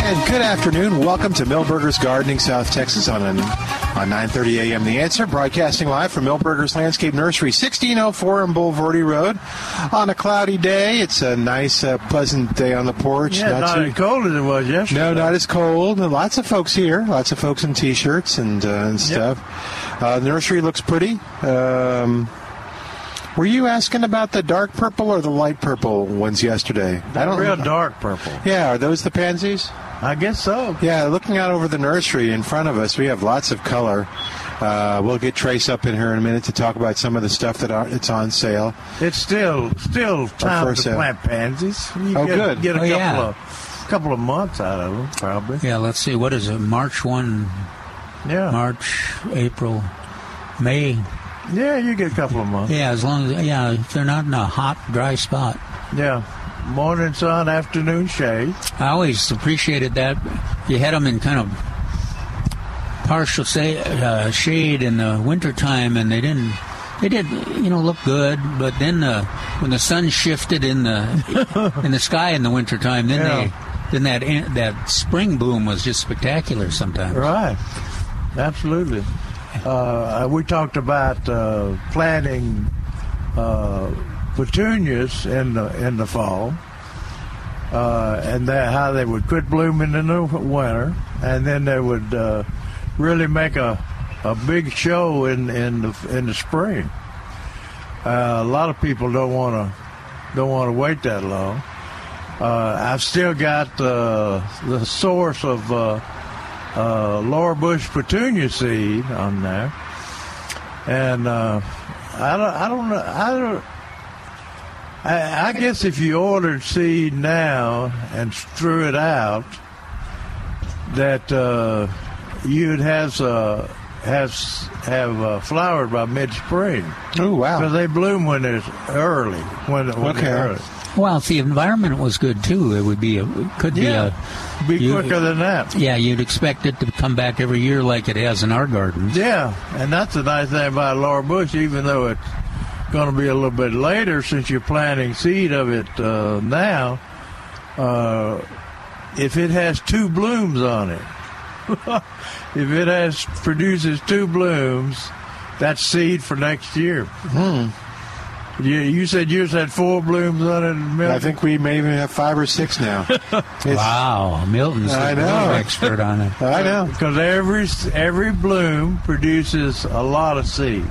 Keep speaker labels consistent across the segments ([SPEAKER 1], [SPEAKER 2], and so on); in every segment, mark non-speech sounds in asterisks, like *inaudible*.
[SPEAKER 1] And good afternoon. Welcome to Millburgers Gardening, South Texas, on an, on 9:30 a.m. The Answer, broadcasting live from Millburgers Landscape Nursery, 1604 on Boulevardy Road. On a cloudy day, it's a nice, uh, pleasant day on the porch.
[SPEAKER 2] Yeah, not as cold as it was yesterday.
[SPEAKER 1] No, not as cold. And Lots of folks here. Lots of folks in t-shirts and, uh, and stuff. Uh, nursery looks pretty. Um, were you asking about the dark purple or the light purple ones yesterday? I don't.
[SPEAKER 2] real dark purple.
[SPEAKER 1] Yeah, are those the pansies?
[SPEAKER 2] I guess so.
[SPEAKER 1] Yeah, looking out over the nursery in front of us, we have lots of color. Uh, we'll get Trace up in here in a minute to talk about some of the stuff that are, it's on sale.
[SPEAKER 2] It's still still time to
[SPEAKER 1] first sale.
[SPEAKER 2] plant pansies. You
[SPEAKER 1] Oh,
[SPEAKER 2] get,
[SPEAKER 1] good.
[SPEAKER 2] Get a
[SPEAKER 3] Oh,
[SPEAKER 2] couple
[SPEAKER 3] yeah.
[SPEAKER 2] of couple of months out of them, probably.
[SPEAKER 3] Yeah, let's see. What is it? March 1,
[SPEAKER 2] Yeah,
[SPEAKER 3] March, April, May.
[SPEAKER 2] yeah, you get a couple of months.
[SPEAKER 3] Yeah, as long as, yeah, if they're not in a hot, dry spot.
[SPEAKER 2] Yeah, morning sun, afternoon shade.
[SPEAKER 3] I always appreciated that. You had them in kind of partial say, uh, shade in the wintertime, and they didn't. They did, you know, look good, but then uh, when the sun shifted in the in the sky in the wintertime, then they then that in- that spring bloom was just spectacular. Sometimes,
[SPEAKER 2] Right, absolutely. Uh, we talked about uh, planting uh, petunias in the in the fall, uh, and that how they would quit blooming in the winter, and then they would uh, really make a, a big show in in the in the spring. Uh, a lot of people don't want to don't want to wait that long. Uh, I've still got uh, the source of. Uh, uh, laurel bush petunia seed on there, and uh, I don't, I don't know, I don't. I, I guess if you ordered seed now and threw it out, that uh, you'd have uh, have s- have uh, flowered by mid spring
[SPEAKER 1] Oh
[SPEAKER 2] because
[SPEAKER 1] wow!
[SPEAKER 2] they bloom when it's early. When, when
[SPEAKER 1] Okay.
[SPEAKER 2] they're early.
[SPEAKER 3] well, if the environment was good too, it would be a, it could be
[SPEAKER 2] Yeah.
[SPEAKER 3] a
[SPEAKER 2] be
[SPEAKER 3] you-
[SPEAKER 2] quicker than that.
[SPEAKER 3] Yeah, you'd expect it to come back every year like it has in our garden.
[SPEAKER 2] Yeah, and that's the nice thing about Laura Bush, even though it's going to be a little bit later since you're planting seed of it uh, now. Uh, if it has two blooms on it, *laughs* if it has produces two blooms, that's seed for next year. Hmm. You, you said yours had four blooms on it. Milton?
[SPEAKER 1] I think we may even have five or six now. Oh, It's-
[SPEAKER 3] Wow, Milton's
[SPEAKER 1] I
[SPEAKER 3] the
[SPEAKER 1] know.
[SPEAKER 3] expert
[SPEAKER 1] *laughs*
[SPEAKER 3] on it.
[SPEAKER 1] I know.
[SPEAKER 2] because every every bloom produces a lot of seed.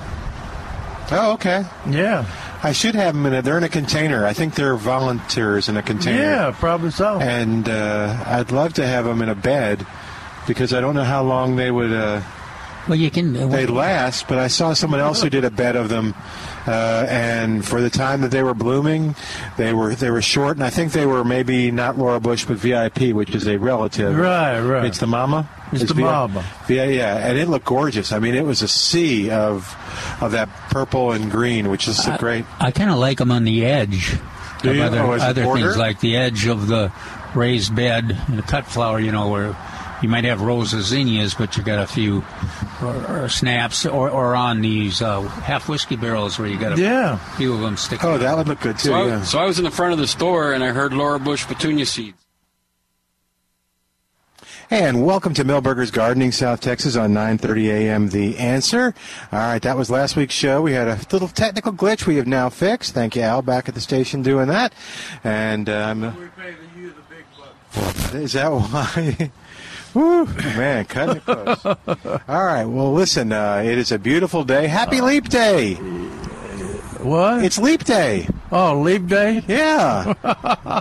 [SPEAKER 1] Oh, okay.
[SPEAKER 2] Yeah,
[SPEAKER 1] I should have them in a. They're in a container. I think they're volunteers in a container.
[SPEAKER 2] yeah, probably so.
[SPEAKER 1] And uh, I'd love to have them in a bed because I don't know how long they would. Uh,
[SPEAKER 3] Well, you can. uh,
[SPEAKER 1] they last, but I saw someone else who did a bed of them, uh, and for the time that they were blooming, they were they were short, and I think they were maybe not Laura Bush, but VIP, which is a relative.
[SPEAKER 2] Right, right.
[SPEAKER 1] It's the mama.
[SPEAKER 2] It's the
[SPEAKER 1] Vi-
[SPEAKER 2] mama.
[SPEAKER 1] Yeah, yeah, and it looked gorgeous. I mean, it was a sea of of that purple and green, which is a great.
[SPEAKER 3] I kind of like them on the edge
[SPEAKER 1] Do
[SPEAKER 3] of
[SPEAKER 1] you?
[SPEAKER 3] other,
[SPEAKER 1] Oh, as a
[SPEAKER 3] other
[SPEAKER 1] border?
[SPEAKER 3] things, like the edge of the raised bed and the cut flower. You know where. You might have roses, zinnias, but you got a few or, or snaps, or, or on these uh, half whiskey barrels where you got a
[SPEAKER 2] Yeah.
[SPEAKER 3] few of them sticking.
[SPEAKER 1] Oh, that would look good too.
[SPEAKER 4] So, I,
[SPEAKER 1] yeah.
[SPEAKER 4] so I was in the front of the store and I heard Laura Bush petunia seeds.
[SPEAKER 1] And welcome to Millburgers Gardening, South Texas on 9:30 a.m. The Answer. All right, that was last week's show. We had a little technical glitch we have now fixed. Thank you, Al, back at the station doing that. And um,
[SPEAKER 2] We pay the, you the big bucks.
[SPEAKER 1] is that *laughs* why? Woo, man, cutting it close.
[SPEAKER 2] *laughs*
[SPEAKER 1] All right, well, listen, uh, it is a beautiful day. Happy Leap Day!
[SPEAKER 2] What?
[SPEAKER 1] It's Leap Day.
[SPEAKER 2] oh, leap day? *laughs*
[SPEAKER 1] Yeah.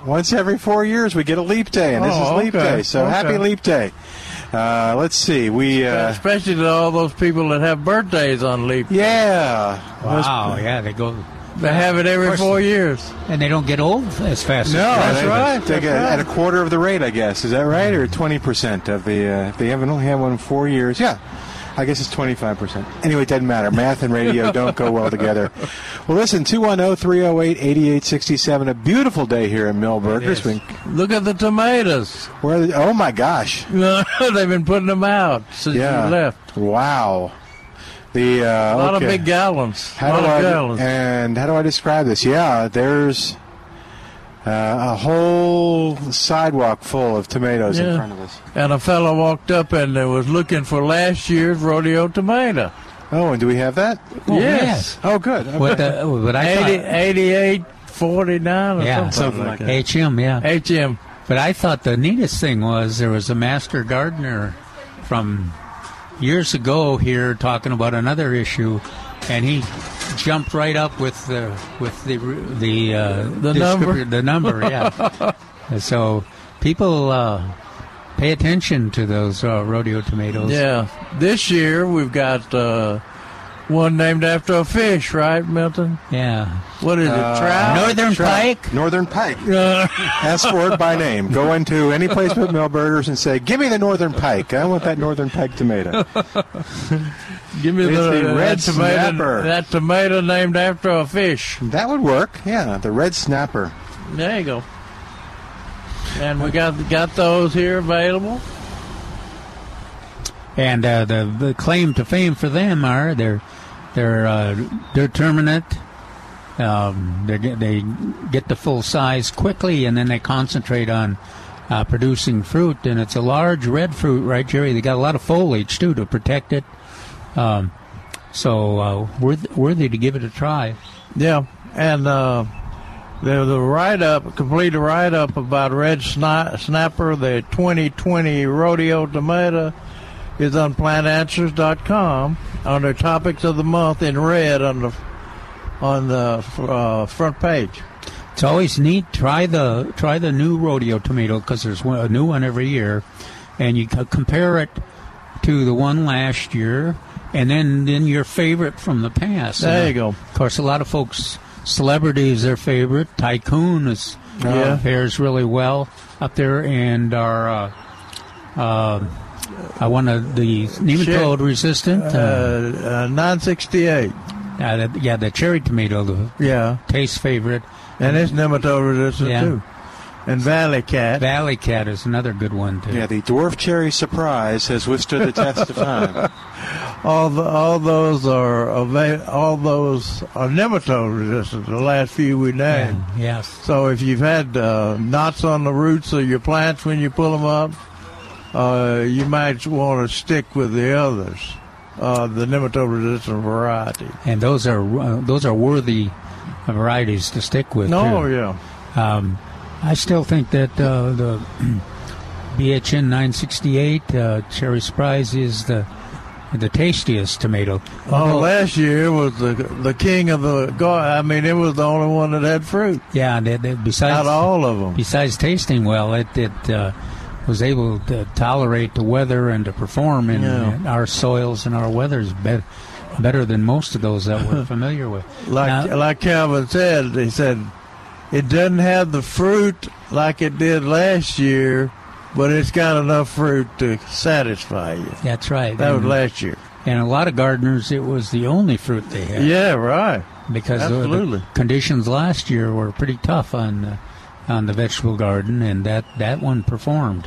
[SPEAKER 1] Once every four years, we get a Leap Day, and this
[SPEAKER 2] Oh,
[SPEAKER 1] is Leap
[SPEAKER 2] okay,
[SPEAKER 1] Day. So
[SPEAKER 2] okay.
[SPEAKER 1] happy Leap Day. Uh, let's see. We. Uh,
[SPEAKER 2] Especially to all those people that have birthdays on leap.
[SPEAKER 1] yeah. Those-
[SPEAKER 3] wow, yeah, they go
[SPEAKER 2] They have it every
[SPEAKER 1] course.
[SPEAKER 2] four years.
[SPEAKER 3] and they don't get old as fast.
[SPEAKER 2] No,
[SPEAKER 3] as
[SPEAKER 2] that's
[SPEAKER 1] they-
[SPEAKER 2] right.
[SPEAKER 1] They
[SPEAKER 2] That's
[SPEAKER 1] get
[SPEAKER 2] right.
[SPEAKER 1] at a quarter of the rate, I guess. Is that right, or twenty percent of the? Uh, if they haven't only had one in four years, yeah. I guess it's 25%. Anyway, it doesn't matter. Math and
[SPEAKER 2] *laughs*
[SPEAKER 1] radio don't go well together. Well, listen, 210 308 8867. A beautiful day here in Millburgers. We-
[SPEAKER 2] Look at the tomatoes. *laughs*
[SPEAKER 1] Where are the, oh, my gosh.
[SPEAKER 2] They've been putting them out since
[SPEAKER 1] Yeah.
[SPEAKER 2] you left.
[SPEAKER 1] Wow. The uh,
[SPEAKER 2] A lot
[SPEAKER 1] okay.
[SPEAKER 2] of big gallons. A
[SPEAKER 1] How
[SPEAKER 2] lot
[SPEAKER 1] do
[SPEAKER 2] of
[SPEAKER 1] I
[SPEAKER 2] gallons.
[SPEAKER 1] and how do I describe this? Yeah, there's uh, a whole sidewalk full of tomatoes in
[SPEAKER 2] Yeah.
[SPEAKER 1] front of us.
[SPEAKER 2] And a fellow walked up and uh, was looking for last year's rodeo tomato.
[SPEAKER 1] Oh, and do we have that?
[SPEAKER 3] Oh,
[SPEAKER 2] yes.
[SPEAKER 1] Oh, good. Okay.
[SPEAKER 3] What the, what I
[SPEAKER 2] 80,
[SPEAKER 3] thought,
[SPEAKER 2] 88, 49 or
[SPEAKER 3] Yeah,
[SPEAKER 2] something,
[SPEAKER 1] something
[SPEAKER 2] like that.
[SPEAKER 3] HM, yeah.
[SPEAKER 2] HM.
[SPEAKER 3] But I thought the neatest thing was there was a master gardener from years ago here talking about another issue, and he jumped right up with the with the the uh,
[SPEAKER 2] The number.
[SPEAKER 3] descriptor- the number,
[SPEAKER 2] *laughs*
[SPEAKER 3] yeah. And so people uh, pay attention to those uh, rodeo tomatoes.
[SPEAKER 2] Yeah. This year we've got uh, one named after a fish, right, Milton?
[SPEAKER 3] yeah.
[SPEAKER 2] What is it,
[SPEAKER 1] Uh,
[SPEAKER 2] trout?
[SPEAKER 3] Northern
[SPEAKER 1] Trout.
[SPEAKER 3] Pike.
[SPEAKER 1] Northern Pike.
[SPEAKER 2] Uh,
[SPEAKER 1] *laughs* Ask for it by name. Go into any place but Millburgers and say, "Give me the Northern Pike. I want that Northern Pike tomato."
[SPEAKER 2] *laughs* give me
[SPEAKER 1] It's
[SPEAKER 2] the
[SPEAKER 1] a red
[SPEAKER 2] that tomato,
[SPEAKER 1] snapper.
[SPEAKER 2] that tomato named after a fish.
[SPEAKER 1] That would work. Yeah, the red snapper.
[SPEAKER 2] There you go. And we got got those here available.
[SPEAKER 3] And uh, the, the claim to fame for them are they're they're uh, determinate. Um, they get, they get the full size quickly, and then they concentrate on uh, producing fruit. And it's a large red fruit, right, Jerry? They got a lot of foliage too to protect it. Um, so uh, worth, worthy to give it a try.
[SPEAKER 2] Yeah, and uh, the the write up, complete write up about red sni- snapper, the 2020 rodeo tomato, is on plantanswers.com under topics of the month in red on the on the uh, front page.
[SPEAKER 3] It's always neat. Try the try the new rodeo tomato because there's one, a new one every year, and you c- compare it to the one last year, and then then your favorite from the past.
[SPEAKER 2] There
[SPEAKER 3] And, uh,
[SPEAKER 2] you go.
[SPEAKER 3] Of course, a lot of folks, celebrities, their favorite. Tycoon is uh,
[SPEAKER 2] Yeah.
[SPEAKER 3] fares really well up there, and our. Uh, uh, I want to the nematode resistant.
[SPEAKER 2] Uh,
[SPEAKER 3] Uh,
[SPEAKER 2] uh, 968.
[SPEAKER 3] uh, the- yeah, the cherry tomato, the
[SPEAKER 2] Yeah,
[SPEAKER 3] taste favorite.
[SPEAKER 2] and it's nematode resistant
[SPEAKER 3] Yeah.
[SPEAKER 2] too. And valley cat.
[SPEAKER 3] Valley cat is another good one too.
[SPEAKER 1] Yeah, the dwarf cherry surprise has withstood the test of time.
[SPEAKER 2] All the, all those are ava- all those are nematode resistant. The last few we named.
[SPEAKER 3] Yeah, yes.
[SPEAKER 2] So if you've had uh, knots on the roots of your plants when you pull them up, uh, you might want to stick with the others, uh, the nematode-resistant variety.
[SPEAKER 3] and those are uh, those are worthy varieties to stick with.
[SPEAKER 2] No,
[SPEAKER 3] too.
[SPEAKER 2] yeah,
[SPEAKER 3] Um, I still think that uh, the *clears throat* BHN 968 uh, Cherry Surprise is the the tastiest tomato.
[SPEAKER 2] oh, last year was the the king of the garden. I mean, it was the only one that had fruit
[SPEAKER 3] yeah. They, they,
[SPEAKER 2] out
[SPEAKER 3] besides
[SPEAKER 2] of all of them.
[SPEAKER 3] besides tasting well, it it uh, was able to tolerate the weather and to perform in,
[SPEAKER 2] Yeah.
[SPEAKER 3] in our soils and our weathers better better than most of those that
[SPEAKER 2] *laughs*
[SPEAKER 3] we're familiar with.
[SPEAKER 2] Like
[SPEAKER 3] Now-
[SPEAKER 2] like Calvin said, he said it doesn't have the fruit like it did last year, but it's got enough fruit to satisfy you.
[SPEAKER 3] That's right.
[SPEAKER 2] That was
[SPEAKER 1] Mm-hmm.
[SPEAKER 3] And-
[SPEAKER 2] last year.
[SPEAKER 3] And a lot of gardeners, it was the only fruit they had
[SPEAKER 2] Yeah, right.
[SPEAKER 3] because the-
[SPEAKER 2] absolutely.
[SPEAKER 3] the conditions last year were pretty tough on uh, on the vegetable garden, and that that one performed.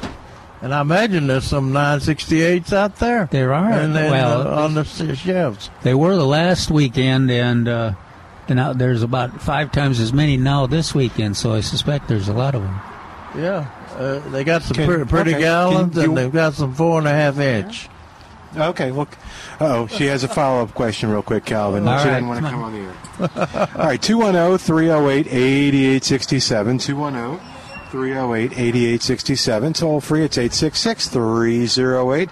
[SPEAKER 2] And I imagine there's some 968s out there.
[SPEAKER 3] There are
[SPEAKER 2] And then
[SPEAKER 3] well,
[SPEAKER 2] uh, on the s- shelves.
[SPEAKER 3] they were the last weekend, and uh, and now there's about five times as many now this weekend. So I suspect there's a lot of them.
[SPEAKER 2] Yeah. Uh, they got some
[SPEAKER 1] Can-
[SPEAKER 2] pretty, pretty
[SPEAKER 1] okay.
[SPEAKER 2] gallons,
[SPEAKER 1] Can you-
[SPEAKER 2] and they've got some four and a half inch.
[SPEAKER 1] Okay, look. Oh, she has a follow up question, real quick, Calvin.
[SPEAKER 3] All
[SPEAKER 1] she
[SPEAKER 3] right,
[SPEAKER 1] didn't want to come on the air. All right, oh, 210 308 8867. 210 308 8867. Toll free, it's 866 308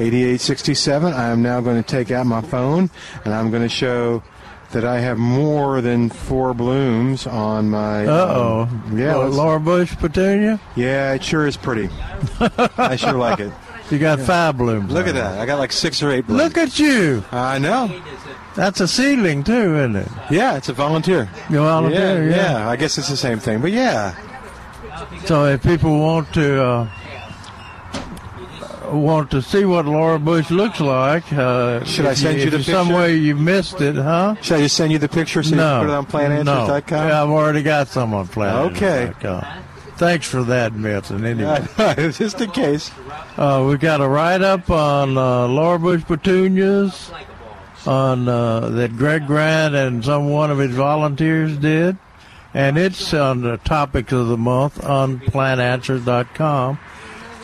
[SPEAKER 1] 8867. I am now going to take out my phone and I'm going to show that I have more than four blooms on my.
[SPEAKER 2] Uh oh.
[SPEAKER 1] um, yeah, let's-
[SPEAKER 2] Laura Bush petunia.
[SPEAKER 1] yeah, it sure is pretty. I sure like it.
[SPEAKER 2] You got five blooms.
[SPEAKER 1] Look at
[SPEAKER 2] on it.
[SPEAKER 1] that. I got like six or eight blooms.
[SPEAKER 2] Look at you.
[SPEAKER 1] I know.
[SPEAKER 2] That's a seedling too, isn't it?
[SPEAKER 1] Yeah, it's a volunteer.
[SPEAKER 2] You volunteer,
[SPEAKER 1] yeah,
[SPEAKER 2] yeah.
[SPEAKER 1] I guess it's the same thing, but yeah.
[SPEAKER 2] So if people want to uh, want to see what Laura Bush looks like, uh,
[SPEAKER 1] Should I
[SPEAKER 2] if
[SPEAKER 1] send you
[SPEAKER 2] if
[SPEAKER 1] the
[SPEAKER 2] Some
[SPEAKER 1] picture?
[SPEAKER 2] way you missed it, huh?
[SPEAKER 1] Should I just send you the picture so
[SPEAKER 2] no,
[SPEAKER 1] you can put it on
[SPEAKER 2] no.
[SPEAKER 1] plananswers.com?
[SPEAKER 2] Yeah, I've already got some on Planet.
[SPEAKER 1] Okay.
[SPEAKER 2] Thanks for that, Milton. Anyway,
[SPEAKER 1] *laughs* it's just in case.
[SPEAKER 2] uh, we got a write up on uh, Laura Bush petunias, on uh, that Greg Grant and some one of his volunteers did, and it's on the topics of the month on PlantAnswers.com,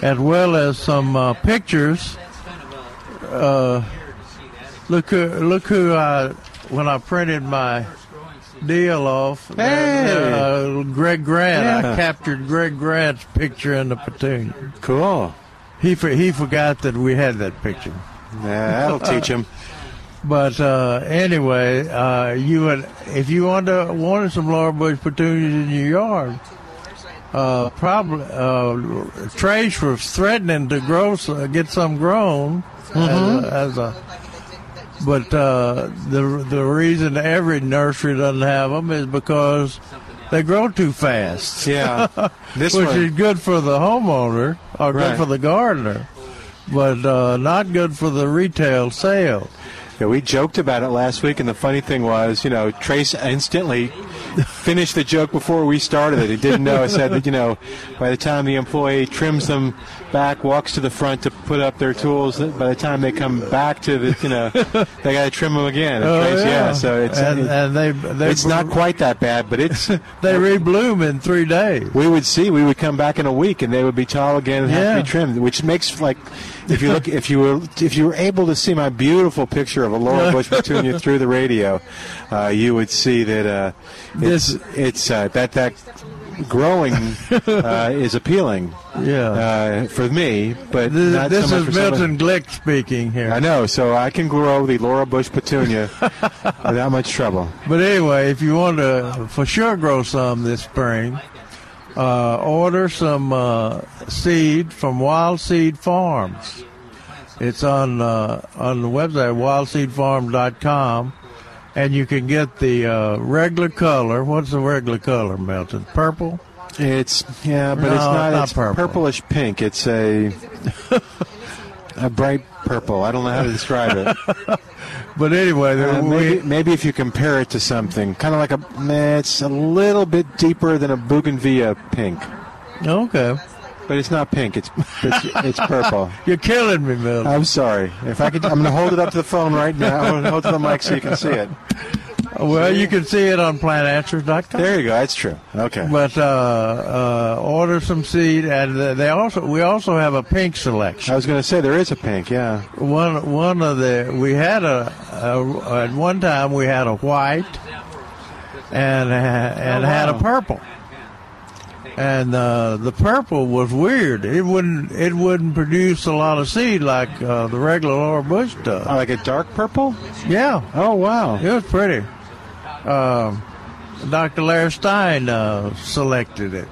[SPEAKER 2] as well as some uh, pictures. Uh, look who look who I when I printed my deal off.
[SPEAKER 1] Hey!
[SPEAKER 2] uh, Greg Grant.
[SPEAKER 1] Yeah.
[SPEAKER 2] I captured Greg Grant's picture in the petunia.
[SPEAKER 1] Cool.
[SPEAKER 2] He for, he forgot that we had that picture.
[SPEAKER 1] Yeah, that'll teach him.
[SPEAKER 2] But uh, anyway, uh, you would if you wanted wanted some Laura Bush petunias in your yard, uh, probably uh, Trace was threatening to grow s- uh, get some grown as, a, as a. But uh, the the reason every nursery doesn't have them is because they grow too fast. *laughs*
[SPEAKER 1] Yeah. This
[SPEAKER 2] which
[SPEAKER 1] one.
[SPEAKER 2] is good for the homeowner or
[SPEAKER 1] Right.
[SPEAKER 2] good for the gardener, but uh, not good for the retail sale.
[SPEAKER 1] Yeah, we joked about it last week, and the funny thing was, you know, Trace instantly finished the joke before we started it. He didn't know. It said that, you know, by the time the employee trims them back, walks to the front to put up their tools, by the time they come back to the, you know, they got to trim them again. And Trace, yeah. so it's
[SPEAKER 2] Oh, and, and they they
[SPEAKER 1] it's not quite that bad, but
[SPEAKER 2] *laughs*
[SPEAKER 1] it's
[SPEAKER 2] they rebloom in three days.
[SPEAKER 1] we would see we would come back in a week and they would be tall again and have to
[SPEAKER 2] Yeah.
[SPEAKER 1] be trimmed which makes like if you look if you were if you were able to see my beautiful picture of a
[SPEAKER 2] *laughs*
[SPEAKER 1] laura bush petunia through the radio uh, you would see that uh, it's
[SPEAKER 2] This-
[SPEAKER 1] it's uh, that that
[SPEAKER 2] *laughs*
[SPEAKER 1] growing uh, is appealing
[SPEAKER 2] Yeah.
[SPEAKER 1] uh, for me but
[SPEAKER 2] This,
[SPEAKER 1] not
[SPEAKER 2] this
[SPEAKER 1] so much for
[SPEAKER 2] is
[SPEAKER 1] someone-
[SPEAKER 2] Milton Glick speaking
[SPEAKER 1] I
[SPEAKER 2] here.
[SPEAKER 1] know, so I can grow the Laura Bush
[SPEAKER 2] *laughs*
[SPEAKER 1] petunia without much trouble.
[SPEAKER 2] But anyway, if you want to for sure grow some this spring, uh, order some uh, seed from Wild Seed Farms. It's on uh, on the website wildseedfarm.com, and you can get the uh, regular color. What's the regular color, Milton? Purple.
[SPEAKER 1] It's yeah, but
[SPEAKER 2] No,
[SPEAKER 1] it's not.
[SPEAKER 2] not
[SPEAKER 1] it's
[SPEAKER 2] purple.
[SPEAKER 1] purplish pink. It's a a bright purple. I don't know how to describe *laughs* it.
[SPEAKER 2] But anyway,
[SPEAKER 1] Uh,
[SPEAKER 2] there-
[SPEAKER 1] maybe,
[SPEAKER 2] we,
[SPEAKER 1] maybe if you compare it to something, kind of like a. nah, It's a little bit deeper than a bougainvillea pink,
[SPEAKER 2] okay,
[SPEAKER 1] but it's not pink. It's it's, it's purple.
[SPEAKER 2] you're killing me,
[SPEAKER 1] *laughs*
[SPEAKER 2] Milton.
[SPEAKER 1] I'm sorry. If I could, I'm going to hold it up to the phone right now. I'm gonna hold it to the mic so you can see it.
[SPEAKER 2] well, you can see it on plantanswers.com.
[SPEAKER 1] Uh, There you go. That's true. Okay.
[SPEAKER 2] But uh, uh, order some seed, and uh, they also we also have a pink selection.
[SPEAKER 1] I was going to say there is a pink. Yeah.
[SPEAKER 2] One one of the we had a, a at one time we had a white and uh, and had a purple, and uh, the purple was weird. It wouldn't it wouldn't produce a lot of seed like uh, the regular Laura Bush does.
[SPEAKER 1] Oh, like a dark purple.
[SPEAKER 2] yeah,
[SPEAKER 1] Oh wow.
[SPEAKER 2] it was pretty. Um, Dr. Larry Stein uh, selected it,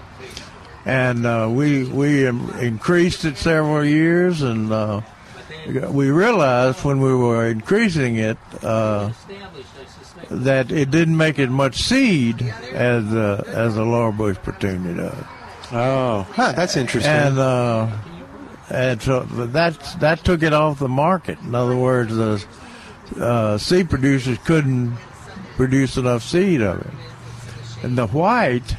[SPEAKER 2] and uh, we we im- increased it several years, and uh, we realized when we were increasing it uh, that it didn't make as much seed as uh, as the Laura Bush petunia does,
[SPEAKER 1] Oh, huh, that's interesting.
[SPEAKER 2] and. Uh, and so that that took it off the market. In other words, the uh, seed producers couldn't produce enough seed of it. And the white,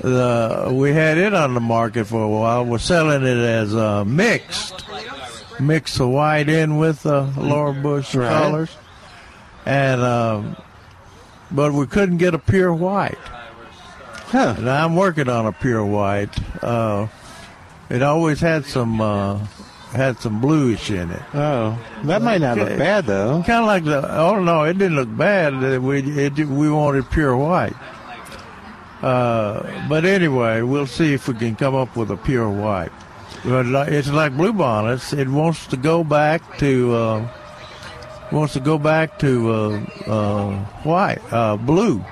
[SPEAKER 2] the we had it on the market for a while. We're selling it as uh, mixed, mix the white in with the Laura Bush
[SPEAKER 1] Right.
[SPEAKER 2] colors, and um, but we couldn't get a pure white.
[SPEAKER 1] Huh.
[SPEAKER 2] And I'm working on a pure white. Uh, it always had some uh, had some bluish in it.
[SPEAKER 1] Oh, that might not look
[SPEAKER 2] Okay.
[SPEAKER 1] bad though.
[SPEAKER 2] Kind of like the. Oh no, it didn't look bad. Uh, We it, we wanted pure white. Uh, but anyway, we'll see if we can come up with a pure white. But li- it's like bluebonnets. It wants to go back to uh, wants to go back to uh, uh, white uh, blue.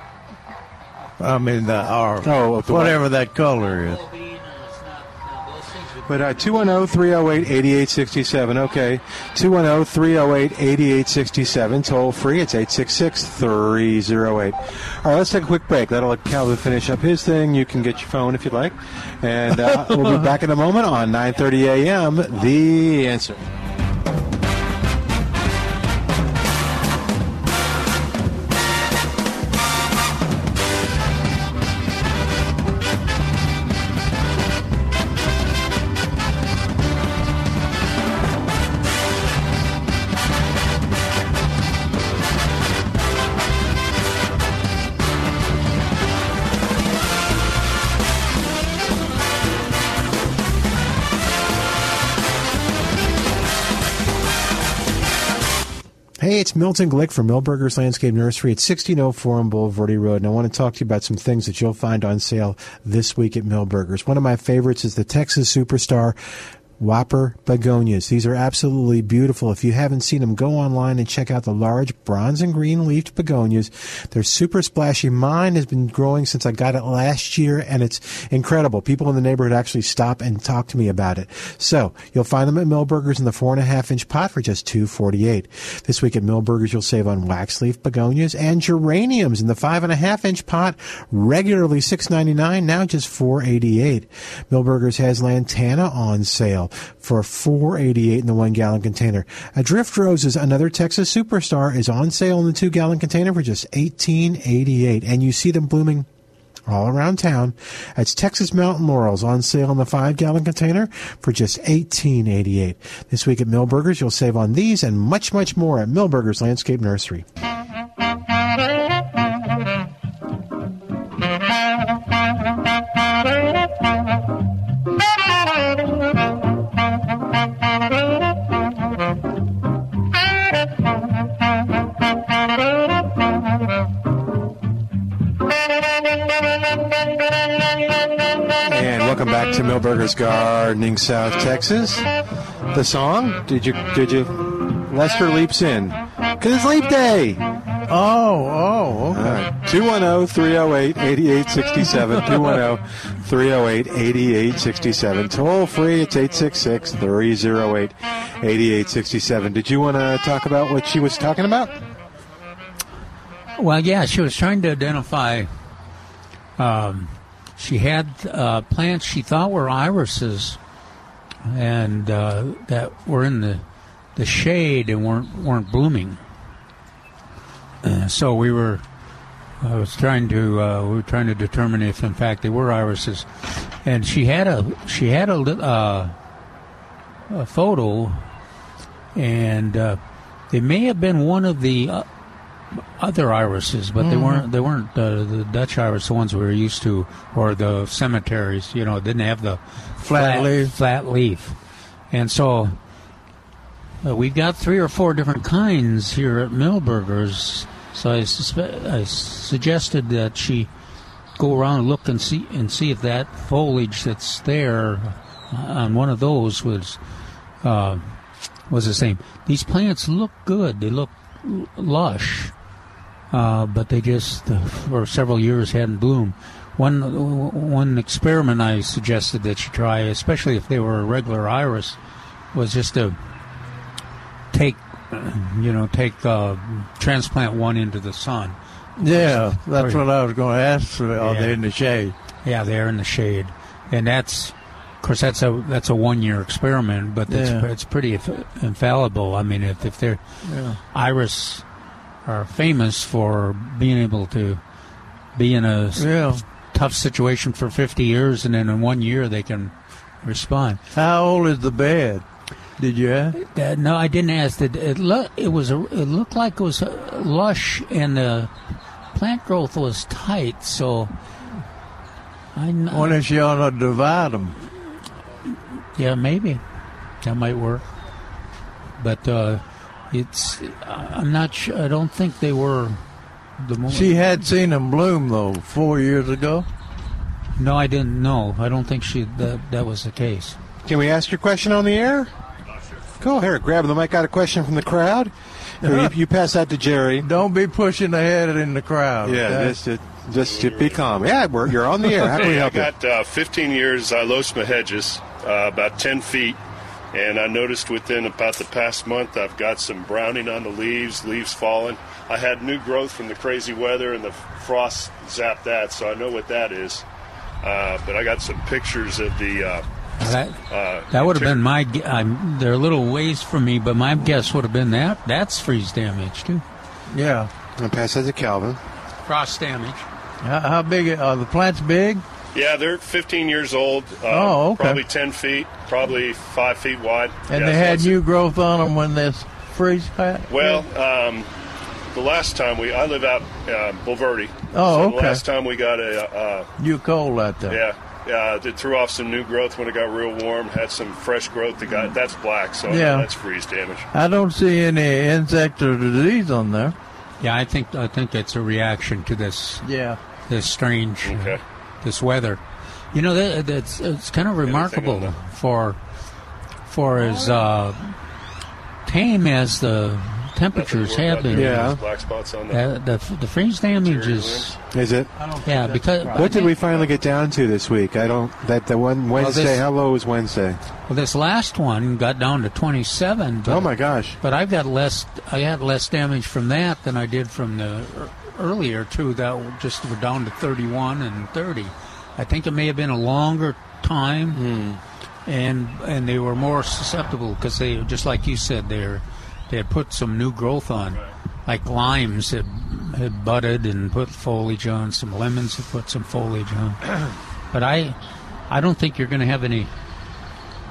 [SPEAKER 2] I mean, the, or
[SPEAKER 1] Oh, the white.
[SPEAKER 2] whatever that color is.
[SPEAKER 1] But uh, 210 308 8867. Okay. oh, 210 308 8867. Toll free. It's 866 308. All right, let's take a quick break. That'll let Calvin finish up his thing. You can get your phone if you'd like. And *laughs* uh, we'll be back in a moment on 9.30 a.m. The Answer. Hey, it's Milton Glick from Millburgers Landscape Nursery at 1604 on Boulevardy Road, and I want to talk to you about some things that you'll find on sale this week at Millburgers. One of my favorites is the Texas Superstar Whopper begonias. These are absolutely beautiful. If you haven't seen them, go online and check out the large bronze and green leafed begonias. They're super splashy. Mine has been growing since I got it last year, and it's incredible. People in the neighborhood actually stop and talk to me about it. So you'll find them at Millburgers in the four and a half inch pot for just two forty eight. This week at Millburgers, you'll save on wax leaf begonias and geraniums in the five and a half inch pot, regularly six ninety nine, now just four eighty eight. Millburgers has lantana on sale for 488 in the one gallon container. A drift rose is another Texas superstar is on sale in the two gallon container for just 1888 and you see them blooming all around town. That's Texas Mountain Laurels on sale in the five gallon container for just $18.88. This week at Millburgers, you'll save on these and much, much more at Millburgers Landscape Nursery. And welcome back to Millburgers Gardening South Texas. The song? Did you did you Lester leaps in. Cause it's leap day.
[SPEAKER 2] Oh, oh, okay.
[SPEAKER 1] 210 308 8867. 210 308 8867. Toll free, it's 866 308 8867. Did you want to talk about what she was talking about?
[SPEAKER 3] Well, yeah, she was trying to identify. Um, she had uh, plants she thought were irises, and uh, that were in the the shade and weren't weren't blooming. Uh, so we were. I was trying to. Uh, we were trying to determine if, in fact, they were irises, and she had a she had a li- uh, a photo, and uh, they may have been one of the uh, other irises, but they
[SPEAKER 2] Mm-hmm.
[SPEAKER 3] weren't they weren't uh, the Dutch iris, the ones we were used to, or the cemeteries. You know, didn't have the
[SPEAKER 2] Flat leaf.
[SPEAKER 3] flat leaf, and so uh, we've got three or four different kinds here at Millburgers. So I, suspe- I suggested that she go around and look and see and see if that foliage that's there on one of those was uh, was the same. These plants look good. They look l- lush, uh, but they just uh, for several years hadn't bloomed. One one experiment I suggested that you try, especially if they were a regular iris, was just to take you know take uh, transplant one into the sun.
[SPEAKER 2] Yeah, that's what I was going to ask. Are
[SPEAKER 3] Yeah.
[SPEAKER 2] they in the shade?
[SPEAKER 3] Yeah, they're in the shade, and that's, of course, that's a that's a one year experiment, but it's
[SPEAKER 2] Yeah.
[SPEAKER 3] it's pretty inf- infallible. I mean, if if they're
[SPEAKER 2] Yeah.
[SPEAKER 3] iris are famous for being able to be in a s-
[SPEAKER 2] Yeah.
[SPEAKER 3] tough situation for 50 years, and then in one year they can respond.
[SPEAKER 2] How old is the bed? Did you ask?
[SPEAKER 3] Uh, no, I didn't ask. It it, lo- it was a, it looked like it was uh, lush and the plant growth was tight, so. I, kn-
[SPEAKER 2] When is she on a divide 'em?
[SPEAKER 3] Yeah, maybe that might work. But uh, it's I'm not sure. I don't think they were the more.
[SPEAKER 2] She had seen them bloom though four years ago.
[SPEAKER 3] no, I didn't know. I don't think she that that was the case.
[SPEAKER 1] Can we ask your question on the air? Go here, grab the mic. Got a question from the crowd? Here, you, you pass that to Jerry. Uh,
[SPEAKER 2] Don't be pushing ahead in the crowd.
[SPEAKER 1] Yeah,
[SPEAKER 2] okay?
[SPEAKER 1] just to, *laughs* just to be calm. Yeah, we're, you're on the air. How can we
[SPEAKER 5] Hey, I
[SPEAKER 1] help you?
[SPEAKER 5] got uh, 15 years uh, Los Mejeges. uh, about 10 feet. And I noticed within about the past month, I've got some browning on the leaves, leaves falling. I had new growth from the crazy weather and the frost zapped that, so I know what that is. Uh, but I got some pictures of the. Uh,
[SPEAKER 3] That,
[SPEAKER 5] uh,
[SPEAKER 3] that would have
[SPEAKER 5] interior-
[SPEAKER 3] been my. gu- I'm, they're a little ways from me, but my guess would have been that that's freeze damage too.
[SPEAKER 2] Yeah.
[SPEAKER 1] I'm going to pass that to Calvin.
[SPEAKER 3] Frost damage.
[SPEAKER 2] How, how big are the plants? Big?
[SPEAKER 5] Yeah, they're 15 years old. Uh,
[SPEAKER 2] Oh, okay.
[SPEAKER 5] Probably 10 feet, probably five feet wide.
[SPEAKER 2] And
[SPEAKER 5] Yeah,
[SPEAKER 2] they
[SPEAKER 5] so
[SPEAKER 2] had
[SPEAKER 5] it's-
[SPEAKER 2] new growth on them when this freeze. ha-
[SPEAKER 5] Well, um, the last time we, I live out uh, Bulverde.
[SPEAKER 2] Oh,
[SPEAKER 5] so
[SPEAKER 2] okay.
[SPEAKER 5] The last time we got a, uh,
[SPEAKER 2] new coal out there.
[SPEAKER 5] yeah, uh, it threw off some new growth when it got real warm. Had some fresh growth that got that's black, so I know
[SPEAKER 2] Yeah.
[SPEAKER 5] that's freeze damage.
[SPEAKER 2] I don't see any insect or disease on there.
[SPEAKER 3] Yeah, I think I think that's a reaction to this
[SPEAKER 2] Yeah.
[SPEAKER 3] this strange uh,
[SPEAKER 5] Okay.
[SPEAKER 3] this weather. You know that that's it's kind of
[SPEAKER 5] on
[SPEAKER 3] remarkable
[SPEAKER 5] that?
[SPEAKER 3] for for as uh, tame as the temperatures
[SPEAKER 5] Nothing to worry
[SPEAKER 3] have
[SPEAKER 5] about
[SPEAKER 3] been.
[SPEAKER 5] there.
[SPEAKER 1] Yeah.
[SPEAKER 5] There's Black spots on the.
[SPEAKER 3] Uh, the the freeze damage is
[SPEAKER 1] Is it?
[SPEAKER 2] I don't
[SPEAKER 3] yeah because
[SPEAKER 1] What did we finally get down to this week? I don't. That the one Wednesday.
[SPEAKER 3] this-
[SPEAKER 1] how low was Wednesday?
[SPEAKER 3] well, this last one got down to twenty seven.
[SPEAKER 1] Oh my gosh!
[SPEAKER 3] But I've got less. I had less damage from that than I did from the ear- earlier two that were just were down to 31 and 30. I think it may have been a longer time, and and they were more susceptible because they just like you said they were, they had put some new growth on, like limes had had budded and put foliage on. Some lemons had put some foliage on. but I I don't think you're going to have any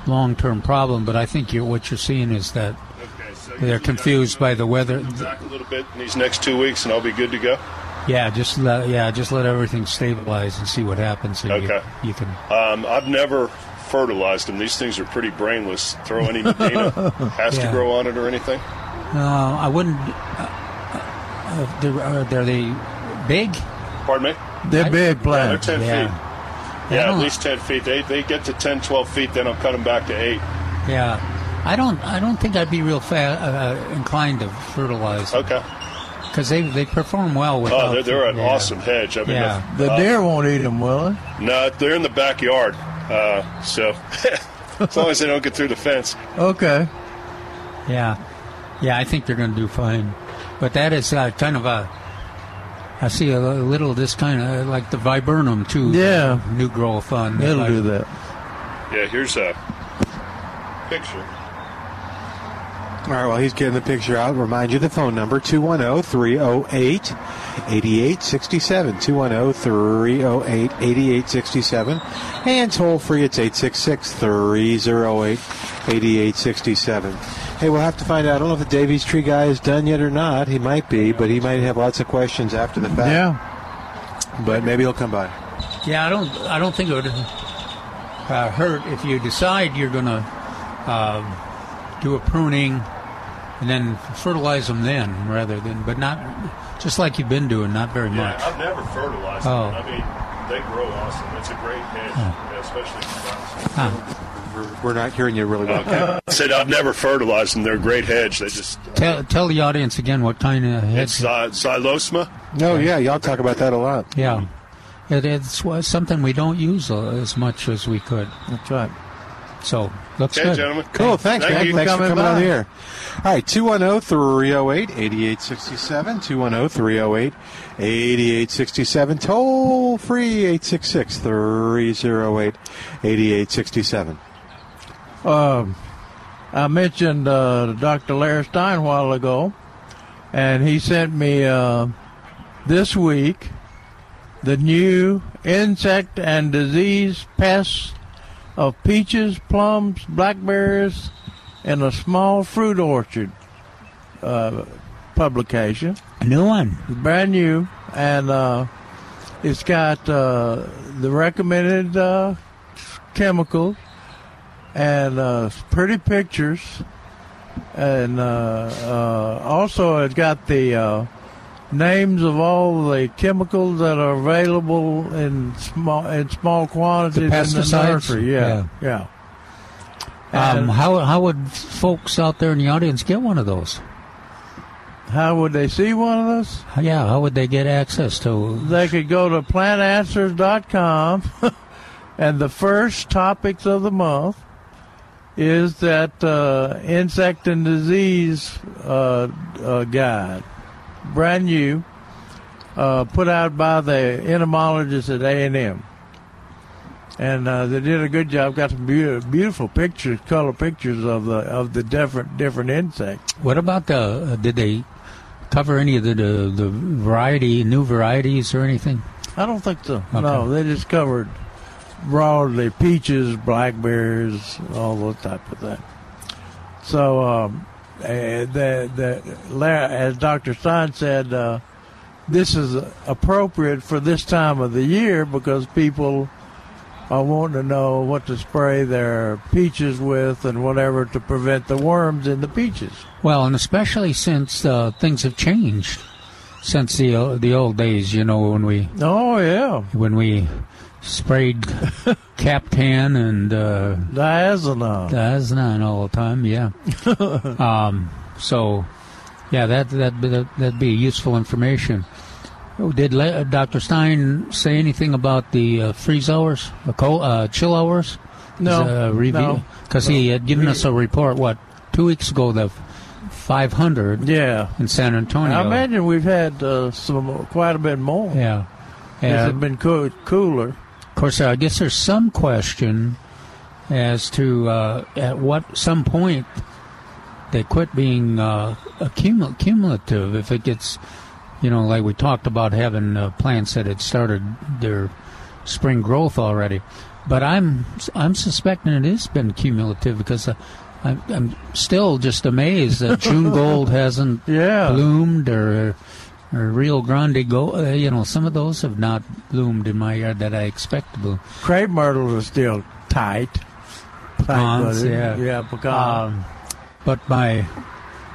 [SPEAKER 3] long-term problem. But I think you're, what you're seeing is that
[SPEAKER 5] Okay, so
[SPEAKER 3] they're confused by the weather.
[SPEAKER 5] Back a little bit in these next two weeks, and I'll be good to go.
[SPEAKER 3] Yeah, just let, yeah, just let everything stabilize and see what happens. So
[SPEAKER 5] Okay.
[SPEAKER 3] you, you can.
[SPEAKER 5] Um, I've never fertilized them. These things are pretty brainless. Throw
[SPEAKER 3] *laughs*
[SPEAKER 5] any Medina has
[SPEAKER 3] Yeah.
[SPEAKER 5] to grow on it or anything.
[SPEAKER 3] No, I wouldn't. Uh, uh, they're, are they're they big?
[SPEAKER 5] Pardon me?
[SPEAKER 2] They're big
[SPEAKER 5] They're
[SPEAKER 2] plants.
[SPEAKER 5] 10 feet.
[SPEAKER 3] Yeah, I
[SPEAKER 5] Yeah, at
[SPEAKER 3] don't-
[SPEAKER 5] least 10 feet. They, they get to 10, 12 feet, then I'll cut them back to 8.
[SPEAKER 3] yeah. I don't. I don't think I'd be real fa- uh, inclined to fertilize
[SPEAKER 5] Okay.
[SPEAKER 3] because they they perform well with.
[SPEAKER 5] Oh, they're, they're an awesome hedge. I mean,
[SPEAKER 3] Yeah.
[SPEAKER 5] if-
[SPEAKER 2] The deer won't eat them, will they?
[SPEAKER 5] no, they're in the backyard. Uh, so *laughs* as long as they don't get through the fence.
[SPEAKER 2] Okay.
[SPEAKER 3] Yeah, yeah, I think they're going to do fine. But that is uh, kind of a. I see a little of this kind of like the viburnum too.
[SPEAKER 2] Yeah.
[SPEAKER 3] the new growth on.
[SPEAKER 2] It'll
[SPEAKER 3] like-
[SPEAKER 2] do that.
[SPEAKER 5] Yeah, here's a picture.
[SPEAKER 1] All right. Well, he's getting the picture out. Remind you the phone number oh, 210-308-8867. oh, 210-308-8867. And toll free. It's 866-308-8867. Hey, we'll have to find out. I don't know if the Davies Tree guy is done yet or not. He might be, but he might have lots of questions after the fact.
[SPEAKER 2] Yeah.
[SPEAKER 1] But maybe he'll come by.
[SPEAKER 3] Yeah, I don't. I don't think it would uh, hurt if you decide you're going to uh, do a pruning and then fertilize them then, rather than, but not just like you've been doing, not very much.
[SPEAKER 5] Yeah, I've never fertilized
[SPEAKER 3] Oh.
[SPEAKER 5] them. I mean, they grow awesome. It's a great hedge, especially for
[SPEAKER 3] Huh.
[SPEAKER 1] We're- We're not hearing you really well.
[SPEAKER 5] Okay. said I've never fertilized them. They're a great hedge. They just
[SPEAKER 3] Tell, tell the audience again what kind of
[SPEAKER 5] it's
[SPEAKER 3] heads.
[SPEAKER 5] uh, xylosma.
[SPEAKER 1] *laughs* No, yeah, y'all talk about that a lot.
[SPEAKER 3] yeah, it, it's wa- something we don't use uh, as much as we could.
[SPEAKER 2] That's right.
[SPEAKER 3] So looks
[SPEAKER 5] Okay,
[SPEAKER 3] good.
[SPEAKER 5] gentlemen.
[SPEAKER 1] Cool. Thanks,
[SPEAKER 5] Thank
[SPEAKER 1] man.
[SPEAKER 5] you.
[SPEAKER 1] Thanks for
[SPEAKER 2] Coming
[SPEAKER 1] coming on
[SPEAKER 2] by.
[SPEAKER 1] the air. All right, oh, 210 308 8867. 210 308 8867. Toll free 866 308 8867.
[SPEAKER 2] Um, I mentioned uh, Dr. Larry Stein a while ago, and he sent me uh, this week the new insect and disease pests of peaches, plums, blackberries, in a small fruit orchard uh, publication
[SPEAKER 3] A new one.
[SPEAKER 2] brand new, and uh, it's got uh, the recommended uh, chemicals and uh, pretty pictures, and uh, uh, also it's got the uh, names of all the chemicals that are available in small in small quantities in the
[SPEAKER 3] pesticides?
[SPEAKER 2] nursery. Yeah, yeah.
[SPEAKER 3] Um,
[SPEAKER 2] And
[SPEAKER 3] how how would folks out there in the audience get one of those?
[SPEAKER 2] how would they see one of those?
[SPEAKER 3] Yeah, how would they get access to
[SPEAKER 2] they could go *laughs* to plantanswers.com and the first topics of the month is that uh, insect and disease uh, uh, guide, brand new, uh, put out by the entomologists at A and M, and uh, they did a good job. Got some beautiful, beautiful pictures, color pictures of the of the different different insects.
[SPEAKER 3] What about the? Uh, did they cover any of the, the the variety, new varieties, or anything?
[SPEAKER 2] I don't think so. No, they just covered broadly peaches, blackberries, all those type of things. So, um, eh, the, the, la- as Dr. Stein said, uh, this is appropriate for this time of the year because people are wanting to know what to spray their peaches with and whatever to prevent the worms in the peaches.
[SPEAKER 3] Well, and especially since uh, things have changed since the o- the old days. You know when we
[SPEAKER 2] Oh, yeah.
[SPEAKER 3] when we sprayed captan and uh,
[SPEAKER 2] Diazinon.
[SPEAKER 3] diazinon all the time.
[SPEAKER 2] *laughs*
[SPEAKER 3] Yeah. um, so, yeah, that that that that'd be useful information. Oh, Did Le- Dr. Stein say anything about the uh, freeze hours, uh, cold, uh, chill hours?
[SPEAKER 2] No, no,
[SPEAKER 3] Because he had given us a report, what, two weeks ago, the 500
[SPEAKER 2] Yeah.
[SPEAKER 3] in San Antonio.
[SPEAKER 2] I imagine we've had uh, some quite a bit more.
[SPEAKER 3] Yeah.
[SPEAKER 2] Has
[SPEAKER 3] And,
[SPEAKER 2] it been coo- cooler?
[SPEAKER 3] of course, I guess there's some question as to uh, at what some point they quit being uh, accumul- cumulative. If it gets, you know, like we talked about having uh, plants that had started their spring growth already. But I'm I'm suspecting it has been cumulative because uh, I'm, I'm still just amazed that June Gold hasn't
[SPEAKER 2] Yeah.
[SPEAKER 3] bloomed or, or Rio Grande Gold. Uh, you know, some of those have not bloomed in my yard that I expect to bloom.
[SPEAKER 2] Crepe myrtles are still tight.
[SPEAKER 3] Pecans,
[SPEAKER 2] Tight-butted.
[SPEAKER 3] yeah.
[SPEAKER 2] Yeah, pecan.
[SPEAKER 3] Um, but my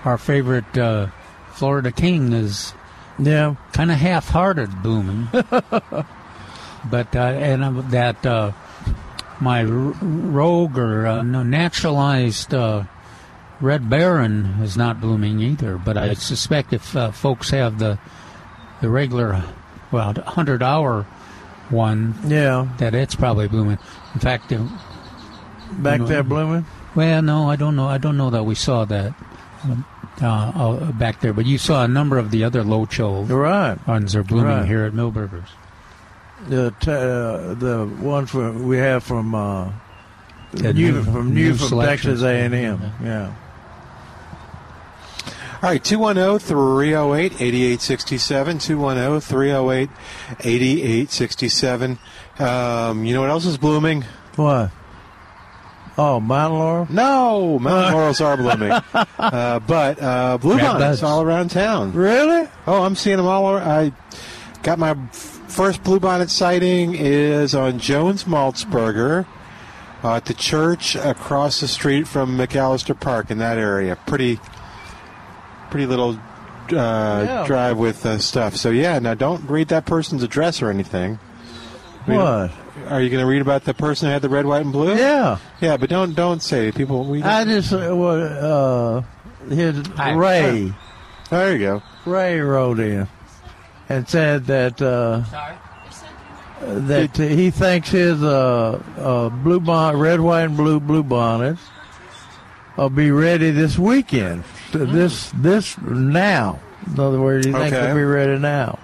[SPEAKER 3] our favorite uh, Florida King is
[SPEAKER 2] yeah.
[SPEAKER 3] kind of half-hearted blooming. but uh, and uh, that uh, my r- rogue or uh, no, naturalized uh, red baron is not blooming either. But I suspect if uh, folks have the the regular, well, hundred-hour one,
[SPEAKER 2] Yeah.
[SPEAKER 3] that it's probably blooming. In fact, uh,
[SPEAKER 2] Back
[SPEAKER 3] No.
[SPEAKER 2] there blooming.
[SPEAKER 3] well, no, I don't know. I don't know that we saw that. um, Uh, uh, back there, but you saw a number of the other low chill
[SPEAKER 2] Right.
[SPEAKER 3] ones are blooming
[SPEAKER 2] Right.
[SPEAKER 3] here at Millburgers.
[SPEAKER 2] The t- uh, the ones from, we have from uh,
[SPEAKER 3] The
[SPEAKER 2] new,
[SPEAKER 3] new-
[SPEAKER 2] from
[SPEAKER 3] new
[SPEAKER 2] new from
[SPEAKER 3] selection.
[SPEAKER 2] Texas A and M. Yeah.
[SPEAKER 1] All right, oh, 210 308 8867. 210 308 8867. Um, you know what else is blooming?
[SPEAKER 2] What? Oh, Mount Laurel.
[SPEAKER 1] No, mountain laurels are blooming. Uh, but uh,
[SPEAKER 3] Red
[SPEAKER 1] bluebonnets
[SPEAKER 3] buds.
[SPEAKER 1] all around town.
[SPEAKER 2] Really?
[SPEAKER 1] Oh, I'm seeing them all over. I got my f- first bluebonnet sighting is on Jones Maltzberger uh, at the church across the street from McAllister Park in that area. Pretty, pretty little uh, drive with uh, stuff. So yeah, now don't read that person's address or anything. I mean,
[SPEAKER 2] What?
[SPEAKER 1] Are you going to read about the person who had the red, white, and blue?
[SPEAKER 2] Yeah.
[SPEAKER 1] yeah, but don't don't say people. We,
[SPEAKER 2] I just uh, well, uh, his
[SPEAKER 3] I-
[SPEAKER 2] Ray.
[SPEAKER 1] there you go.
[SPEAKER 2] Ray wrote in and said that uh, that he thinks his uh, uh, blue bon- red, white, and blue blue bonnets will be ready this weekend. Th- This this now. In other words, he thinks
[SPEAKER 1] Hmm. Okay.
[SPEAKER 2] they'll be ready now.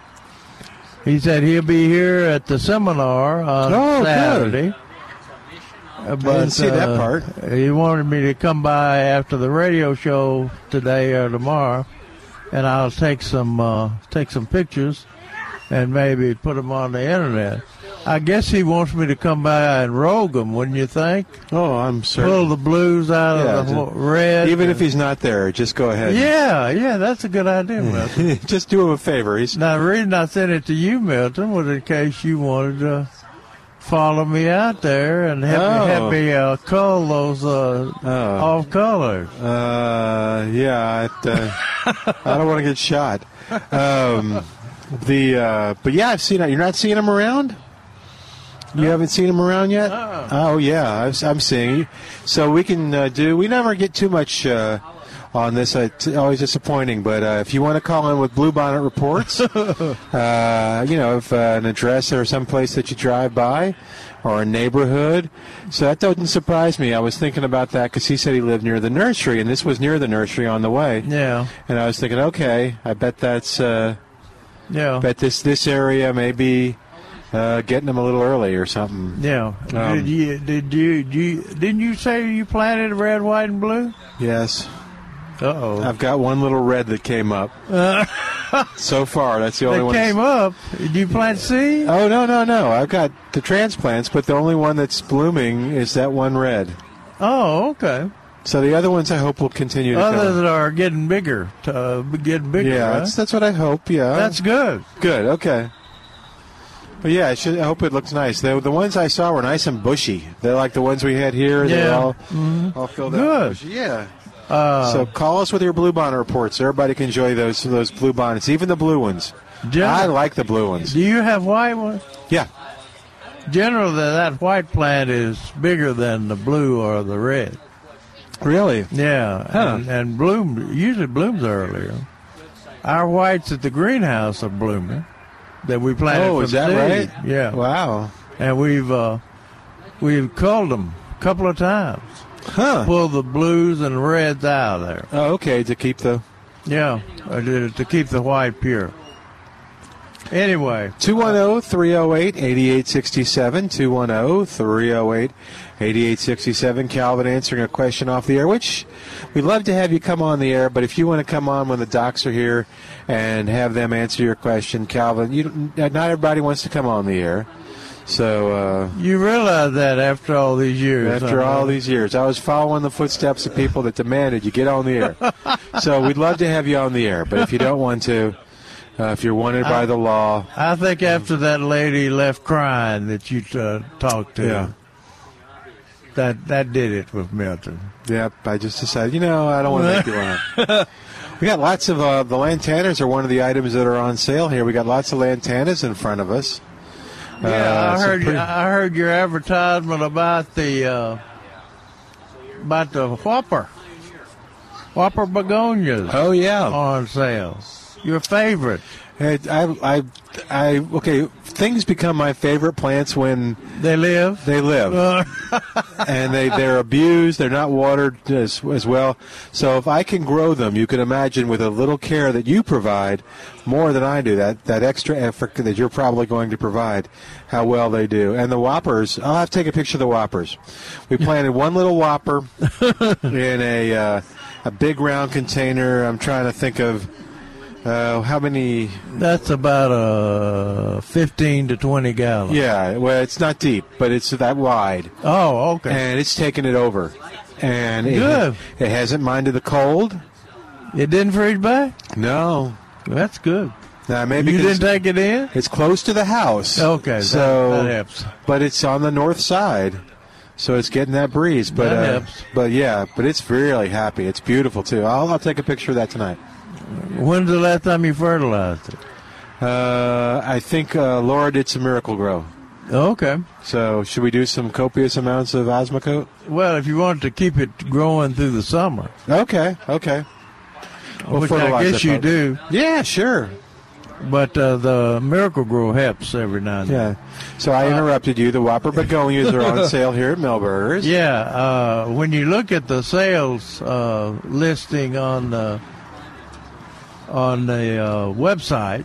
[SPEAKER 2] He said he'll be here at the seminar on
[SPEAKER 1] Oh, good.
[SPEAKER 2] Saturday. Uh, But,
[SPEAKER 1] didn't see that part.
[SPEAKER 2] He wanted me to come by after the radio show today or tomorrow, and I'll take some uh, take some pictures and maybe put them on the internet. I guess he wants me to come by and rogue them, wouldn't you think?
[SPEAKER 1] Oh, I'm certain.
[SPEAKER 2] Pull the blues out
[SPEAKER 1] Yeah,
[SPEAKER 2] of the
[SPEAKER 1] just-
[SPEAKER 2] wh- red.
[SPEAKER 1] Even
[SPEAKER 2] and-
[SPEAKER 1] if he's not there, just go ahead.
[SPEAKER 2] uh, yeah, yeah, that's a good idea, Milton.
[SPEAKER 1] *laughs* just do him a favor. He's
[SPEAKER 2] now, the reason I sent it to you, Milton, was in case you wanted to follow me out there and help
[SPEAKER 1] Oh.
[SPEAKER 2] me, help me uh, cull those uh,
[SPEAKER 1] Oh.
[SPEAKER 2] off colors.
[SPEAKER 1] Uh, yeah, it, uh, I don't want to get shot. Um, the uh, but yeah, I've seen it. You're not seeing him around. You haven't seen him around yet. Oh yeah, I've, I'm seeing. You. So we can uh, do. We never get too much. Uh, on this. Uh, It's always disappointing, but uh, if you want to call in with Bluebonnet reports, uh, you know, if uh, an address or some place that you drive by, or a neighborhood, so that doesn't surprise me. I was thinking about that because he said he lived near the nursery, and this was near the nursery on the way.
[SPEAKER 2] Yeah.
[SPEAKER 1] And I was thinking, okay, I bet that's, uh,
[SPEAKER 2] Yeah.
[SPEAKER 1] bet this this area maybe uh, getting them a little early or something.
[SPEAKER 2] yeah.
[SPEAKER 1] Um,
[SPEAKER 2] did you did you, do you didn't you say you planted red, white, and blue?
[SPEAKER 1] Yes.
[SPEAKER 2] Uh oh.
[SPEAKER 1] I've got one little red that came *laughs* up. so far, that's the only
[SPEAKER 2] That
[SPEAKER 1] one. that's-
[SPEAKER 2] came up. Did you plant seed?
[SPEAKER 1] Oh no no no! I've got the transplants, but the only one that's blooming is that one red.
[SPEAKER 2] Oh, okay.
[SPEAKER 1] So the other ones I hope will continue to
[SPEAKER 2] Others
[SPEAKER 1] come.
[SPEAKER 2] that are getting bigger, t- uh, getting bigger.
[SPEAKER 1] yeah,
[SPEAKER 2] huh?
[SPEAKER 1] that's, uh, that's what I hope. Yeah,
[SPEAKER 2] that's good.
[SPEAKER 1] good. Okay. But yeah, I, should, I hope it looks nice. The, the ones I saw were nice and bushy. They're like the ones we had here. They're
[SPEAKER 2] Yeah. Mm-hmm.
[SPEAKER 1] all, all filled out.
[SPEAKER 2] Good.
[SPEAKER 1] bushy. Yeah.
[SPEAKER 2] Uh,
[SPEAKER 1] So call us with your blue bonnet reports. Everybody can enjoy those those blue bonnets, even the blue ones.
[SPEAKER 2] Jen-
[SPEAKER 1] I like the blue ones.
[SPEAKER 2] do you have white ones?
[SPEAKER 1] Yeah.
[SPEAKER 2] Generally, that white plant is bigger than the blue or the red.
[SPEAKER 1] Really?
[SPEAKER 2] Yeah,
[SPEAKER 1] Huh.
[SPEAKER 2] and, and bloom usually blooms earlier. Our whites at the greenhouse are blooming that we planted.
[SPEAKER 1] Oh,
[SPEAKER 2] from
[SPEAKER 1] is that
[SPEAKER 2] seed.
[SPEAKER 1] right?
[SPEAKER 2] Yeah,
[SPEAKER 1] Wow.
[SPEAKER 2] and we've uh, we've culled them a couple of times.
[SPEAKER 1] Huh.
[SPEAKER 2] Pull the blues and reds out of there.
[SPEAKER 1] Oh, okay. To keep the
[SPEAKER 2] Yeah, uh, to, to keep the white pure. Anyway,
[SPEAKER 1] oh, 210-308-8867, 210-308-8867. Calvin answering a question off the air, which we'd love to have you come on the air, but if you want to come on when the docs are here and have them answer your question, Calvin, you, don't- not everybody wants to come on the air. So uh,
[SPEAKER 2] you realize that after all these years. uh,
[SPEAKER 1] after
[SPEAKER 2] huh?
[SPEAKER 1] all these years, I was following the footsteps of people that demanded you get on the *laughs* air. so we'd love to have you on the air, but if you don't want to, uh, if you're wanted by the law,
[SPEAKER 2] I think after that lady left crying that you uh, talked to,
[SPEAKER 1] Yeah.
[SPEAKER 2] that that did it with Milton.
[SPEAKER 1] Yep, I just decided, you know, I don't want to make you laugh. *laughs* We got lots of uh, the lantanas are one of the items that are on sale here. We got lots of lantanas in front of us.
[SPEAKER 2] Yeah,
[SPEAKER 1] Uh,
[SPEAKER 2] I
[SPEAKER 1] so
[SPEAKER 2] heard
[SPEAKER 1] pretty-
[SPEAKER 2] I heard your advertisement about the uh, about the whopper, whopper begonias
[SPEAKER 1] Oh yeah,
[SPEAKER 2] on sale. Your favorite?
[SPEAKER 1] I, I, I, I, okay. Things become my favorite plants when
[SPEAKER 2] They live.
[SPEAKER 1] they live.
[SPEAKER 2] Uh,
[SPEAKER 1] *laughs* and they, they're abused. They're not watered as, as well. So if I can grow them, you can imagine with a little care that you provide, more than I do, that, that extra effort that you're probably going to provide, how well they do. And the whoppers, I'll have to take a picture of the whoppers. We planted one little whopper in a, uh, a big round container. I'm trying to think of uh, how many
[SPEAKER 2] that's about uh, fifteen to twenty gallons.
[SPEAKER 1] yeah well it's not deep but it's that wide
[SPEAKER 2] Oh, okay.
[SPEAKER 1] and it's taken it over. And it,
[SPEAKER 2] Good.
[SPEAKER 1] it hasn't minded the cold.
[SPEAKER 2] it didn't freeze back.
[SPEAKER 1] No.
[SPEAKER 2] That's good.
[SPEAKER 1] Now, maybe
[SPEAKER 2] you
[SPEAKER 1] 'cause
[SPEAKER 2] didn't take it in.
[SPEAKER 1] it's close to the house.
[SPEAKER 2] Okay,
[SPEAKER 1] so
[SPEAKER 2] that- that helps.
[SPEAKER 1] but it's on the north side, so it's getting that breeze. But
[SPEAKER 2] That
[SPEAKER 1] uh,
[SPEAKER 2] helps.
[SPEAKER 1] but yeah, but it's really happy. It's beautiful too. I'll, I'll take a picture of that tonight.
[SPEAKER 2] When's the last time you fertilized it?
[SPEAKER 1] Uh, I think uh, Laura did some miracle grow.
[SPEAKER 2] Okay.
[SPEAKER 1] So should we do some copious amounts of Osmocote?
[SPEAKER 2] Well, if you wanted to keep it growing through the summer,
[SPEAKER 1] Okay, okay. We'll
[SPEAKER 2] which I
[SPEAKER 1] fertilize
[SPEAKER 2] guess
[SPEAKER 1] it,
[SPEAKER 2] you
[SPEAKER 1] folks.
[SPEAKER 2] do,
[SPEAKER 1] Yeah, sure.
[SPEAKER 2] but uh, the Miracle Grow helps every now and
[SPEAKER 1] Yeah.
[SPEAKER 2] then.
[SPEAKER 1] So
[SPEAKER 2] Uh,
[SPEAKER 1] I interrupted you. The Whopper begonias are
[SPEAKER 2] *laughs*
[SPEAKER 1] on sale here at Millburgers.
[SPEAKER 2] Yeah. Uh, when you look at the sales uh, listing on the on the uh, website,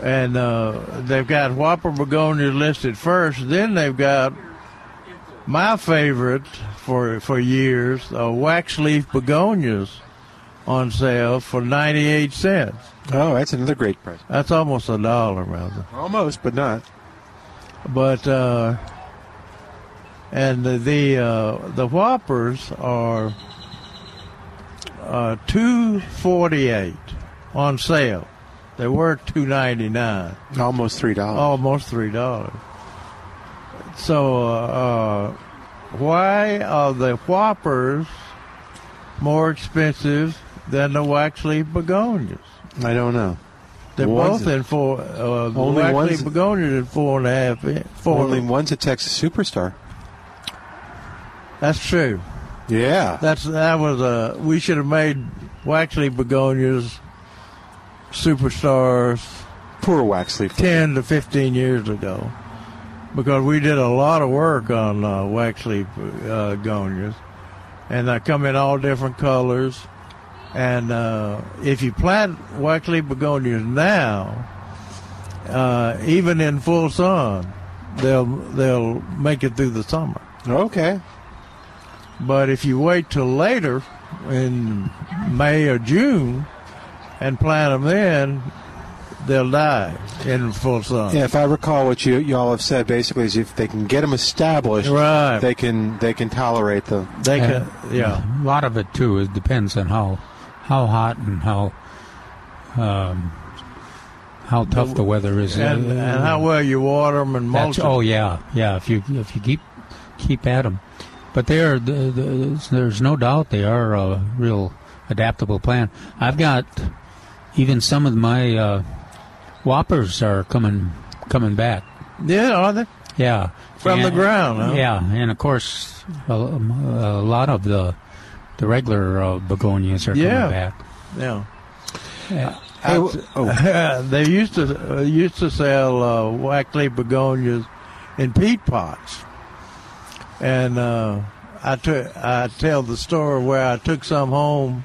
[SPEAKER 2] and uh, they've got Whopper begonia listed first, then they've got my favorite for for years, uh, wax leaf begonias on sale for ninety eight cents.
[SPEAKER 1] Oh, that's another great price.
[SPEAKER 2] That's almost a dollar, rather.
[SPEAKER 1] Almost, but not.
[SPEAKER 2] but uh, and the the, uh, the whoppers are uh, two forty eight on sale. They were two ninety nine,
[SPEAKER 1] Almost three dollars.
[SPEAKER 2] almost three dollars. So uh, uh, why are the whoppers more expensive than the wax leaf begonias?
[SPEAKER 1] I don't know.
[SPEAKER 2] They're
[SPEAKER 1] One's-
[SPEAKER 2] both in four. Uh, the
[SPEAKER 1] Only
[SPEAKER 2] wax
[SPEAKER 1] one's-
[SPEAKER 2] leaf begonias in four and a Oh. half. in- Four
[SPEAKER 1] Only one's a Texas superstar.
[SPEAKER 2] That's true.
[SPEAKER 1] Yeah.
[SPEAKER 2] That's that was a we should have made waxleaf begonias superstars
[SPEAKER 1] Poor waxleaf.
[SPEAKER 2] 10 to 15 years ago because we did a lot of work on uh, waxleaf uh, begonias and they come in all different colors and uh, if you plant waxleaf begonias now uh, even in full sun they'll they'll make it through the summer
[SPEAKER 1] Okay.
[SPEAKER 2] but if you wait till later in May or June and plant them then, they'll die in full sun.
[SPEAKER 1] Yeah, if I recall what you y'all have said, basically is if they can get them established,
[SPEAKER 2] Right.
[SPEAKER 1] they can they can tolerate the
[SPEAKER 2] They
[SPEAKER 3] Yeah.
[SPEAKER 2] can, yeah.
[SPEAKER 3] A lot of it too. It depends on how how hot and how um, how tough the, weather is.
[SPEAKER 2] And, and how well you water them and mulch
[SPEAKER 3] That's,
[SPEAKER 2] 'em.
[SPEAKER 3] oh yeah, yeah. If you if you keep keep at them, but they are the, the, there's no doubt they are a real adaptable plant. I've got even some of my uh, whoppers are coming coming back.
[SPEAKER 2] Yeah, are they?
[SPEAKER 3] Yeah,
[SPEAKER 2] From the ground, huh?
[SPEAKER 3] Yeah, and of course a, a lot of the the regular uh, begonias are
[SPEAKER 2] Yeah.
[SPEAKER 3] coming back.
[SPEAKER 2] Yeah.
[SPEAKER 3] Yeah.
[SPEAKER 1] Hey,
[SPEAKER 2] *laughs*
[SPEAKER 1] w- oh,
[SPEAKER 2] they used to uh, used to sell uh, waxleaf begonias in peat pots, and uh, I took I tell the story where I took some home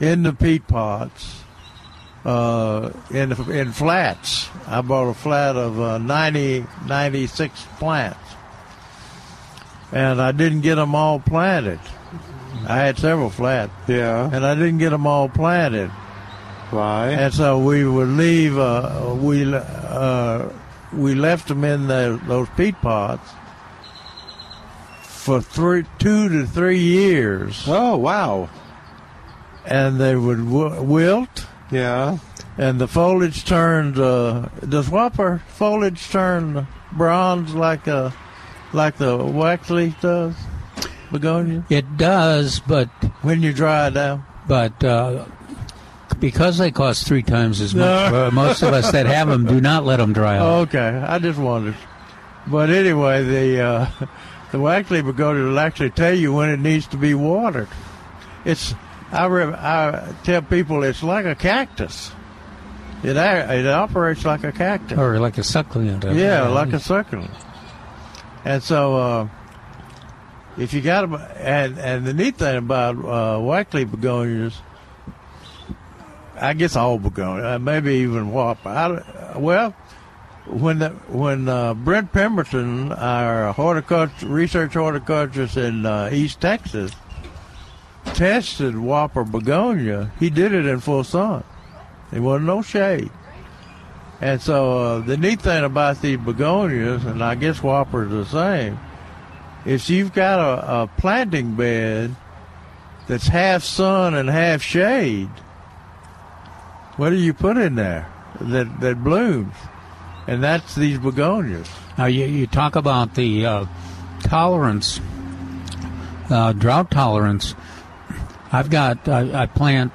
[SPEAKER 2] in the peat pots, uh, in in flats. I bought a flat of uh, 90, 96 plants, and I didn't get them all planted. I had several flats,
[SPEAKER 1] yeah.
[SPEAKER 2] and I didn't get them all planted.
[SPEAKER 1] Why?
[SPEAKER 2] And so we would leave. Uh, we uh, we left them in the, those peat pots for three, two to three years,
[SPEAKER 1] Oh wow.
[SPEAKER 2] and they would w- wilt,
[SPEAKER 1] Yeah.
[SPEAKER 2] and the foliage turned. Uh, does whopper foliage turn bronze like a like the waxleaf does? Begonia
[SPEAKER 3] It does, but
[SPEAKER 2] when you dry it down.
[SPEAKER 3] but uh, because they cost three times as much,
[SPEAKER 2] No.
[SPEAKER 3] uh, most of us that have them do not let them
[SPEAKER 2] *laughs*
[SPEAKER 3] dry out.
[SPEAKER 2] Oh, Okay, I just wondered. But anyway, the uh, *laughs* the waxleaf begonia will actually tell you when it needs to be watered. It's I re, I tell people it's like a cactus. It a- it operates like a cactus.
[SPEAKER 3] Or like a succulent. uh,
[SPEAKER 2] Oh. Yeah, like a succulent. And so, uh, if you got 'em- and and the neat thing about uh, waxleaf begonias, I guess all begonia, uh, maybe even whopper. I, don't- well, when the, when uh, Brent Pemberton, our horticulture research horticulturist in uh, East Texas, tested whopper begonia, he did it in full sun. There wasn't no shade. And so uh, the neat thing about these begonias, and I guess whoppers the same, is you've got a, a planting bed that's half sun and half shade. What do you put in there that that blooms? And that's these begonias.
[SPEAKER 3] Now you, you talk about the uh, tolerance, uh, drought tolerance. I've got I, I plant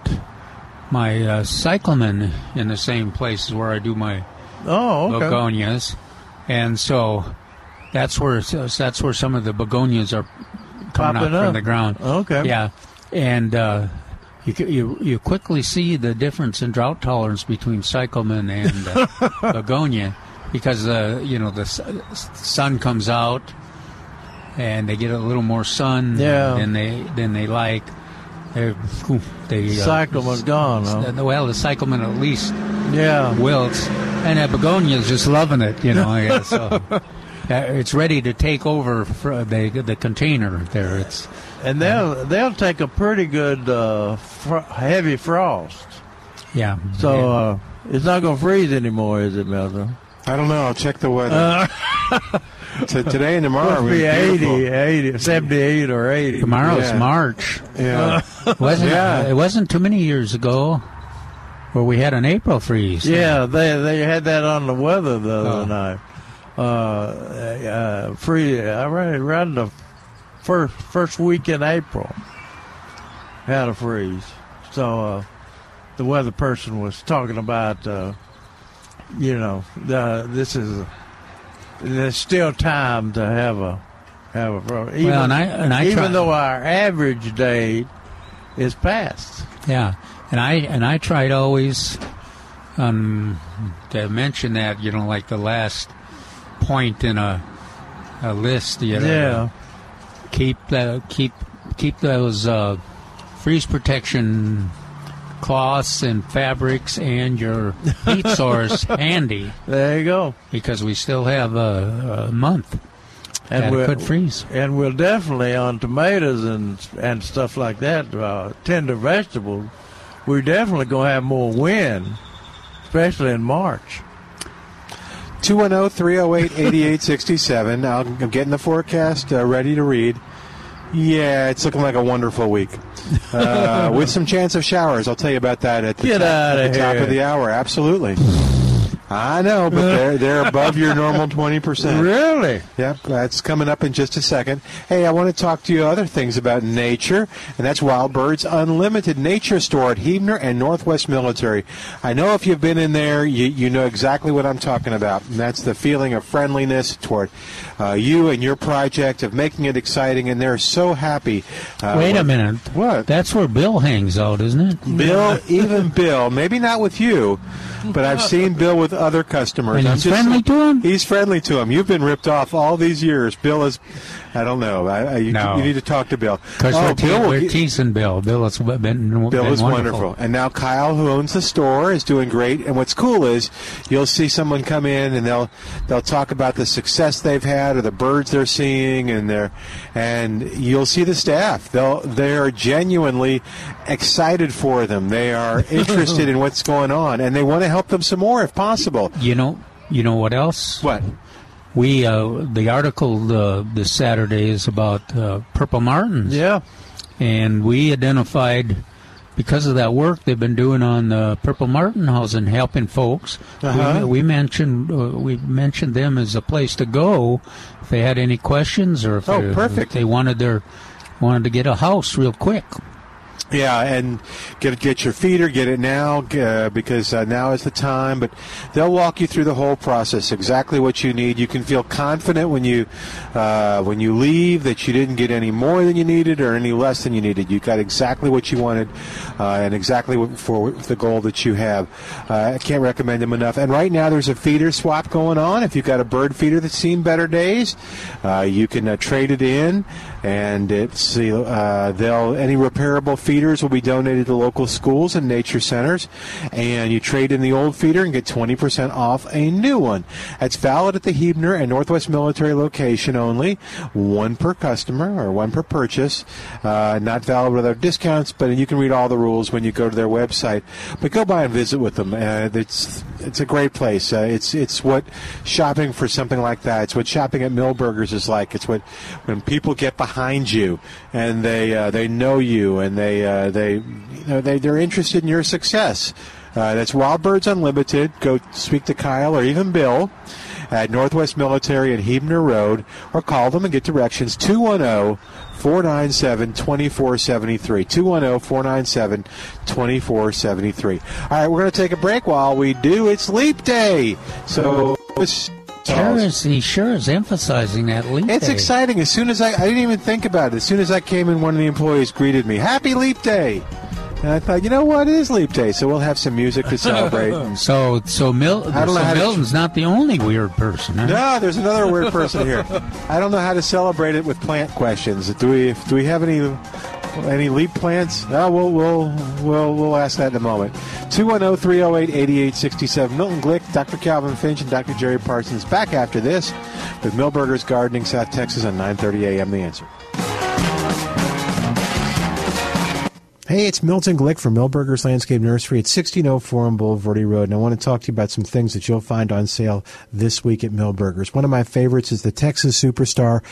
[SPEAKER 3] my uh, cyclamen in the same place as where I do my
[SPEAKER 2] Oh, okay.
[SPEAKER 3] begonias, and so that's where so that's where some of the begonias are coming
[SPEAKER 2] Popping
[SPEAKER 3] out
[SPEAKER 2] up.
[SPEAKER 3] from the ground.
[SPEAKER 2] Okay.
[SPEAKER 3] Yeah, and uh, you, c- you you quickly see the difference in drought tolerance between cyclamen and uh,
[SPEAKER 2] *laughs*
[SPEAKER 3] begonia because uh, you know the s- s- sun comes out and they get a little more sun
[SPEAKER 2] Yeah.
[SPEAKER 3] than they than they like. They, they uh,
[SPEAKER 2] Cyclamen gone. Huh?
[SPEAKER 3] well, the cyclamen at least
[SPEAKER 2] Yeah.
[SPEAKER 3] wilts, and that begonia's just loving it, you know. Yeah, so
[SPEAKER 2] *laughs*
[SPEAKER 3] uh, it's ready to take over for the the container there. It's
[SPEAKER 2] And they'll they'll take a pretty good uh, fr- heavy frost.
[SPEAKER 3] yeah.
[SPEAKER 2] So
[SPEAKER 3] yeah.
[SPEAKER 2] uh, it's not going to freeze anymore, is it, Melvin?
[SPEAKER 1] I don't know. I'll check the weather. *laughs* T- today and tomorrow.
[SPEAKER 2] Uh. Must
[SPEAKER 1] it'll
[SPEAKER 2] be 80,
[SPEAKER 1] beautiful.
[SPEAKER 2] 80, 78 or 80.
[SPEAKER 3] tomorrow's
[SPEAKER 1] yeah.
[SPEAKER 2] *laughs*
[SPEAKER 3] March. *laughs*
[SPEAKER 1] Yeah.
[SPEAKER 3] Wasn't
[SPEAKER 1] Yeah.
[SPEAKER 3] it wasn't too many years ago where we had an April freeze.
[SPEAKER 2] Yeah, they they had that on the weather the
[SPEAKER 3] Oh.
[SPEAKER 2] other night. Uh, uh, free, I ran around the first first week in April. Had a freeze, so uh, the weather person was talking about, uh, you know, the, this is there's still time to have a have a problem. Even,
[SPEAKER 3] Well, and I- and I
[SPEAKER 2] even
[SPEAKER 3] try-
[SPEAKER 2] though our average day is past.
[SPEAKER 3] Yeah, and I and I tried always um, to mention that you know like the last point in a a list. You know,
[SPEAKER 2] Yeah.
[SPEAKER 3] keep the keep keep those uh, freeze protection cloths and fabrics and your
[SPEAKER 2] *laughs*
[SPEAKER 3] heat source handy
[SPEAKER 2] There you go.
[SPEAKER 3] because we still have a, a month
[SPEAKER 2] And
[SPEAKER 3] that it
[SPEAKER 2] we're-
[SPEAKER 3] could freeze.
[SPEAKER 2] And we'll definitely on tomatoes and and stuff like that, uh, tender vegetables. We're definitely gonna have more wind, especially in March.
[SPEAKER 1] 210 308 8867. I'm getting the forecast uh, ready to read. Yeah, it's looking like a wonderful week. Uh,
[SPEAKER 2] *laughs*
[SPEAKER 1] with some chance of showers. I'll tell you about that at the,
[SPEAKER 2] Get
[SPEAKER 1] top, at
[SPEAKER 2] outta
[SPEAKER 1] the top
[SPEAKER 2] here.
[SPEAKER 1] of the hour. Absolutely. I know,
[SPEAKER 2] *laughs*
[SPEAKER 1] but they're, they're above your normal 20%.
[SPEAKER 2] Really?
[SPEAKER 1] Yep, that's coming up in just a second. Hey, I want to talk to you other things about nature, and that's Wild Birds Unlimited Nature Store at Hebner and Northwest Military. I know if you've been in there, you, you know exactly what I'm talking about, and that's the feeling of friendliness toward uh, you and your project, of making it exciting, and they're so happy. Uh,
[SPEAKER 3] Wait a
[SPEAKER 1] when-
[SPEAKER 3] minute.
[SPEAKER 1] What?
[SPEAKER 3] That's where Bill hangs out, isn't it?
[SPEAKER 1] Bill, even Bill, maybe not with you, but I've seen Bill with other customers.
[SPEAKER 3] And
[SPEAKER 1] I'm
[SPEAKER 3] he's friendly to 'em?
[SPEAKER 1] He's friendly to him. You've been ripped off all these years. Bill is, I don't know. I, I, you,
[SPEAKER 3] No.
[SPEAKER 1] you need to talk to Bill.
[SPEAKER 3] Because
[SPEAKER 1] oh,
[SPEAKER 3] we're, te-
[SPEAKER 1] Bill, will
[SPEAKER 3] we're
[SPEAKER 1] get-
[SPEAKER 3] teasing Bill. Bill has been, been
[SPEAKER 1] Bill
[SPEAKER 3] been
[SPEAKER 1] is wonderful. And now Kyle, who owns the store, is doing great. And what's cool is you'll see someone come in and they'll they'll talk about the success they've had or the birds they're seeing, and they're and you'll see the staff. They'll they are genuinely excited for them. They are interested in what's going on, and they want to help them some more if possible.
[SPEAKER 3] You know, you know what else?
[SPEAKER 1] What?
[SPEAKER 3] We uh, the article uh, this Saturday is about uh, purple martins,
[SPEAKER 2] Yeah.
[SPEAKER 3] and we identified because of that work they've been doing on the purple martin house and helping folks.
[SPEAKER 1] Uh-huh.
[SPEAKER 3] We, we mentioned uh, we mentioned them as a place to go if they had any questions or if,
[SPEAKER 1] Oh,
[SPEAKER 3] they, if
[SPEAKER 1] perfect.
[SPEAKER 3] they wanted their wanted to get a house real quick.
[SPEAKER 1] Yeah, and get get your feeder, get it now uh, because uh, now is the time. But they'll walk you through the whole process, exactly what you need. You can feel confident when you uh, when you leave that you didn't get any more than you needed or any less than you needed. You got exactly what you wanted uh, and exactly what, for the goal that you have. Uh, I can't recommend them enough. And right now, there's a feeder swap going on. If you've got a bird feeder that's seen better days, uh, you can uh, trade it in, and it's uh, they'll any repairable feeders will be donated to local schools and nature centers, and you trade in the old feeder and get 20% off a new one. That's valid at the Hebner and Northwest Military location only, one per customer or one per purchase. Uh, not valid with our discounts, but you can read all the rules when you go to their website. But go by and visit with them. Uh, it's it's a great place. Uh, it's it's what shopping for something like that. It's what shopping at Millburgers is like. It's what when people get behind you and they uh, they know you and they uh, they you know they they're interested in your success. Uh, that's Wild Birds Unlimited. Go speak to Kyle or even Bill at Northwest Military and Hebner Road or call them and get directions oh, 210 497 2473. 210 497 2473. All right, we're going to take a break. While we do, it's Leap Day. So.
[SPEAKER 3] Sure is, he sure is emphasizing that leap
[SPEAKER 1] It's
[SPEAKER 3] day.
[SPEAKER 1] exciting. As soon as I, I didn't even think about it. As soon as I came in, one of the employees greeted me, "Happy Leap Day," and I thought, you know what, it is Leap Day, so we'll have some music to celebrate.
[SPEAKER 3] So, so, Mil-
[SPEAKER 1] I don't know
[SPEAKER 3] so
[SPEAKER 1] how to-
[SPEAKER 3] Milton's not the only weird person. Huh?
[SPEAKER 1] no, there's another weird person here. I don't know how to celebrate it with plant questions. Do we? Do we have any? Any leap plants? No, we'll we'll we'll, we'll ask that in a moment. oh, 210-308-8867. Milton Glick, Dr. Calvin Finch, and Dr. Jerry Parsons back after this with Millburgers Gardening, South Texas, on 9:30 a.m. The Answer. Hey, it's Milton Glick from Millburgers Landscape Nursery at 1604 on Boulevardy Road, and I want to talk to you about some things that you'll find on sale this week at Millburgers. One of my favorites is the Texas Superstar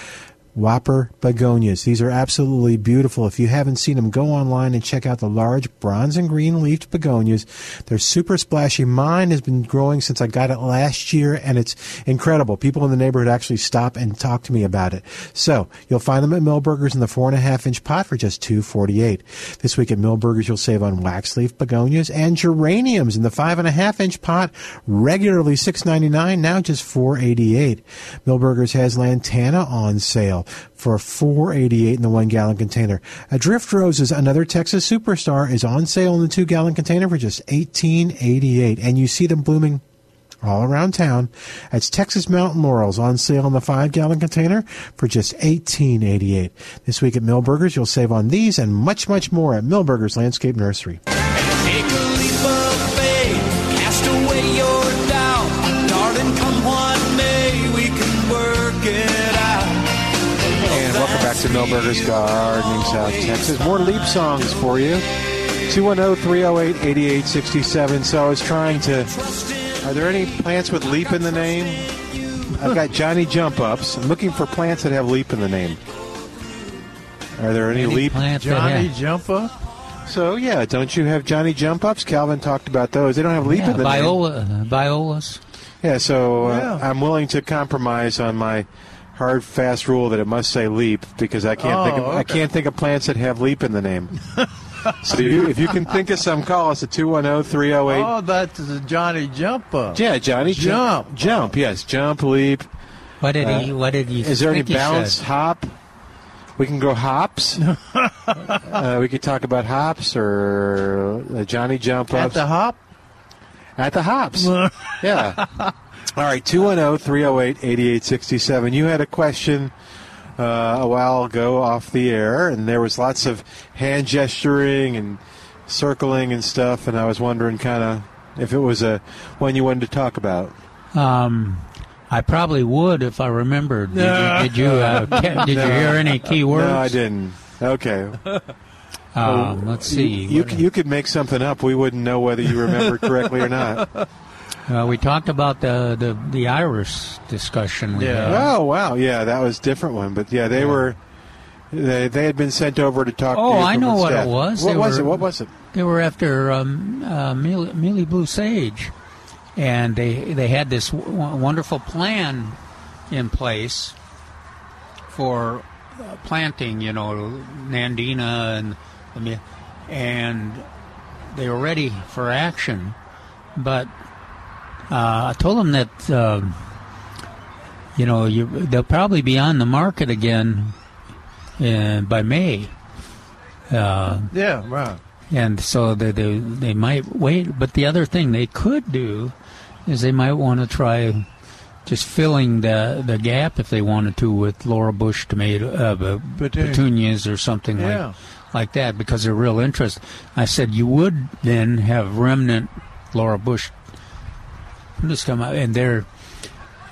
[SPEAKER 1] Whopper begonias. These are absolutely beautiful. If you haven't seen them, go online and check out the large bronze and green leafed begonias. They're super splashy. Mine has been growing since I got it last year, and it's incredible. People in the neighborhood actually stop and talk to me about it. So you'll find them at Millburgers in the four and a half inch pot for just two forty eight. This week at Millburgers, you'll save on waxleaf begonias and geraniums in the five and a half inch pot, regularly six ninety nine, now just four eighty eight. Millburgers has lantana on
[SPEAKER 6] sale
[SPEAKER 1] sale.
[SPEAKER 6] for 488 in the one gallon container. Adrift Roses, another Texas superstar, is on sale in the two gallon container for just 1888, and you see them blooming all around town. That's Texas Mountain Laurels on sale in the five gallon container for just eighteen eighty eight. This week at Millburgers, you'll save on these and much, much more at Millburgers Landscape Nursery.
[SPEAKER 7] Take a leap of faith, cast away your doubt. Darling, come what may, we can work it out.
[SPEAKER 1] And welcome back to Millburgers Gardening South Texas. More leap songs for you. oh, 210-308-8867. So I was trying to Are there any plants with leap in the name? I've got Johnny Jump Ups. I'm looking for plants that have leap in the name. Are there any,
[SPEAKER 3] Any
[SPEAKER 1] leap?
[SPEAKER 3] plant that
[SPEAKER 2] Johnny
[SPEAKER 3] has-
[SPEAKER 2] Jumper.
[SPEAKER 1] So yeah, don't you have Johnny Jump Ups? Calvin talked about those. They don't have leap
[SPEAKER 3] yeah,
[SPEAKER 1] in the name.
[SPEAKER 3] viola, violas.
[SPEAKER 1] Yeah, so uh,
[SPEAKER 2] Yeah.
[SPEAKER 1] I'm willing to compromise on my hard fast rule that it must say leap because I can't
[SPEAKER 2] Oh,
[SPEAKER 1] think of, I
[SPEAKER 2] okay.
[SPEAKER 1] can't think of plants that have leap in the name.
[SPEAKER 2] *laughs*
[SPEAKER 1] so if you, if you can think of some, call us at 210-308.
[SPEAKER 2] Oh, that's the Johnny Jumper.
[SPEAKER 1] Yeah, Johnny
[SPEAKER 2] Jump.
[SPEAKER 1] jump, jump, yes, jump, leap.
[SPEAKER 3] What did he? What did he?
[SPEAKER 1] Uh, Is there any
[SPEAKER 3] think he
[SPEAKER 1] bounce
[SPEAKER 3] said?
[SPEAKER 1] hop? We can go
[SPEAKER 2] *laughs*
[SPEAKER 1] hops. uh, we could talk about hops or uh, Johnny jump
[SPEAKER 2] At
[SPEAKER 1] ups
[SPEAKER 2] the hop.
[SPEAKER 1] at the *laughs* hops. yeah. All right, oh, 210 308 8867. You had a question uh, a while ago off the air, and there was lots of hand gesturing and circling and stuff, and I was wondering kind of if it was a one you wanted to talk about.
[SPEAKER 3] Um, I probably would if I remembered. Did you? Did you,
[SPEAKER 1] *laughs*
[SPEAKER 3] uh, ca- did you hear any key words?
[SPEAKER 1] No, I didn't. Okay.
[SPEAKER 3] Um, let's see.
[SPEAKER 1] You, you, you could make something up. We wouldn't know whether you remember correctly or not.
[SPEAKER 3] uh, we talked about the the, the iris discussion. We
[SPEAKER 2] Yeah.
[SPEAKER 3] had.
[SPEAKER 1] Oh, wow. Yeah, that was a different one. But yeah, they were. They, they had been sent over to talk
[SPEAKER 3] Oh,
[SPEAKER 1] to you.
[SPEAKER 3] I
[SPEAKER 1] from
[SPEAKER 3] know
[SPEAKER 1] the
[SPEAKER 3] what it
[SPEAKER 1] staff.
[SPEAKER 3] was.
[SPEAKER 1] What
[SPEAKER 3] They
[SPEAKER 1] was
[SPEAKER 3] were-
[SPEAKER 1] it? What was it?
[SPEAKER 3] They were after um, uh, mealy, mealy blue sage, and they they had this w- wonderful plan in place for uh, planting. You know, Nandina and I mean, and they were ready for action, but uh, I told them that uh, you know you, they'll probably be on the market again uh, by May. Uh,
[SPEAKER 2] Yeah, right.
[SPEAKER 3] and so they, they they might wait. But the other thing they could do is they might want to try just filling the the gap if they wanted to with Laura Bush tomato uh, b-
[SPEAKER 2] Petunia.
[SPEAKER 3] petunias or something
[SPEAKER 2] Yeah.
[SPEAKER 3] like like that because they're real interest. I said you would then have remnant Laura Bush just come out and they're.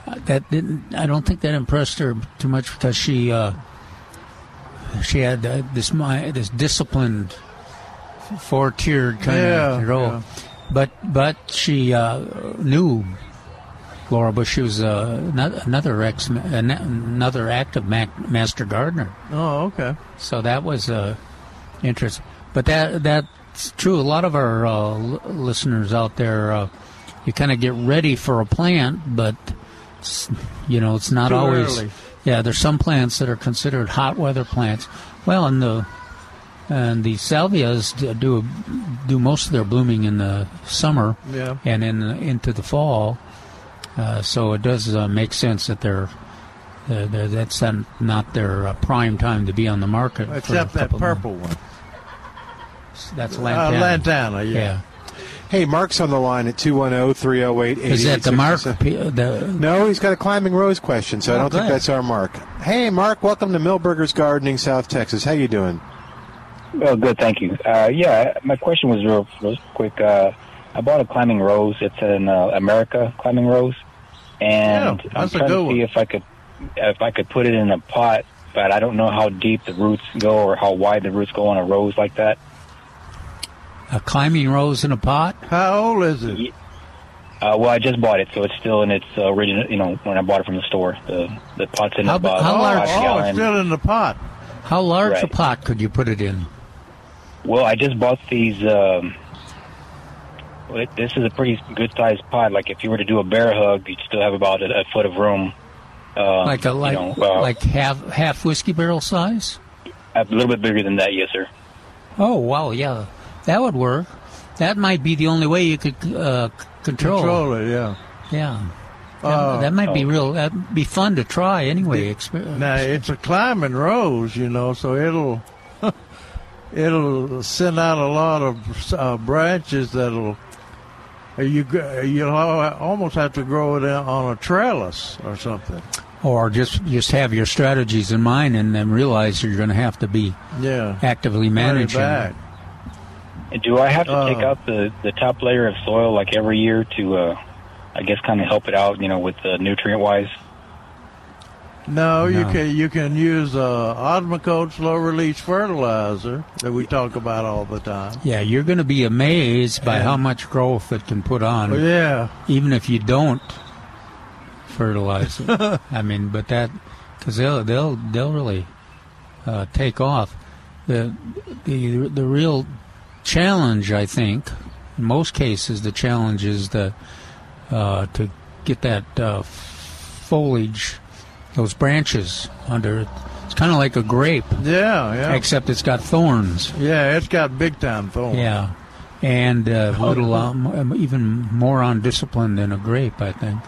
[SPEAKER 3] uh, That didn't. I don't think that impressed her too much because she uh, she had uh, this my this disciplined four tiered kind
[SPEAKER 2] Yeah,
[SPEAKER 3] of role.
[SPEAKER 2] yeah.
[SPEAKER 3] But but she uh, knew Laura Bush. She was uh, no- another ex an- another active ma- master gardener.
[SPEAKER 2] Oh, okay.
[SPEAKER 3] So that was uh, interest. But that that's true. A lot of our uh, l- listeners out there, uh, you kind of get ready for a plant, but s- you know it's not
[SPEAKER 2] Too
[SPEAKER 3] always.
[SPEAKER 2] early.
[SPEAKER 3] Yeah, there's some plants that are considered hot weather plants. Well, and the and the salvias d- do do most of their blooming in the summer
[SPEAKER 2] Yeah.
[SPEAKER 3] and in into the fall. Uh, so it does uh, make sense that they're, uh, they're that's um, not their uh, prime time to be on the market. for a
[SPEAKER 2] Except that
[SPEAKER 3] couple of
[SPEAKER 2] purple one.
[SPEAKER 3] months. That's
[SPEAKER 2] Uh,
[SPEAKER 3] lantana.
[SPEAKER 2] Lantana, yeah.
[SPEAKER 3] Yeah.
[SPEAKER 1] Hey, Mark's on the line at oh, 210 308
[SPEAKER 3] Is that the mark? P- the,
[SPEAKER 1] No, he's got a climbing rose question, so I
[SPEAKER 3] Oh,
[SPEAKER 1] don't think
[SPEAKER 3] good.
[SPEAKER 1] that's our Mark. Hey, Mark, welcome to Millburgers Gardening, South Texas. How you doing?
[SPEAKER 8] Well, Oh, good, thank you. Uh, yeah, my question was real, real quick. Uh, I bought a climbing rose. It's an uh, America climbing rose, and
[SPEAKER 2] Yeah,
[SPEAKER 8] I'm
[SPEAKER 2] that's a
[SPEAKER 8] trying
[SPEAKER 2] good
[SPEAKER 8] to
[SPEAKER 2] one.
[SPEAKER 8] see if I could if I could put it in a pot, but I don't know how deep the roots go or how wide the roots go on a rose like that.
[SPEAKER 3] a climbing rose in a pot?
[SPEAKER 2] How old is it?
[SPEAKER 8] Uh, well, I just bought it, so it's still in its uh, original. You know, when I bought it from the store, the the pot's in
[SPEAKER 3] How b-
[SPEAKER 8] about
[SPEAKER 3] how
[SPEAKER 8] five
[SPEAKER 3] large-
[SPEAKER 2] Oh, it's
[SPEAKER 8] gallon.
[SPEAKER 2] still in the pot.
[SPEAKER 3] How large a
[SPEAKER 8] Right.
[SPEAKER 3] pot could you put it in?
[SPEAKER 8] Well, I just bought these. Um, well, it- this is a pretty good sized pot. Like if you were to do a bear hug, you'd still have about a, a foot of room. Uh,
[SPEAKER 3] Like a
[SPEAKER 8] you
[SPEAKER 3] like
[SPEAKER 8] know, uh,
[SPEAKER 3] like half half whiskey barrel size?
[SPEAKER 8] a little bit bigger than that, yes, sir.
[SPEAKER 3] Oh wow, yeah, that would work. That might be the only way you could uh, c- control.
[SPEAKER 2] Controller, yeah.
[SPEAKER 3] Yeah. That, that
[SPEAKER 8] Oh.
[SPEAKER 3] might be real. That'd be fun to try anyway. Exper-
[SPEAKER 2] Now it's a climbing rose, you know, so it'll *laughs* it'll send out a lot of uh, branches that'll uh, you gr- you'll al- almost have to grow it out on a trellis or something.
[SPEAKER 3] or just just have your strategies in mind and then realize you're going to have to be
[SPEAKER 2] Yeah,
[SPEAKER 3] actively managing.
[SPEAKER 2] back.
[SPEAKER 8] And do I have to take
[SPEAKER 2] Uh.
[SPEAKER 8] out the, the top layer of soil like every year to, uh, I guess, kind of help it out, you know, with uh, nutrient wise?
[SPEAKER 2] No, you
[SPEAKER 3] No.
[SPEAKER 2] can you can use uh, Osmocote slow release fertilizer that we talk about all the time.
[SPEAKER 3] Yeah, you're going to be amazed by
[SPEAKER 2] And-
[SPEAKER 3] how much growth it can put on,
[SPEAKER 2] yeah,
[SPEAKER 3] even if you don't fertilize it. I mean, but that because they'll they'll they'll really uh, take off. The the the real challenge, I think, in most cases, the challenge is the uh, to get that uh, foliage, those branches under. It's kind of like a grape,
[SPEAKER 2] yeah, yeah,
[SPEAKER 3] except it's got thorns.
[SPEAKER 2] yeah. It's got big time thorns.
[SPEAKER 3] Yeah, and uh, a little um, um, even more undisciplined than a grape, I think.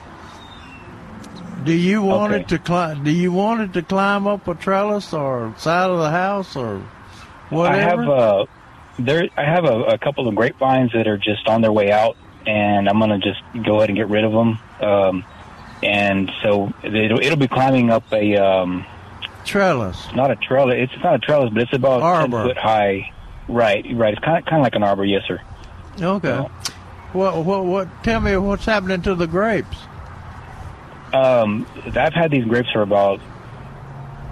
[SPEAKER 2] Do you want
[SPEAKER 8] Okay.
[SPEAKER 2] it to climb? Do you want it to climb up a trellis or side of the house or whatever?
[SPEAKER 8] I have uh, there. I have a, a couple of grapevines that are just on their way out, and I'm gonna just go ahead and get rid of them. Um, and so it'll, it'll be climbing up a um,
[SPEAKER 2] trellis.
[SPEAKER 8] not a trellis. It's not a trellis, but it's about
[SPEAKER 2] Arbor.
[SPEAKER 8] ten foot high. Right, right. It's kind of kind of like an arbor. Yes, sir.
[SPEAKER 2] Okay. Well, what, what? Tell me what's happening to the grapes.
[SPEAKER 8] Um, I've had these grapes for about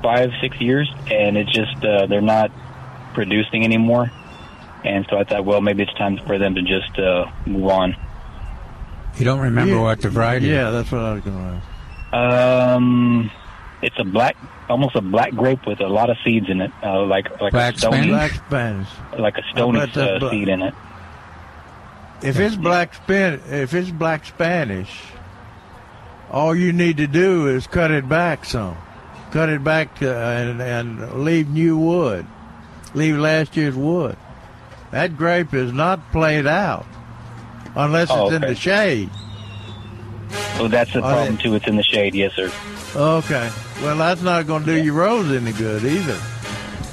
[SPEAKER 8] five, six years, and it's just uh, they're not producing anymore. And so I thought, well, maybe it's time for them to just uh, move on.
[SPEAKER 3] You don't remember
[SPEAKER 2] Yeah.
[SPEAKER 3] what the variety?
[SPEAKER 2] Yeah, that's what I was going to ask.
[SPEAKER 8] Um, it's a black, almost a black grape with a lot of seeds in it, uh, like like
[SPEAKER 3] Black
[SPEAKER 8] a stony,
[SPEAKER 3] Spanish?
[SPEAKER 2] Black Spanish.
[SPEAKER 8] like a stony
[SPEAKER 2] I bet that's
[SPEAKER 8] uh,
[SPEAKER 2] black.
[SPEAKER 8] seed in it.
[SPEAKER 2] If it's black span, if it's black Spanish, all you need to do is cut it back some, cut it back to, and and leave new wood, leave last year's wood. That grape is not played out unless
[SPEAKER 8] Oh,
[SPEAKER 2] it's in
[SPEAKER 8] okay.
[SPEAKER 2] the shade.
[SPEAKER 8] So that's the
[SPEAKER 2] All
[SPEAKER 8] problem
[SPEAKER 2] right.
[SPEAKER 8] too. It's in the shade, yes sir.
[SPEAKER 2] Okay, well that's not going to do your rose any good either.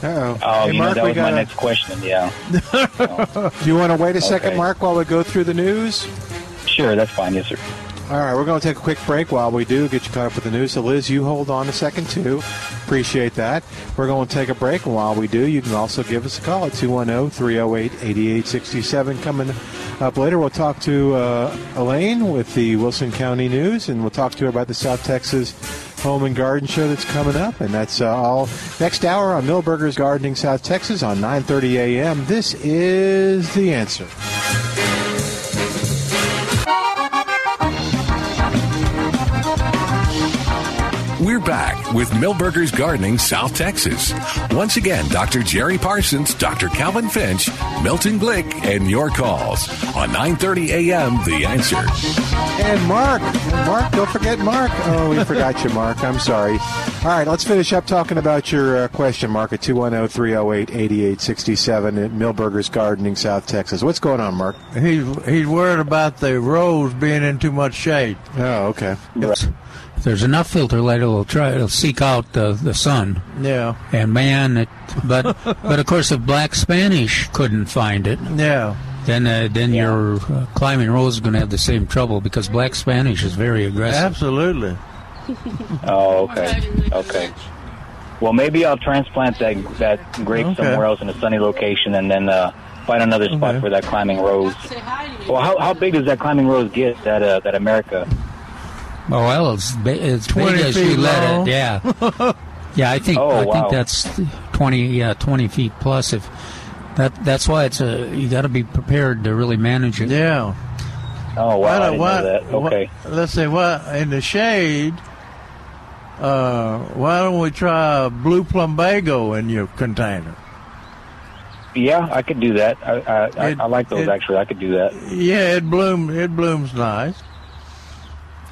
[SPEAKER 1] Uh-oh.
[SPEAKER 8] Oh,
[SPEAKER 1] Hey,
[SPEAKER 8] you know
[SPEAKER 1] Mark,
[SPEAKER 8] that
[SPEAKER 1] we
[SPEAKER 8] was my
[SPEAKER 1] got a-
[SPEAKER 8] next question. Yeah,
[SPEAKER 1] Do you want to wait a second,
[SPEAKER 8] Okay.
[SPEAKER 1] Mark, while we go through the news?
[SPEAKER 8] sure, that's fine, yes sir.
[SPEAKER 1] All right, we're going to take a quick break while we do get you caught up with the news. So, Liz, you hold on a second, too. Appreciate that. We're going to take a break, and while we do, you can also give us a call at 210 308 8867. Coming up later, we'll talk to uh, Elaine with the Wilson County News, and we'll talk to her about the South Texas Home and Garden Show that's coming up. And that's uh, all next hour on Millburgers Gardening South Texas on 9.30 a.m. This is The Answer.
[SPEAKER 9] We're back with Millburgers Gardening South Texas. Once again, Dr. Jerry Parsons, Dr. Calvin Finch, Milton Glick, and your calls on 9:30 a.m. The Answer.
[SPEAKER 1] And Mark, Mark, don't forget Mark. Oh, we forgot you, Mark. I'm sorry. All right, let's finish up talking about your uh, question, Mark, at 210 308 8867 at Millburgers Gardening, South Texas. What's going on, Mark?
[SPEAKER 2] He's he's worried about the rose being in too much shade.
[SPEAKER 1] Oh, okay.
[SPEAKER 3] If there's enough filter light, it'll try. It'll seek out the the sun.
[SPEAKER 2] Yeah,
[SPEAKER 3] And man, it, but
[SPEAKER 2] *laughs*
[SPEAKER 3] but of course, if Black Spanish couldn't find it,
[SPEAKER 2] yeah.
[SPEAKER 3] then uh, then your uh, climbing rose is going to have the same trouble because Black Spanish is very aggressive.
[SPEAKER 2] Absolutely.
[SPEAKER 8] Oh, okay, okay. Well, maybe I'll transplant that that grape
[SPEAKER 2] Okay.
[SPEAKER 8] somewhere else in a sunny location, and then uh, find another spot
[SPEAKER 2] Okay.
[SPEAKER 8] for that climbing rose. Well, how, how big does that climbing rose get? That uh, that America?
[SPEAKER 3] Oh well, it's ba- it's
[SPEAKER 2] 20
[SPEAKER 3] big as you
[SPEAKER 2] feet
[SPEAKER 3] let
[SPEAKER 2] long.
[SPEAKER 3] it.
[SPEAKER 2] *laughs*
[SPEAKER 3] Yeah, yeah. I think
[SPEAKER 8] Oh,
[SPEAKER 3] I
[SPEAKER 8] wow.
[SPEAKER 3] think that's twenty. Yeah, twenty feet plus. If that that's why it's a you got to be prepared to really manage it.
[SPEAKER 2] Yeah.
[SPEAKER 8] Oh wow,
[SPEAKER 2] Why
[SPEAKER 8] I
[SPEAKER 2] not-
[SPEAKER 8] didn't
[SPEAKER 2] why-
[SPEAKER 8] know that.
[SPEAKER 2] why-
[SPEAKER 8] Okay.
[SPEAKER 2] let's say why in the shade. Uh, why don't we try a blue plumbago in your container?
[SPEAKER 8] Yeah, I could do that. I I, I-
[SPEAKER 2] It-
[SPEAKER 8] I like those
[SPEAKER 2] it-
[SPEAKER 8] actually. I could do that.
[SPEAKER 2] Yeah, it bloom. It blooms nice,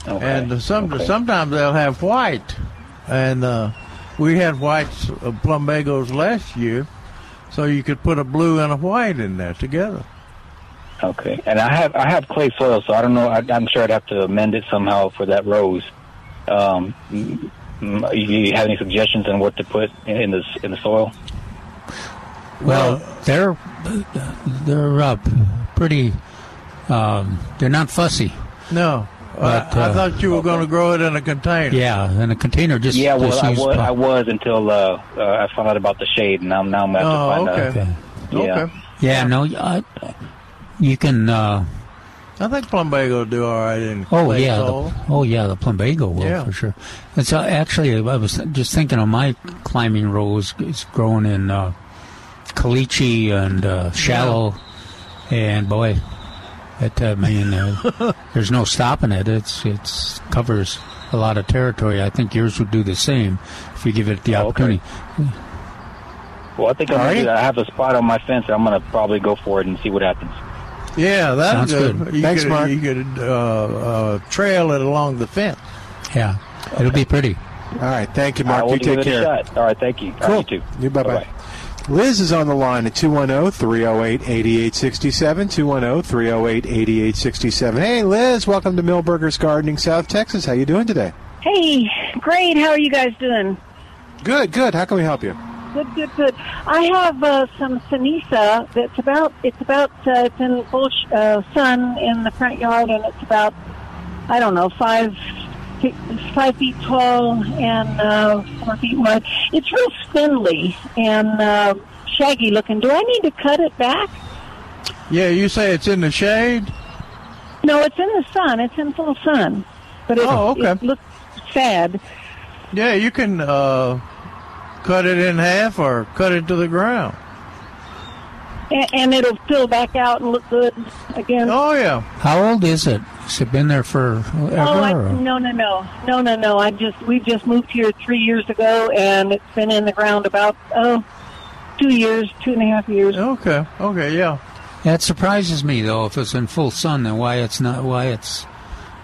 [SPEAKER 8] Okay.
[SPEAKER 2] and some
[SPEAKER 8] okay.
[SPEAKER 2] sometimes they'll have white, and uh, we had white s- uh, plumbagos last year, so you could put a blue and a white in there together.
[SPEAKER 8] Okay, and I have I have clay soil, so I don't know. I, I'm sure I'd have to amend it somehow for that rose. Um, m- m- you have any suggestions on what to put in, in the s- in the soil?
[SPEAKER 3] Well, they're they're uh, pretty. Um, they're not fussy.
[SPEAKER 2] No,
[SPEAKER 3] But,
[SPEAKER 2] I, I
[SPEAKER 3] uh,
[SPEAKER 2] thought you were going to grow it in a container.
[SPEAKER 3] Yeah, and a container just
[SPEAKER 8] yeah, well,
[SPEAKER 3] just
[SPEAKER 8] I
[SPEAKER 3] use
[SPEAKER 8] was,
[SPEAKER 3] pro-
[SPEAKER 8] I was until uh, uh, I found out about the shade, and now now I'm gonna have to
[SPEAKER 2] Oh,
[SPEAKER 8] find
[SPEAKER 2] okay.
[SPEAKER 8] out. Yeah.
[SPEAKER 2] Okay.
[SPEAKER 3] yeah, no, I, you can. Uh,
[SPEAKER 2] I think plumbago will do all right in
[SPEAKER 3] oh
[SPEAKER 2] clay
[SPEAKER 3] yeah,
[SPEAKER 2] soil.
[SPEAKER 3] the, oh yeah, the plumbago will
[SPEAKER 2] Yeah.
[SPEAKER 3] for sure. And so actually, I was just thinking of my climbing rose is grown in uh, caliche and uh, shallow, and boy, that I mean, uh, there's no stopping it. It's it's covers a lot of territory. I think yours would do the same if you give it the opportunity.
[SPEAKER 8] Well, I think I'm
[SPEAKER 1] Alrighty.
[SPEAKER 8] gonna do that. I have a spot on my fence. and I'm gonna probably go for it and see what happens.
[SPEAKER 2] Yeah,
[SPEAKER 3] Sounds
[SPEAKER 2] that's good.
[SPEAKER 3] good.
[SPEAKER 2] You
[SPEAKER 1] Thanks,
[SPEAKER 2] could,
[SPEAKER 1] Mark.
[SPEAKER 2] You could uh, uh, trail it along the fence.
[SPEAKER 3] Yeah, it'll be pretty.
[SPEAKER 1] All right. Thank you,
[SPEAKER 8] I
[SPEAKER 1] Mark.
[SPEAKER 8] will
[SPEAKER 1] You
[SPEAKER 8] give
[SPEAKER 1] take
[SPEAKER 8] it a
[SPEAKER 1] care.
[SPEAKER 8] shot. All right, thank you. All right, you too.
[SPEAKER 1] You bye-bye. Liz is on the line at 210 308 8867. 210 308 8867. Hey, Liz, welcome to Millburgers Gardening, South Texas. How you doing today?
[SPEAKER 10] Hey, great. How are you guys doing?
[SPEAKER 1] Good, good. How can we help you?
[SPEAKER 10] Good, good, good. I have uh, some sinisa that's about it's about uh, it's in full sh- uh, sun in the front yard, and it's about I don't know five fe- five feet tall and uh, four feet wide. It's real spindly and uh, shaggy looking. Do I need to cut it back?
[SPEAKER 2] Yeah, you say it's in the shade.
[SPEAKER 10] No, it's in the sun. It's in full sun, but it,
[SPEAKER 2] Oh, okay.
[SPEAKER 10] it looks sad.
[SPEAKER 2] Yeah, you can uh, cut it in half or cut it to the ground.
[SPEAKER 10] And, and it'll fill back out and look good again.
[SPEAKER 2] Oh yeah.
[SPEAKER 3] How old is it? Has it been there for ever?
[SPEAKER 10] Oh, I,
[SPEAKER 3] or-
[SPEAKER 10] no, no, no, no, no, no. I just we just moved here three years ago, and it's been in the ground about oh, two years, two and a half years.
[SPEAKER 3] Oh,
[SPEAKER 2] Okay. Okay. Yeah.
[SPEAKER 3] That surprises me though. If it's in full sun, then why it's not? Why it's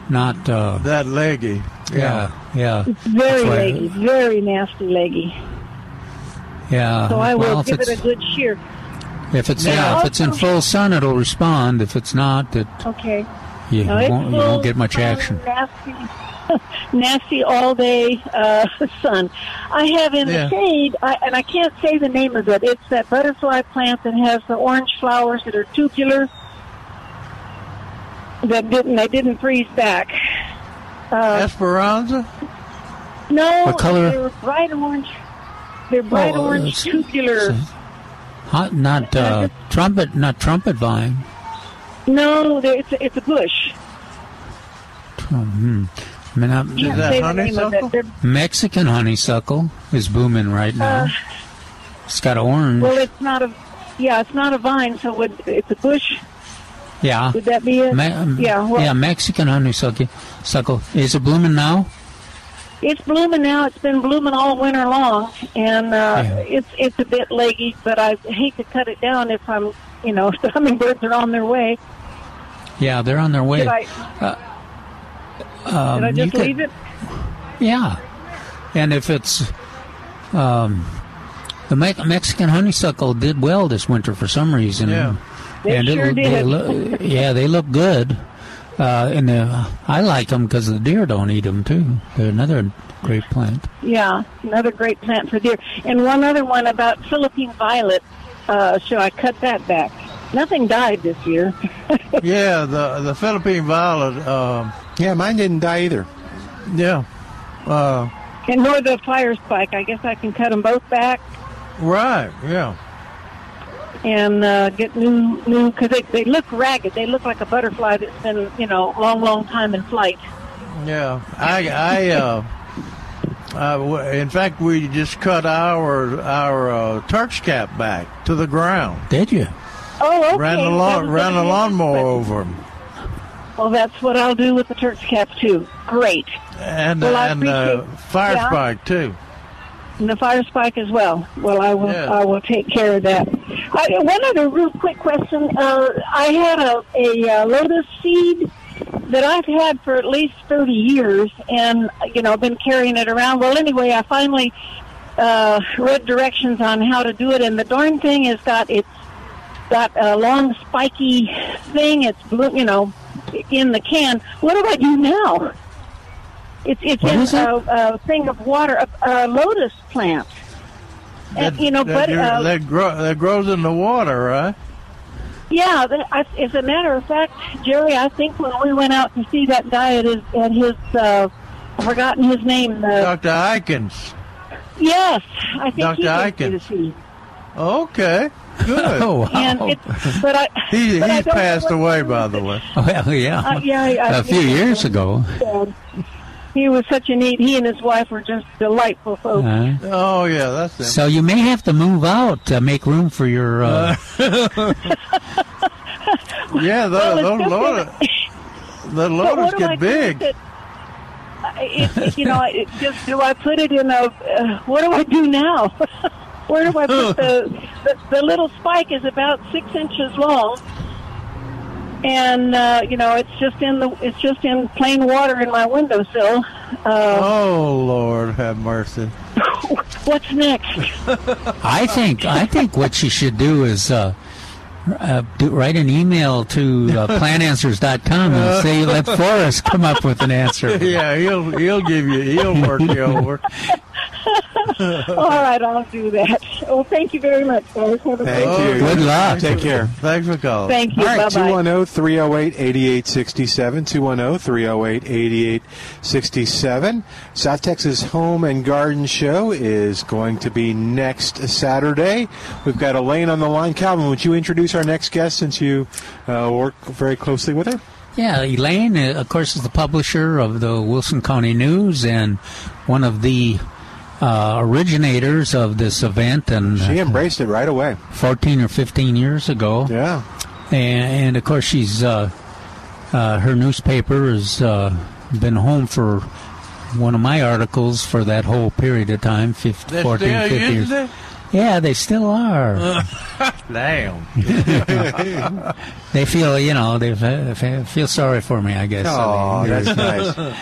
[SPEAKER 3] not? Uh,
[SPEAKER 2] That leggy.
[SPEAKER 3] yeah, yeah,
[SPEAKER 10] Very
[SPEAKER 3] That's why-
[SPEAKER 10] leggy, very nasty leggy.
[SPEAKER 3] yeah.
[SPEAKER 10] So I will
[SPEAKER 3] well, if
[SPEAKER 10] give it
[SPEAKER 3] it's
[SPEAKER 10] a good shear.
[SPEAKER 3] if it's yeah,
[SPEAKER 10] Now-
[SPEAKER 3] if it's in full sun, it'll respond. If it's not, it
[SPEAKER 10] Okay.
[SPEAKER 3] you
[SPEAKER 10] No, it's
[SPEAKER 3] won't you won't
[SPEAKER 10] full
[SPEAKER 3] get much
[SPEAKER 10] sun,
[SPEAKER 3] action.
[SPEAKER 10] Nasty, *laughs* nasty all day uh, *laughs* sun. I have in
[SPEAKER 2] Yeah.
[SPEAKER 10] the shade, I, and I can't say the name of it. It's that butterfly plant that has the orange flowers that are tubular. That didn't they didn't freeze back. Uh,
[SPEAKER 2] Esperanza.
[SPEAKER 10] no,
[SPEAKER 3] What color?
[SPEAKER 10] they're bright orange. They're bright
[SPEAKER 3] Oh,
[SPEAKER 10] orange,
[SPEAKER 3] it's-
[SPEAKER 10] tubular.
[SPEAKER 3] it's Hot, not uh, trumpet, not trumpet vine.
[SPEAKER 10] No, they're- it's a, it's a bush.
[SPEAKER 3] Hmm. I mean, I'm-
[SPEAKER 10] Can't
[SPEAKER 2] that
[SPEAKER 10] say the name of
[SPEAKER 2] honeysuckle?
[SPEAKER 10] it. They're-
[SPEAKER 3] Mexican honeysuckle is booming right now.
[SPEAKER 10] Uh,
[SPEAKER 3] it's got orange.
[SPEAKER 10] Well, it's not a. Yeah, it's not a vine, so would, it's a bush.
[SPEAKER 3] yeah,
[SPEAKER 10] Would that be it?
[SPEAKER 3] Me- um,
[SPEAKER 10] yeah, well,
[SPEAKER 3] yeah, Mexican honeysuckle. Suckle is it blooming now?
[SPEAKER 10] It's blooming now. It's been blooming all winter long, and uh,
[SPEAKER 3] Yeah.
[SPEAKER 10] it's it's a bit leggy. But I hate to cut it down if I'm, you know, *laughs* if the hummingbirds are on their way.
[SPEAKER 3] Yeah, they're on their way.
[SPEAKER 10] Should I, should I
[SPEAKER 3] Um,
[SPEAKER 10] just
[SPEAKER 3] you could-
[SPEAKER 10] leave it?
[SPEAKER 3] Yeah, and if it's um, the Me- Mexican honeysuckle did well this winter for some reason.
[SPEAKER 2] Yeah.
[SPEAKER 10] They
[SPEAKER 3] and it-
[SPEAKER 10] sure
[SPEAKER 3] they
[SPEAKER 10] did.
[SPEAKER 3] loo- yeah, they look good. Uh, and uh, I like them because the deer don't eat them too. They're another great plant.
[SPEAKER 10] Yeah, another great plant for deer. And one other one about Philippine violet. Uh, should I cut that back? Nothing died this year. *laughs*
[SPEAKER 2] Yeah. The the Philippine violet. Um,
[SPEAKER 1] Yeah, mine didn't die either.
[SPEAKER 2] yeah. Uh,
[SPEAKER 10] and nor the fire spike. I guess I can cut them both back.
[SPEAKER 2] right. Yeah.
[SPEAKER 10] and uh, get new new because they, they look ragged. They look like a butterfly that's been you know long long time in flight.
[SPEAKER 2] Yeah, I, I, uh, I w- in fact, we just cut our our uh, Turk's cap back to the ground.
[SPEAKER 3] Did you?
[SPEAKER 10] Oh, okay.
[SPEAKER 2] Ran the
[SPEAKER 10] That
[SPEAKER 2] lawn,
[SPEAKER 10] was
[SPEAKER 2] ran
[SPEAKER 10] gonna
[SPEAKER 2] the
[SPEAKER 10] be interesting.
[SPEAKER 2] lawnmower over him.
[SPEAKER 10] Well, that's what I'll do with the Turk's cap too. Great,
[SPEAKER 2] and
[SPEAKER 10] Well, I
[SPEAKER 2] and uh,
[SPEAKER 10] appreciate-
[SPEAKER 2] fire
[SPEAKER 10] yeah.
[SPEAKER 2] spike too.
[SPEAKER 10] and the fire spike as well. Well, I will
[SPEAKER 2] Yeah.
[SPEAKER 10] I will take care of that. I, one other real quick question. Uh, I had a a uh, lotus seed that I've had for at least thirty years, and you know I've been carrying it around. Well, anyway, I finally uh, read directions on how to do it, and the darn thing has got its
[SPEAKER 11] got a long spiky thing. It's blue, you know, in the can. What do I do now? It's it's
[SPEAKER 2] What
[SPEAKER 11] in
[SPEAKER 2] is it?
[SPEAKER 11] a, a thing of water, a, a lotus plant. And, you know,
[SPEAKER 2] that,
[SPEAKER 11] but
[SPEAKER 2] you're-
[SPEAKER 11] uh,
[SPEAKER 2] that, grow, that grows in the water, right?
[SPEAKER 11] Yeah, th- I, as a matter of fact, Jerry, I think when we went out to see that guy at his, at his uh, I've forgotten his name. Uh,
[SPEAKER 2] Dr. Ikins.
[SPEAKER 11] yes, I think
[SPEAKER 2] Dr.
[SPEAKER 11] he was
[SPEAKER 2] Ikins.
[SPEAKER 11] Tennessee.
[SPEAKER 2] Okay, good.
[SPEAKER 3] Oh, wow.
[SPEAKER 11] And
[SPEAKER 3] *laughs*
[SPEAKER 11] it's, but I,
[SPEAKER 2] *laughs* he
[SPEAKER 11] but I
[SPEAKER 2] he
[SPEAKER 11] don't know
[SPEAKER 2] passed
[SPEAKER 11] what-
[SPEAKER 2] away, by the way.
[SPEAKER 3] Well, Oh, yeah.
[SPEAKER 11] Uh, yeah, I- I-
[SPEAKER 3] a few years ago.
[SPEAKER 11] Dad. He was such a neat. He and his wife were just delightful folks.
[SPEAKER 3] Uh,
[SPEAKER 2] Oh, yeah, that's him.
[SPEAKER 3] so you may have to move out to make room for your. Uh,
[SPEAKER 2] yeah, the,
[SPEAKER 11] Well, it's
[SPEAKER 2] those
[SPEAKER 11] just
[SPEAKER 2] lotus, the
[SPEAKER 11] But
[SPEAKER 2] lotus
[SPEAKER 11] *laughs* what do I
[SPEAKER 2] get
[SPEAKER 11] do with
[SPEAKER 2] big.
[SPEAKER 11] it? I- It, it, you know, it just do I put it in a? Uh, what do I do now? *laughs* Where do I put the,
[SPEAKER 1] *laughs*
[SPEAKER 11] the the little spike? Is about six inches long, and uh, you know, it's just in the it's just in plain water in my windowsill. Uh,
[SPEAKER 2] Oh, Lord, have mercy.
[SPEAKER 11] What's next?
[SPEAKER 1] *laughs*
[SPEAKER 3] I think I think what you should do is uh, uh, do, write an email to uh, plananswers.com and say let Forrest come up with an answer.
[SPEAKER 2] Yeah, he'll he'll give you he'll
[SPEAKER 11] *laughs*
[SPEAKER 2] work you over.
[SPEAKER 11] All right, I'll do that. Well, thank you very much, guys. Have a great
[SPEAKER 1] Thank you.
[SPEAKER 3] Good luck.
[SPEAKER 1] Take care.
[SPEAKER 2] Thanks for calling.
[SPEAKER 11] Thank you.
[SPEAKER 1] Oh, All right,
[SPEAKER 11] bye bye.
[SPEAKER 1] 210 308 8867. 210 308 8867. South Texas Home and Garden Show is going to be next Saturday. We've got Elaine on the line. Calvin, would you introduce our next guest since you uh, work very closely with her?
[SPEAKER 3] Yeah, Elaine, uh, of course, is the publisher of the Wilson County News and one of the uh, originators of this event. And
[SPEAKER 1] She embraced it right away.
[SPEAKER 3] 14 or 15 years ago.
[SPEAKER 1] Yeah.
[SPEAKER 3] and, and of course she's uh, uh, her newspaper has uh, been home for one of my articles for that whole period of time 15,
[SPEAKER 2] They're
[SPEAKER 3] 14
[SPEAKER 2] still
[SPEAKER 3] 15 years
[SPEAKER 2] using it?
[SPEAKER 3] yeah they still are
[SPEAKER 1] Uh.
[SPEAKER 2] Damn.
[SPEAKER 3] they feel you know they fe- fe- feel sorry for me i guess
[SPEAKER 1] Oh,
[SPEAKER 3] I mean,
[SPEAKER 1] that's *laughs* nice.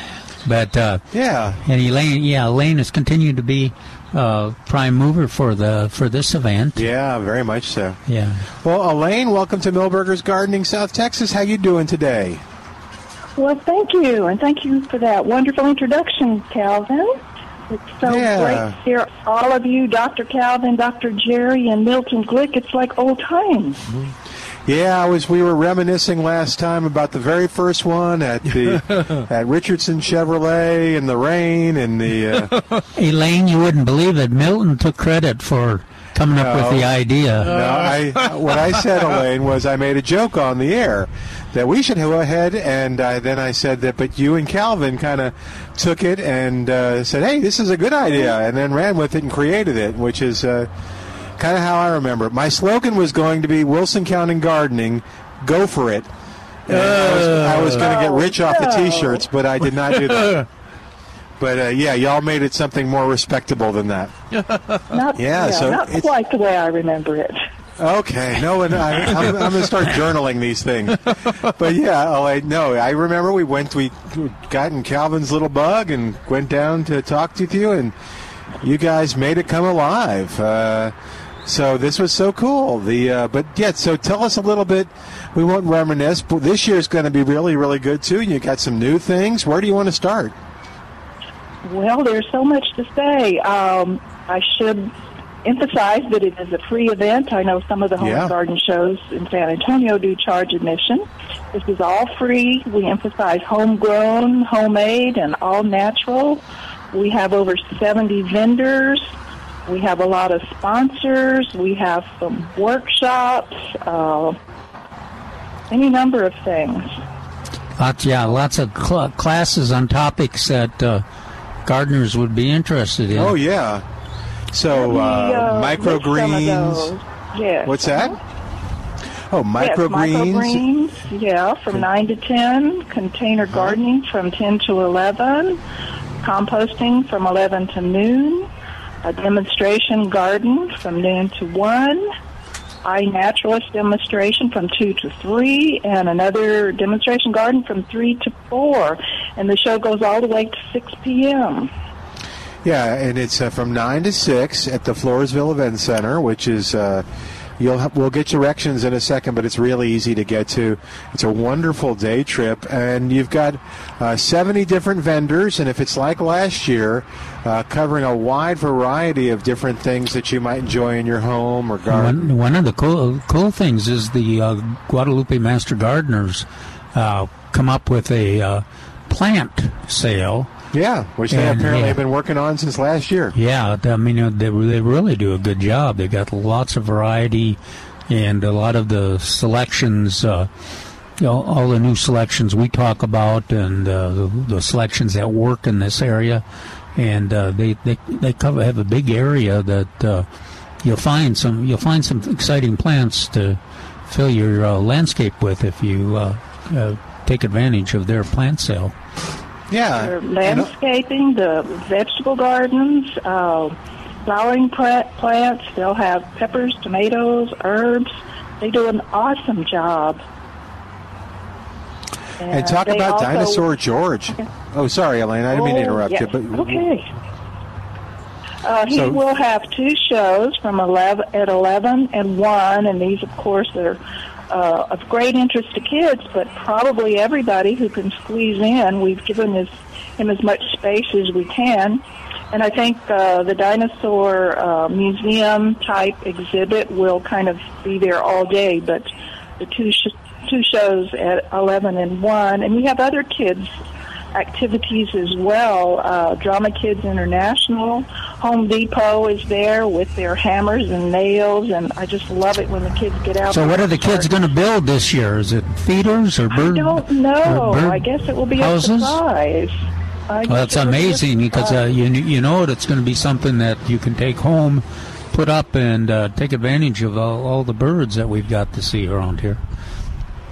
[SPEAKER 3] but uh,
[SPEAKER 1] Yeah.
[SPEAKER 3] and elaine yeah elaine has continued to be uh, prime mover for the for this event
[SPEAKER 1] Yeah, very much so.
[SPEAKER 3] yeah
[SPEAKER 1] Well, Elaine, welcome to Millburgers Gardening South Texas. How you doing today?
[SPEAKER 11] Well, thank you, and thank you for that wonderful introduction, Calvin. It's so
[SPEAKER 1] Yeah.
[SPEAKER 11] great to hear all of you, Dr. Calvin, Dr. Jerry, and Milton Glick. It's like old times.
[SPEAKER 1] Yeah, I was. We were reminiscing last time about the very first one at the at Richardson Chevrolet in the rain and the. Uh,
[SPEAKER 3] elaine you wouldn't believe it milton took credit for coming up
[SPEAKER 1] No.
[SPEAKER 3] with the idea *laughs*
[SPEAKER 1] no, I, what I said, Elaine, was I made a joke on the air that we should go ahead, and I, then I said that, but you and Calvin kind of took it and uh, said, "Hey, this is a good idea," and then ran with it and created it, which is. Uh, Kind of how I remember. it. My slogan was going to be Wilson County Gardening, go for it. And I was, I was going to get rich off the t-shirts, but I did not do that. But uh, yeah, y'all made it something more respectable than that.
[SPEAKER 11] Not,
[SPEAKER 1] Yeah,
[SPEAKER 11] you know,
[SPEAKER 1] so
[SPEAKER 11] not
[SPEAKER 1] it's-
[SPEAKER 11] quite the way I remember it.
[SPEAKER 1] Okay, no, and I, I'm, I'm going to start journaling these things. But yeah, oh, I, no, I remember we went, we got in Calvin's little bug and went down to talk to you, and you guys made it come alive. Uh, so this was so cool. The uh, but yeah, so tell us a little bit. We won't reminisce, but this year's going to be really, really good too. You got some new things. Where do you want to start?
[SPEAKER 11] Well, there's so much to say. Um, I should emphasize that it is a free event. I know some of the home
[SPEAKER 1] Yeah.
[SPEAKER 11] and garden shows in San Antonio do charge admission. This is all free. We emphasize homegrown, homemade, and all natural. We have over 70 vendors. We have a lot of sponsors. We have some workshops, uh, any number of things.
[SPEAKER 3] Lots, yeah, lots of cl- classes on topics that uh, gardeners would be interested in.
[SPEAKER 1] Oh yeah, so
[SPEAKER 11] We,
[SPEAKER 1] uh,
[SPEAKER 11] list some of those.
[SPEAKER 1] microgreens.
[SPEAKER 11] Yes. Uh-huh.
[SPEAKER 1] What's that? Oh,
[SPEAKER 11] Yes, microgreens. Yeah, from nine to ten. Container gardening from ten to eleven. Composting from eleven to noon. A demonstration garden from noon to one. iNaturalist demonstration from two to three, and another demonstration garden from three to four. And the show goes all the way to six p.m.
[SPEAKER 1] Yeah, and it's uh, from 9 to 6 at the Floresville Event Center, which is uh, You'll ha- we'll get directions in a second, but it's really easy to get to. It's a wonderful day trip, and you've got uh, 70 different vendors, and if it's like last year, uh, covering a wide variety of different things that you might enjoy in your home or garden.
[SPEAKER 3] One, one of the cool, cool things is the uh, Guadalupe Master Gardeners uh, come up with a uh, plant sale.
[SPEAKER 1] Yeah, which they apparently have been working on since last year.
[SPEAKER 3] Yeah, I mean uh, they they really do a good job. They've got lots of variety, and a lot of the selections. Uh, you know, all the new selections we talk about, and uh, the, the selections that work in this area, and uh, they, they they cover have a big area that uh, you'll find some you'll find some exciting plants to fill your uh, landscape with if you uh, uh, take advantage of their plant sale.
[SPEAKER 1] Yeah.
[SPEAKER 11] Landscaping, the vegetable gardens, uh, flowering pla- plants. They'll have peppers, tomatoes, herbs. They do an awesome job.
[SPEAKER 1] And talk
[SPEAKER 11] they
[SPEAKER 1] about
[SPEAKER 11] also-
[SPEAKER 1] Dinosaur George. Oh, sorry, Elaine, I didn't mean to
[SPEAKER 11] Oh,
[SPEAKER 1] interrupt
[SPEAKER 11] yeah.
[SPEAKER 1] you, but
[SPEAKER 11] okay. Uh, he
[SPEAKER 1] So-
[SPEAKER 11] will have two shows from 11 at 11 and 1, and these, of course, are uh, of great interest to kids, but probably everybody who can squeeze in. We've given his, him as much space as we can. And I think uh, the dinosaur uh, museum type exhibit will kind of be there all day, but the two, sh- two shows at 11 and 1, and we have other kids activities as well. Uh, Drama Kids International, Home Depot is there with their hammers and nails, and I just love it when the kids get out.
[SPEAKER 3] So, what
[SPEAKER 11] there
[SPEAKER 3] are the
[SPEAKER 11] and start-
[SPEAKER 3] kids going to build this year? Is it feeders or
[SPEAKER 11] I
[SPEAKER 3] bird?
[SPEAKER 11] don't
[SPEAKER 3] or
[SPEAKER 11] know.
[SPEAKER 3] bird
[SPEAKER 11] I guess it will be a
[SPEAKER 3] houses?
[SPEAKER 11] surprise. I
[SPEAKER 3] Well,
[SPEAKER 11] guess
[SPEAKER 3] that's
[SPEAKER 11] it will be a
[SPEAKER 3] amazing because uh,
[SPEAKER 11] surprise.
[SPEAKER 3] you you know it. It's going to be something that you can take home, put up, and uh, take advantage of all, all the birds that we've got to see around here.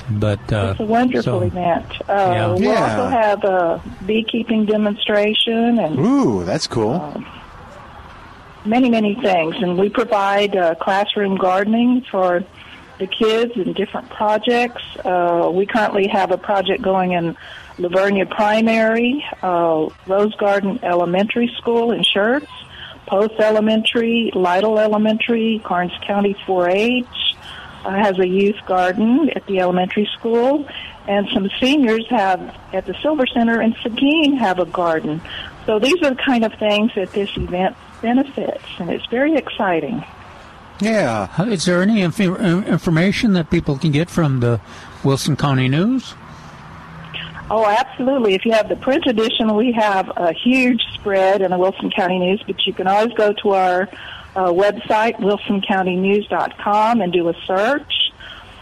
[SPEAKER 3] But uh,
[SPEAKER 11] It's a wonderful
[SPEAKER 3] so-
[SPEAKER 11] event. Uh,
[SPEAKER 3] Yeah.
[SPEAKER 11] We'll
[SPEAKER 3] Yeah.
[SPEAKER 11] also have a beekeeping demonstration and
[SPEAKER 1] ooh, that's cool.
[SPEAKER 11] many, many things. And we provide uh, classroom gardening for the kids in different projects. Uh, we currently have a project going in Lavernia Primary, uh, Rose Garden Elementary School in Shirts, Post Elementary, Lytle Elementary, Carnes County 4-H, uh, has a youth garden at the elementary school, and some seniors have at the Silver Center in Seguin have a garden. So these are the kind of things that this event benefits, and it's very exciting.
[SPEAKER 1] yeah.
[SPEAKER 3] How- Is there any inf- information that people can get from the Wilson County News?
[SPEAKER 11] Oh, absolutely. If you have the print edition, we have a huge spread in the Wilson County News, but you can always go to our uh, website, wilsoncountynews.com, and do a search.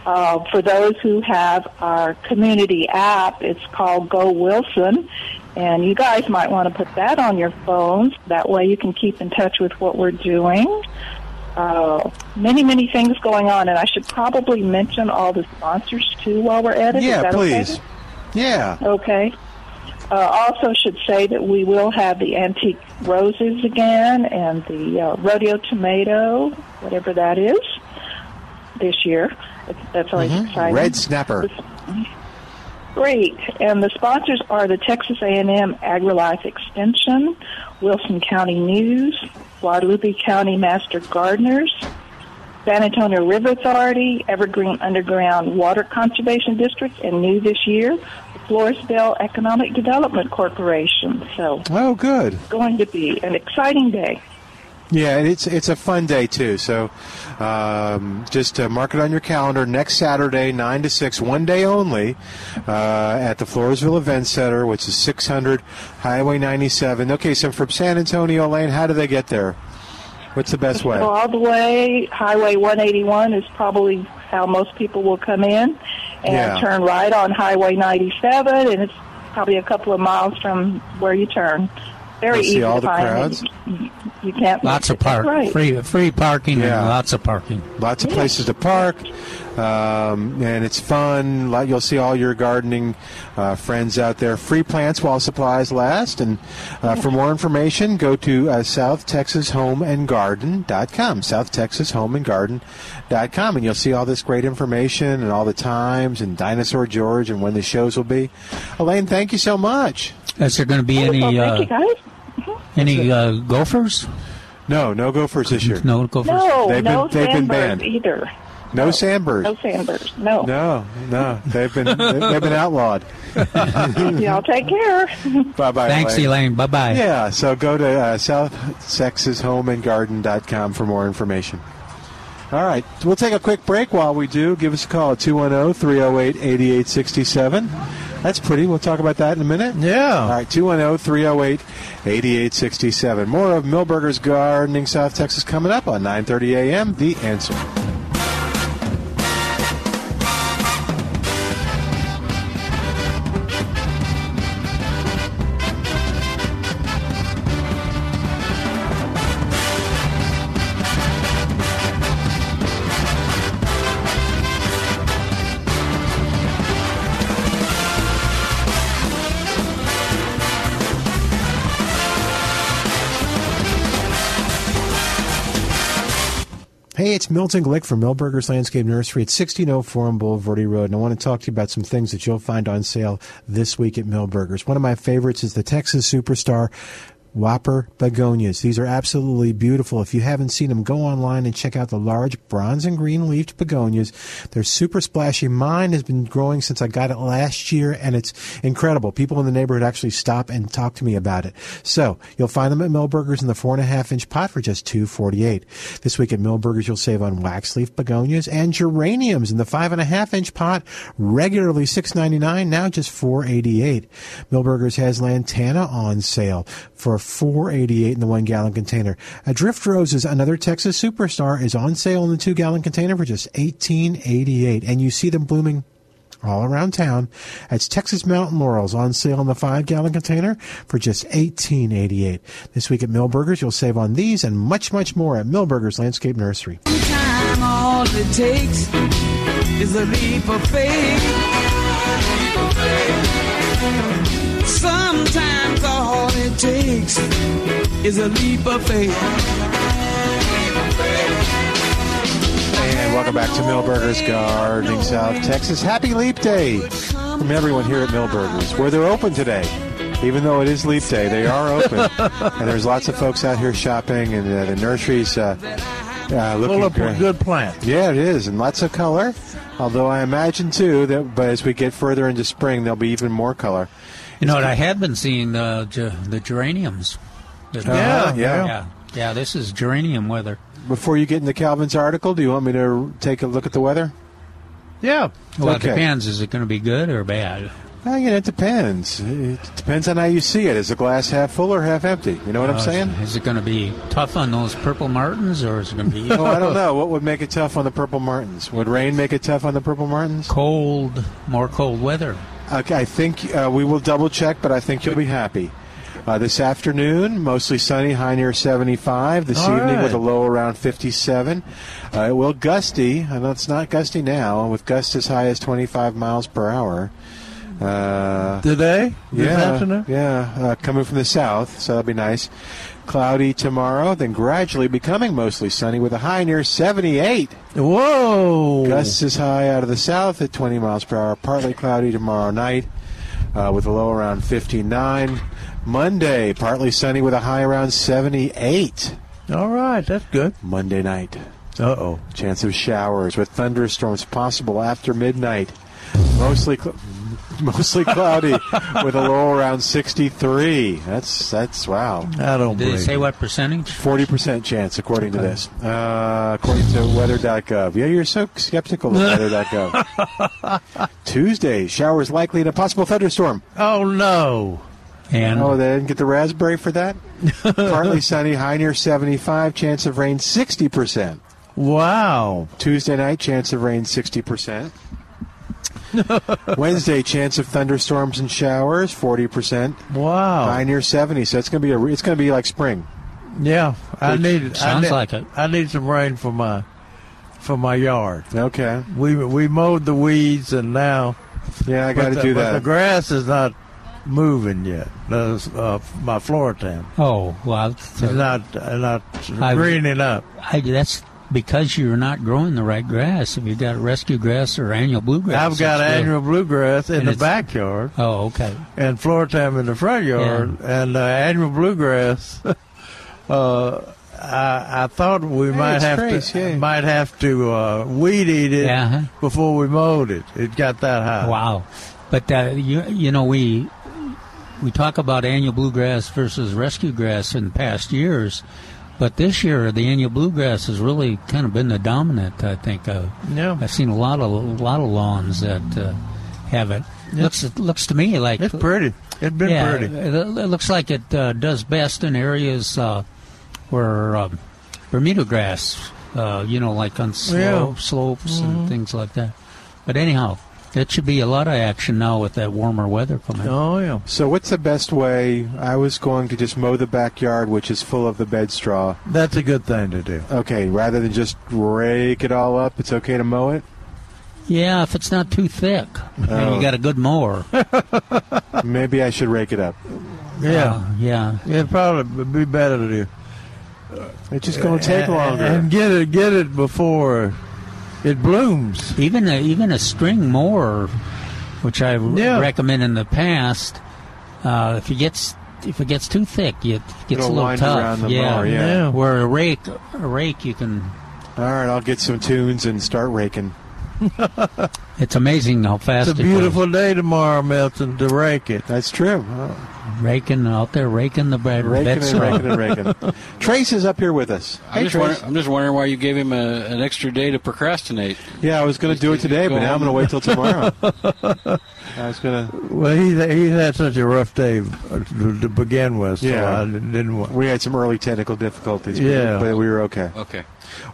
[SPEAKER 11] Uh, for those who have our community app, it's called Go Wilson, and you guys might want to put that on your phones. That way you can keep in touch with what we're doing. Uh, many, many things going on, and I should probably mention all the sponsors too while we're at it. Is
[SPEAKER 1] Yeah,
[SPEAKER 11] that okay?
[SPEAKER 1] please. Yeah.
[SPEAKER 11] Okay. Uh, also, should say that we will have the antique roses again and the uh, rodeo tomato, whatever that is, this year. It's, that's always exciting.
[SPEAKER 1] Mm-hmm. Red snapper.
[SPEAKER 11] Great. And the sponsors are the Texas A&M AgriLife Extension, Wilson County News, Guadalupe County Master Gardeners, San Antonio River Authority, Evergreen Underground Water Conservation District, and new this year, the Floresville Economic Development Corporation. So
[SPEAKER 1] Oh, good.
[SPEAKER 11] it's going to be an exciting day.
[SPEAKER 1] Yeah, and it's it's a fun day too. So, um, just uh, mark it on your calendar. Next Saturday, nine to six, one day only, uh, at the Floresville Event Center, which is six hundred Highway ninety seven. Okay, so from San Antonio, Lane, how do they get there? What's the best way?
[SPEAKER 11] So all the way, Highway 181 is probably how most people will come in, and
[SPEAKER 1] Yeah.
[SPEAKER 11] turn right on Highway 97, and it's probably a couple of miles from where you turn. Very
[SPEAKER 3] You'll see
[SPEAKER 11] easy
[SPEAKER 3] all
[SPEAKER 11] to
[SPEAKER 3] the
[SPEAKER 11] find.
[SPEAKER 3] crowds.
[SPEAKER 11] You, you can't.
[SPEAKER 3] Lots of park,
[SPEAKER 11] Right.
[SPEAKER 3] free free parking, and lots of parking.
[SPEAKER 1] Lots of places to park, um, and it's fun. Like, You'll see all your gardening uh, friends out there. Free plants while supplies last. And uh, for more information, go to uh, southtexashomeandgarden.com, southtexashomeandgarden.com, and you'll see all this great information and all the times and Dinosaur George and when the shows will be. Elaine, thank you so much.
[SPEAKER 3] Is there going to be any
[SPEAKER 11] Well,
[SPEAKER 3] uh,
[SPEAKER 11] thank you guys.
[SPEAKER 3] any uh, gophers?
[SPEAKER 1] No, no gophers this year.
[SPEAKER 3] No gophers.
[SPEAKER 11] No,
[SPEAKER 1] they've
[SPEAKER 11] no
[SPEAKER 1] been, they've been
[SPEAKER 11] sandbirds
[SPEAKER 1] banned.
[SPEAKER 11] either.
[SPEAKER 1] No sandbirds.
[SPEAKER 11] No sandbirds. No.
[SPEAKER 1] No, no, they've been they've been outlawed.
[SPEAKER 11] Y'all take care.
[SPEAKER 1] Bye bye.
[SPEAKER 3] Thanks, Elaine. Bye *laughs* bye.
[SPEAKER 1] Yeah, so go to uh, southtexashomeandgarden.com for more information. All right, we'll take a quick break while we do. Give us a call at oh, 210 308 8867. That's pretty. We'll talk about that in a minute.
[SPEAKER 2] Yeah.
[SPEAKER 1] All right, oh, 210 308 8867. More of Milburger's Gardening South Texas coming up on 930 a.m. The Answer.
[SPEAKER 6] Hey, it's Milton Glick from Millburgers Landscape Nursery at 1604 on Boulevardy Road, and I want to talk to you about some things that you'll find on sale this week at Millburgers. One of my favorites is the Texas Superstar Whopper begonias. These are absolutely beautiful. If you haven't seen them, go online and check out the large bronze and green leafed begonias. They're super splashy. Mine has been growing since I got it last year, and it's incredible. People in the neighborhood actually stop and talk to me about it. So you'll find them at Millburgers in the four and a half inch pot for just two forty eight. This week at Millburgers, you'll save on wax leaf begonias and geraniums in the five and a half inch pot, regularly six ninety nine, now just four eighty eight. Millburgers has lantana on sale for four eighty eight in the one gallon container. A drift rose is another Texas superstar is on sale in the two gallon container for just eighteen eighty eight, and you see them blooming all around town. It's Texas Mountain Laurels on sale in the five gallon container for just eighteen eighty eight. This week at Millburgers, you'll save on these and much, much more at Millburgers Landscape Nursery.
[SPEAKER 7] Time all it takes is a leap of faith. Sometimes all it takes is a leap of faith.
[SPEAKER 1] And welcome back to Millburgers Gardening South Texas. Happy Leap Day from everyone here at Millburgers, where they're open today. Even though it is Leap Day, they are open,
[SPEAKER 6] *laughs*
[SPEAKER 1] and there's lots of folks out here shopping, and uh, the nurseries uh, uh, looking
[SPEAKER 2] Full of
[SPEAKER 1] great.
[SPEAKER 2] good plants.
[SPEAKER 1] Yeah, it is, and lots of color. Although I imagine too that, but as we get further into spring, there'll be even more color.
[SPEAKER 3] You know what? I have been seeing the ge- the geraniums. The-
[SPEAKER 1] Yeah, yeah.
[SPEAKER 3] yeah, yeah. This is geranium weather.
[SPEAKER 1] Before you get into Calvin's article, do you want me to take a look at the weather?
[SPEAKER 2] Yeah.
[SPEAKER 3] Well,
[SPEAKER 1] Okay.
[SPEAKER 3] it depends. Is it going to be good or bad?
[SPEAKER 1] Well, you know, it depends. It depends on how you see it. Is the glass half full or half empty? You know what I'm
[SPEAKER 3] Uh,
[SPEAKER 1] saying?
[SPEAKER 3] Is it going to be tough on those purple martins, or is it going to
[SPEAKER 1] *laughs*
[SPEAKER 3] be?
[SPEAKER 1] oh, I don't know. What would make it tough on the Purple Martins? Would rain make it tough on the Purple Martins?
[SPEAKER 3] Cold, more cold weather.
[SPEAKER 1] Okay, I think uh, we will double check, but I think you'll be happy. Uh, this afternoon, mostly sunny, high near 75. This
[SPEAKER 2] All
[SPEAKER 1] evening, with a
[SPEAKER 2] right.
[SPEAKER 1] low around 57. Uh, it will gusty. I know it's not gusty now, with gusts as high as 25 miles per hour. Uh,
[SPEAKER 2] Today? This
[SPEAKER 1] yeah,
[SPEAKER 2] afternoon?
[SPEAKER 1] yeah, uh, coming from the south, so that'll be nice. Cloudy tomorrow, then gradually becoming mostly sunny with a high near 78.
[SPEAKER 2] Whoa.
[SPEAKER 1] Gusts is high out of the south at 20 miles per hour. Partly cloudy tomorrow night uh, with a low around 59. Monday, partly sunny with a high around 78.
[SPEAKER 2] All right. That's good.
[SPEAKER 1] Monday night,
[SPEAKER 2] Uh oh.
[SPEAKER 1] chance of showers with thunderstorms possible after midnight. Mostly, cl- *laughs* mostly cloudy with a low around 63. That's that's wow.
[SPEAKER 2] I don't
[SPEAKER 3] Did
[SPEAKER 2] believe
[SPEAKER 3] it say
[SPEAKER 2] it.
[SPEAKER 3] what percentage?
[SPEAKER 1] Forty percent chance, according to this, uh, according to weather.gov. Yeah, you're so skeptical of weather.gov. Tuesday, showers likely and a possible thunderstorm.
[SPEAKER 2] Oh, no.
[SPEAKER 3] And
[SPEAKER 1] Oh, they didn't get the raspberry for that. Partly sunny, high near seventy-five, chance of rain sixty percent.
[SPEAKER 2] Wow.
[SPEAKER 1] Tuesday night, chance of rain sixty
[SPEAKER 2] *laughs*
[SPEAKER 1] percent. Wednesday, chance of thunderstorms and showers forty percent.
[SPEAKER 2] Wow.
[SPEAKER 1] High near seventy, so it's gonna be a re- it's gonna be like spring.
[SPEAKER 2] yeah. I need. I
[SPEAKER 3] sounds
[SPEAKER 2] need,
[SPEAKER 3] like it.
[SPEAKER 2] I need some rain for my for my yard.
[SPEAKER 1] Okay,
[SPEAKER 2] We we mowed the weeds and now
[SPEAKER 1] yeah, I got
[SPEAKER 2] but
[SPEAKER 1] to
[SPEAKER 2] the-
[SPEAKER 1] do
[SPEAKER 2] but The
[SPEAKER 1] that.
[SPEAKER 2] grass is not moving yet. That's, uh, my floor tam
[SPEAKER 3] oh, well,
[SPEAKER 2] is not uh, not
[SPEAKER 3] I-
[SPEAKER 2] greening up.
[SPEAKER 3] I, that's because you're not growing the right grass. If you've got rescue grass or annual bluegrass,
[SPEAKER 2] I've got
[SPEAKER 3] that's good.
[SPEAKER 2] annual bluegrass in
[SPEAKER 3] And
[SPEAKER 2] the
[SPEAKER 3] it's-
[SPEAKER 2] backyard
[SPEAKER 3] Oh, okay.
[SPEAKER 2] and floor tam in the front yard, and *laughs* uh, annual bluegrass. uh, I, I thought we might
[SPEAKER 6] it's
[SPEAKER 2] have
[SPEAKER 6] great,
[SPEAKER 2] to might have to uh, weed eat it
[SPEAKER 3] Yeah, uh-huh.
[SPEAKER 2] before we mowed it. It got that high.
[SPEAKER 3] Wow. But uh, you you know we we talk about annual bluegrass versus rescue grass in past years, but this year the annual bluegrass has really kind of been the dominant. I think. Uh,
[SPEAKER 2] Yeah.
[SPEAKER 3] I've seen a lot of a lot of lawns that uh, have it. Looks it looks to me like
[SPEAKER 2] It's pretty. It's been
[SPEAKER 3] yeah,
[SPEAKER 2] pretty.
[SPEAKER 3] It, it looks like it uh, does best in areas uh, where um, Bermuda grass, uh, you know, like on slow,
[SPEAKER 2] Yeah.
[SPEAKER 3] slopes
[SPEAKER 2] Mhm.
[SPEAKER 1] Mm-hmm.
[SPEAKER 3] and things like that. But anyhow, it should be a lot of action now with that warmer weather coming.
[SPEAKER 2] Oh yeah.
[SPEAKER 1] So what's the best way? I was going to just mow the backyard, which is full of the bed straw.
[SPEAKER 2] That's a good thing to do.
[SPEAKER 1] Okay, rather than just rake it all up, it's okay to mow it.
[SPEAKER 3] Yeah, if it's not too thick and
[SPEAKER 1] Oh.
[SPEAKER 3] you got a
[SPEAKER 1] *laughs*
[SPEAKER 3] good mower.
[SPEAKER 1] Maybe I should rake it up.
[SPEAKER 2] Yeah.
[SPEAKER 3] Uh, yeah.
[SPEAKER 2] It'd probably be better to do.
[SPEAKER 1] It's just going to take
[SPEAKER 2] A- a-
[SPEAKER 1] longer.
[SPEAKER 2] And get it get it before it blooms.
[SPEAKER 3] Even a, even a string mower, which I r-
[SPEAKER 2] Yeah.
[SPEAKER 3] recommend in the past, uh, if it gets if it gets too thick, it gets
[SPEAKER 1] It'll
[SPEAKER 3] a little
[SPEAKER 1] wind
[SPEAKER 3] tough.
[SPEAKER 1] around the mower, yeah.
[SPEAKER 2] Yeah.
[SPEAKER 3] Where a rake, a rake, you can
[SPEAKER 1] All right, I'll get some tunes and start raking.
[SPEAKER 3] It's amazing how fast
[SPEAKER 2] It's a
[SPEAKER 3] it goes.
[SPEAKER 2] beautiful day tomorrow, Milton, to rake it.
[SPEAKER 1] That's true.
[SPEAKER 3] raking out there, raking the bread.
[SPEAKER 1] Raking
[SPEAKER 3] bed
[SPEAKER 1] and
[SPEAKER 3] soil.
[SPEAKER 1] raking and *laughs* raking. Trace is up here with us.
[SPEAKER 4] I'm,
[SPEAKER 1] Hey,
[SPEAKER 4] just
[SPEAKER 1] Trace.
[SPEAKER 4] wondering, I'm just wondering why you gave him a, an extra day to procrastinate.
[SPEAKER 1] Yeah, I was going to do it today, but now I'm going to wait till tomorrow. I was going to.
[SPEAKER 2] Well, he he had such a rough day uh, to, to begin with, so
[SPEAKER 1] Yeah.
[SPEAKER 2] I didn't, didn't want.
[SPEAKER 1] We had some early technical difficulties, but-
[SPEAKER 2] Yeah.
[SPEAKER 1] but we were okay.
[SPEAKER 4] Okay.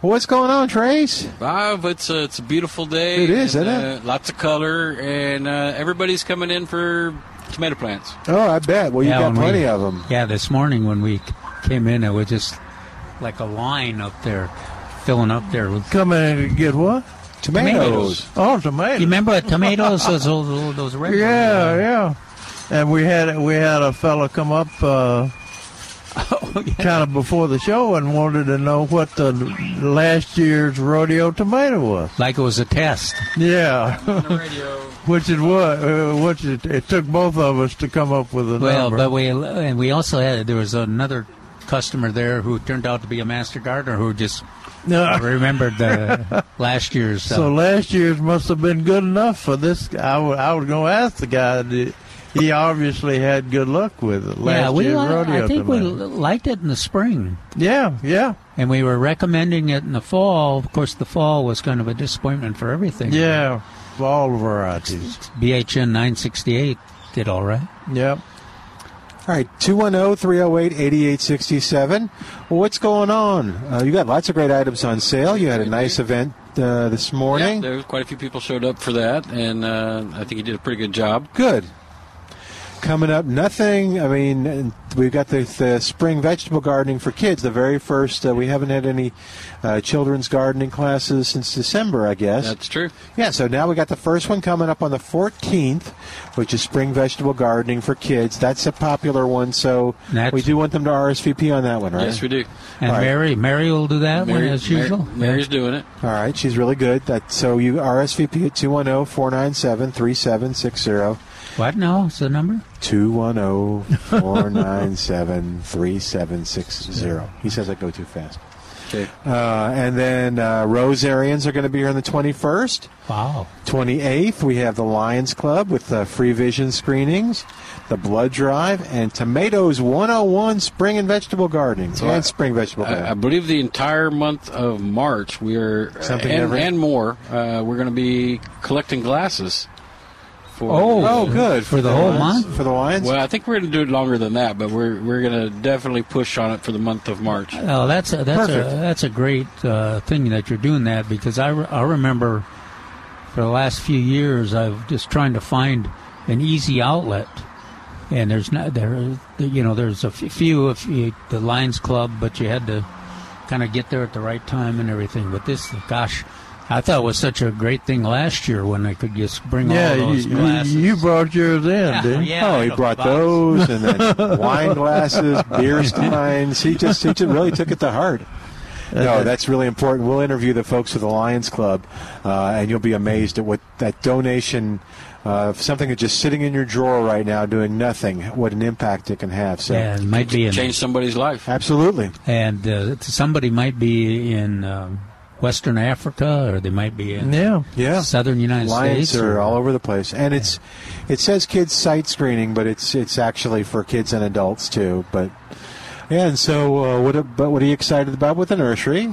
[SPEAKER 1] Well, what's going on, Trace?
[SPEAKER 4] Bob, it's a, it's a beautiful day.
[SPEAKER 1] It is,
[SPEAKER 4] and,
[SPEAKER 1] isn't
[SPEAKER 4] uh, Lots of color, and uh, everybody's coming in for tomato plants.
[SPEAKER 1] Oh, I bet. Well, you
[SPEAKER 3] Yeah,
[SPEAKER 1] got
[SPEAKER 3] when we-
[SPEAKER 1] plenty of them.
[SPEAKER 3] Yeah, this morning when we c- came in, it was just like a line up there, filling up there. With,
[SPEAKER 2] Come in and get what?
[SPEAKER 1] Tomatoes.
[SPEAKER 2] Oh,
[SPEAKER 3] you
[SPEAKER 2] tomatoes.
[SPEAKER 3] remember tomatoes? Those those, those red.
[SPEAKER 2] Yeah,
[SPEAKER 3] *laughs*
[SPEAKER 2] yeah. And we had we had a fellow come up uh,
[SPEAKER 3] Oh,
[SPEAKER 2] kind of before the show and wanted to know what the last year's rodeo tomato was.
[SPEAKER 3] Like it was a test.
[SPEAKER 2] Yeah,
[SPEAKER 4] On the radio.
[SPEAKER 2] *laughs* which it was. Uh, which it, it took both of us to come up with a
[SPEAKER 3] Well,
[SPEAKER 2] number.
[SPEAKER 3] but we and we also had there was another customer there who turned out to be a master gardener who
[SPEAKER 2] *laughs*
[SPEAKER 3] just
[SPEAKER 2] No.
[SPEAKER 3] remembered the last year's. uh,
[SPEAKER 2] So last year's must have been good enough for this. I wa- I was going to ask the guy. did- He obviously had good luck with it last
[SPEAKER 3] yeah, we
[SPEAKER 2] year's
[SPEAKER 3] li-
[SPEAKER 2] rodeo.
[SPEAKER 3] I think we
[SPEAKER 2] tomato.
[SPEAKER 3] l- liked it in the spring.
[SPEAKER 2] yeah, yeah,
[SPEAKER 3] And we were recommending it in the fall. Of course, the fall was kind of a disappointment for everything.
[SPEAKER 2] yeah. For all varieties.
[SPEAKER 3] BHN 968 did all right.
[SPEAKER 2] Yep.
[SPEAKER 1] All right, oh, 210 308 8867. Well, what's going on? Uh, you got lots of great items on sale. You had a nice event uh, this
[SPEAKER 4] Yeah,
[SPEAKER 1] morning.
[SPEAKER 4] there was quite a few people showed up for that, and uh, I think he did a pretty good job.
[SPEAKER 1] Good. Coming up, nothing. I mean, we've got the, the spring vegetable gardening for kids. The very first, uh, we haven't had any uh, children's gardening classes since December, I guess.
[SPEAKER 4] That's true.
[SPEAKER 1] Yeah, so now we got the first one coming up on the 14th, which is spring vegetable gardening for kids. That's a popular one, so
[SPEAKER 3] That's-
[SPEAKER 1] we do want them to RSVP on that one, right?
[SPEAKER 4] Yes, we do.
[SPEAKER 3] And
[SPEAKER 1] All right.
[SPEAKER 3] Mary, Mary will do that one as
[SPEAKER 4] Mary-
[SPEAKER 3] usual.
[SPEAKER 4] Mary's doing it.
[SPEAKER 1] All right, she's really good. That so you RSVP at 210-497-3760.
[SPEAKER 3] What now? Is the number?
[SPEAKER 1] oh,
[SPEAKER 4] *laughs*
[SPEAKER 1] 210-497-3760. He says I go too fast.
[SPEAKER 4] Okay.
[SPEAKER 1] Uh, and then uh, Rosarians are going to be here on the 21st.
[SPEAKER 3] Wow.
[SPEAKER 1] 28th, we have the Lions Club with uh, free vision screenings, the blood drive, and Tomatoes 101 Spring and Vegetable Gardening. and
[SPEAKER 4] I-
[SPEAKER 1] Spring Vegetable
[SPEAKER 4] I, I
[SPEAKER 1] Gardening.
[SPEAKER 4] believe the entire month of March, we are
[SPEAKER 1] Something
[SPEAKER 4] and,
[SPEAKER 1] every-
[SPEAKER 4] and more. Uh, we're going to be collecting glasses. For
[SPEAKER 3] Oh.
[SPEAKER 1] oh, good.
[SPEAKER 3] For the whole
[SPEAKER 1] Lions-
[SPEAKER 3] month?
[SPEAKER 1] For the Lions?
[SPEAKER 4] Well, I think we're going to do it longer than that, but we're we're going to definitely push on it for the month of March.
[SPEAKER 3] Oh, that's a, that's a,
[SPEAKER 1] Perfect.
[SPEAKER 3] that's a great uh, thing that you're doing that because I, re- I remember for the last few years I've just trying to find an easy outlet, and there's not there you know there's a f- few of you- the Lions Club, but you had to kind of get there at the right time and everything. But this, gosh, I thought it was such a great thing last year when I could just bring
[SPEAKER 2] Yeah,
[SPEAKER 3] all those
[SPEAKER 2] you,
[SPEAKER 3] glasses.
[SPEAKER 2] you, you brought yours in, didn't you?
[SPEAKER 3] yeah,
[SPEAKER 1] oh,
[SPEAKER 3] I
[SPEAKER 1] he
[SPEAKER 3] had a
[SPEAKER 1] brought
[SPEAKER 3] box.
[SPEAKER 1] those,
[SPEAKER 3] *laughs*
[SPEAKER 1] and then wine glasses, beer steins. He just he just really took it to heart. no, that's really important. We'll interview the folks of the Lions Club, uh, and you'll be amazed at what that donation, uh, something that's just sitting in your drawer right now doing nothing, what an impact it can have. So
[SPEAKER 3] Yeah, it might be in-
[SPEAKER 4] Change somebody's life.
[SPEAKER 1] Absolutely.
[SPEAKER 3] and uh, somebody might be in um Western Africa, or they might be in
[SPEAKER 1] Yeah.
[SPEAKER 3] Southern United
[SPEAKER 1] Lions
[SPEAKER 3] States.
[SPEAKER 1] are
[SPEAKER 3] or-
[SPEAKER 1] all over the place, and it's it says kids sight screening, but it's it's actually for kids and adults too. But yeah, and so uh, what? But what are you excited about with the nursery?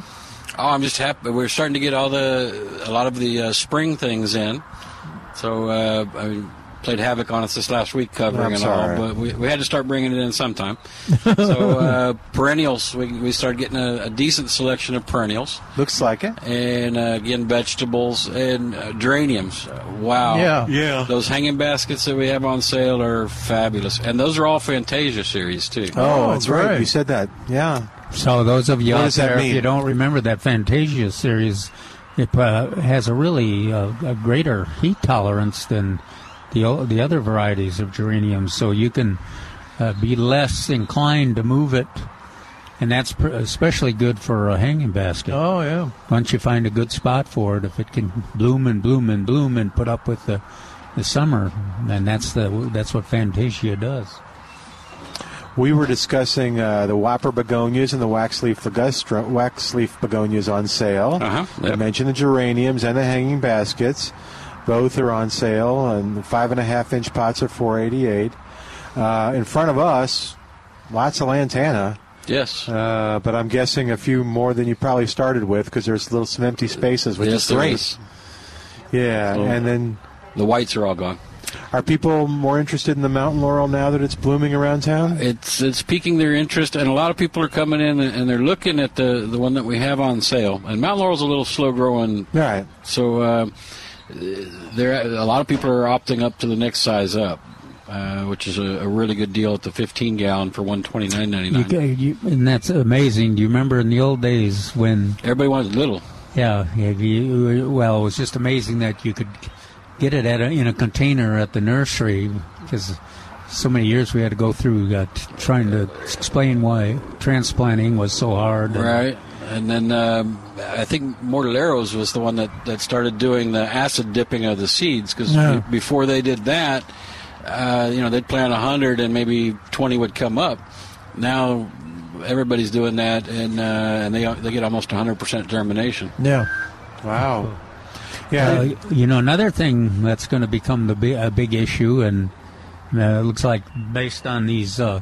[SPEAKER 4] Oh, I'm just happy. We're starting to get all the a lot of the uh, spring things in. So uh, I mean, played havoc on us this last week covering
[SPEAKER 1] I'm
[SPEAKER 4] and
[SPEAKER 1] sorry.
[SPEAKER 4] all, but we, we had to start bringing it in sometime. *laughs* so uh, perennials, we we started getting a, a decent selection of perennials,
[SPEAKER 1] Looks like it.
[SPEAKER 4] and uh, again vegetables and uh, geraniums. Wow,
[SPEAKER 3] Oh,
[SPEAKER 1] Yeah. Yeah.
[SPEAKER 4] Those hanging baskets that we have on sale are fabulous, and those are all Fantasia series too.
[SPEAKER 1] Oh, that's right. You said that. Yeah.
[SPEAKER 3] So those of you
[SPEAKER 1] What
[SPEAKER 3] out
[SPEAKER 1] does that
[SPEAKER 3] there, if
[SPEAKER 1] mean?
[SPEAKER 3] you don't remember that Fantasia series, it uh, has a really uh, a greater heat tolerance than the o- the other varieties of geraniums. So you can uh, be less inclined to move it, and that's pr- especially good for a hanging basket.
[SPEAKER 2] Oh yeah.
[SPEAKER 3] Once you find a good spot for it, if it can bloom and bloom and bloom and put up with the the summer, then that's the that's what Fantasia does.
[SPEAKER 1] We were discussing uh, the whopper begonias and the waxleaf ligustra, waxleaf begonias on sale.
[SPEAKER 4] Uh-huh,
[SPEAKER 1] I mentioned the geraniums and the hanging baskets. Both are on sale, and the five and a half inch pots are four eighty eight. Uh, in front of us, lots of lantana.
[SPEAKER 4] Yes.
[SPEAKER 1] Uh, but I'm guessing a few more than you probably started with because there's little some empty spaces, which
[SPEAKER 4] Yes,
[SPEAKER 1] is
[SPEAKER 4] there
[SPEAKER 1] great.
[SPEAKER 4] is. Oh.
[SPEAKER 1] Yeah,
[SPEAKER 4] So-
[SPEAKER 1] and then
[SPEAKER 4] The whites are all gone.
[SPEAKER 1] are people more interested in the mountain laurel now that it's blooming around town?
[SPEAKER 4] It's it's piquing their interest, and a lot of people are coming in and, and they're looking at the the one that we have on sale. And Mount Laurel's a little slow growing,
[SPEAKER 1] right?
[SPEAKER 4] So uh, there, a lot of people are opting up to the next size up, uh, which is a, a really good deal at the 15 gallon for 129.99.
[SPEAKER 3] You, ca- you, and that's amazing. Do you remember in the old days when
[SPEAKER 4] Everybody wanted little.
[SPEAKER 3] Yeah, yeah, you- well, it was just amazing that you could get it at a, in a container at the nursery because so many years we had to go through uh, t- trying to explain why transplanting was so hard. and-
[SPEAKER 4] Right. And then um, I think Mortaleros was the one that, that started doing the acid dipping of the seeds because
[SPEAKER 3] Yeah.
[SPEAKER 4] before they did that, uh, you know, they'd plant 100 and maybe 20 would come up. Now everybody's doing that and uh, and they they get almost 100% germination.
[SPEAKER 2] Yeah.
[SPEAKER 1] Wow.
[SPEAKER 3] Uh, you know, another thing that's going to become the big, a big issue, and uh, it looks like based on these uh,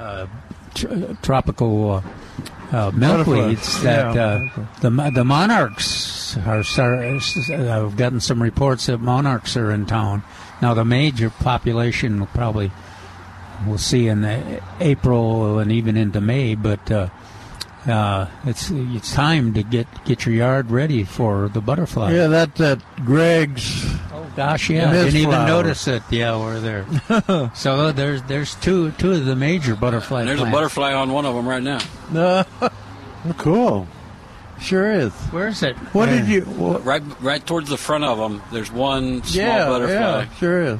[SPEAKER 3] uh, tr- tropical uh, uh, milkweeds,
[SPEAKER 2] Butterflies,
[SPEAKER 3] that
[SPEAKER 2] yeah.
[SPEAKER 3] uh, the mo- the monarchs are. sar- uh, I've gotten some reports that monarchs are in town now. The major population will probably we'll see in uh, April and even into May, but. Uh, uh, it's it's time to get, get your yard ready for the butterflies.
[SPEAKER 2] Yeah, that that Greg's.
[SPEAKER 3] Oh gosh, yeah, I didn't even notice it. Yeah, we're there. so uh, there's there's two two of the major butterfly.
[SPEAKER 4] There's a
[SPEAKER 3] plants.
[SPEAKER 4] butterfly on one of them right now.
[SPEAKER 1] cool.
[SPEAKER 2] Sure is.
[SPEAKER 3] Where is it?
[SPEAKER 2] What did you? wha-
[SPEAKER 4] Right right towards the front of them, there's one small
[SPEAKER 2] yeah,
[SPEAKER 4] butterfly.
[SPEAKER 2] yeah, sure is.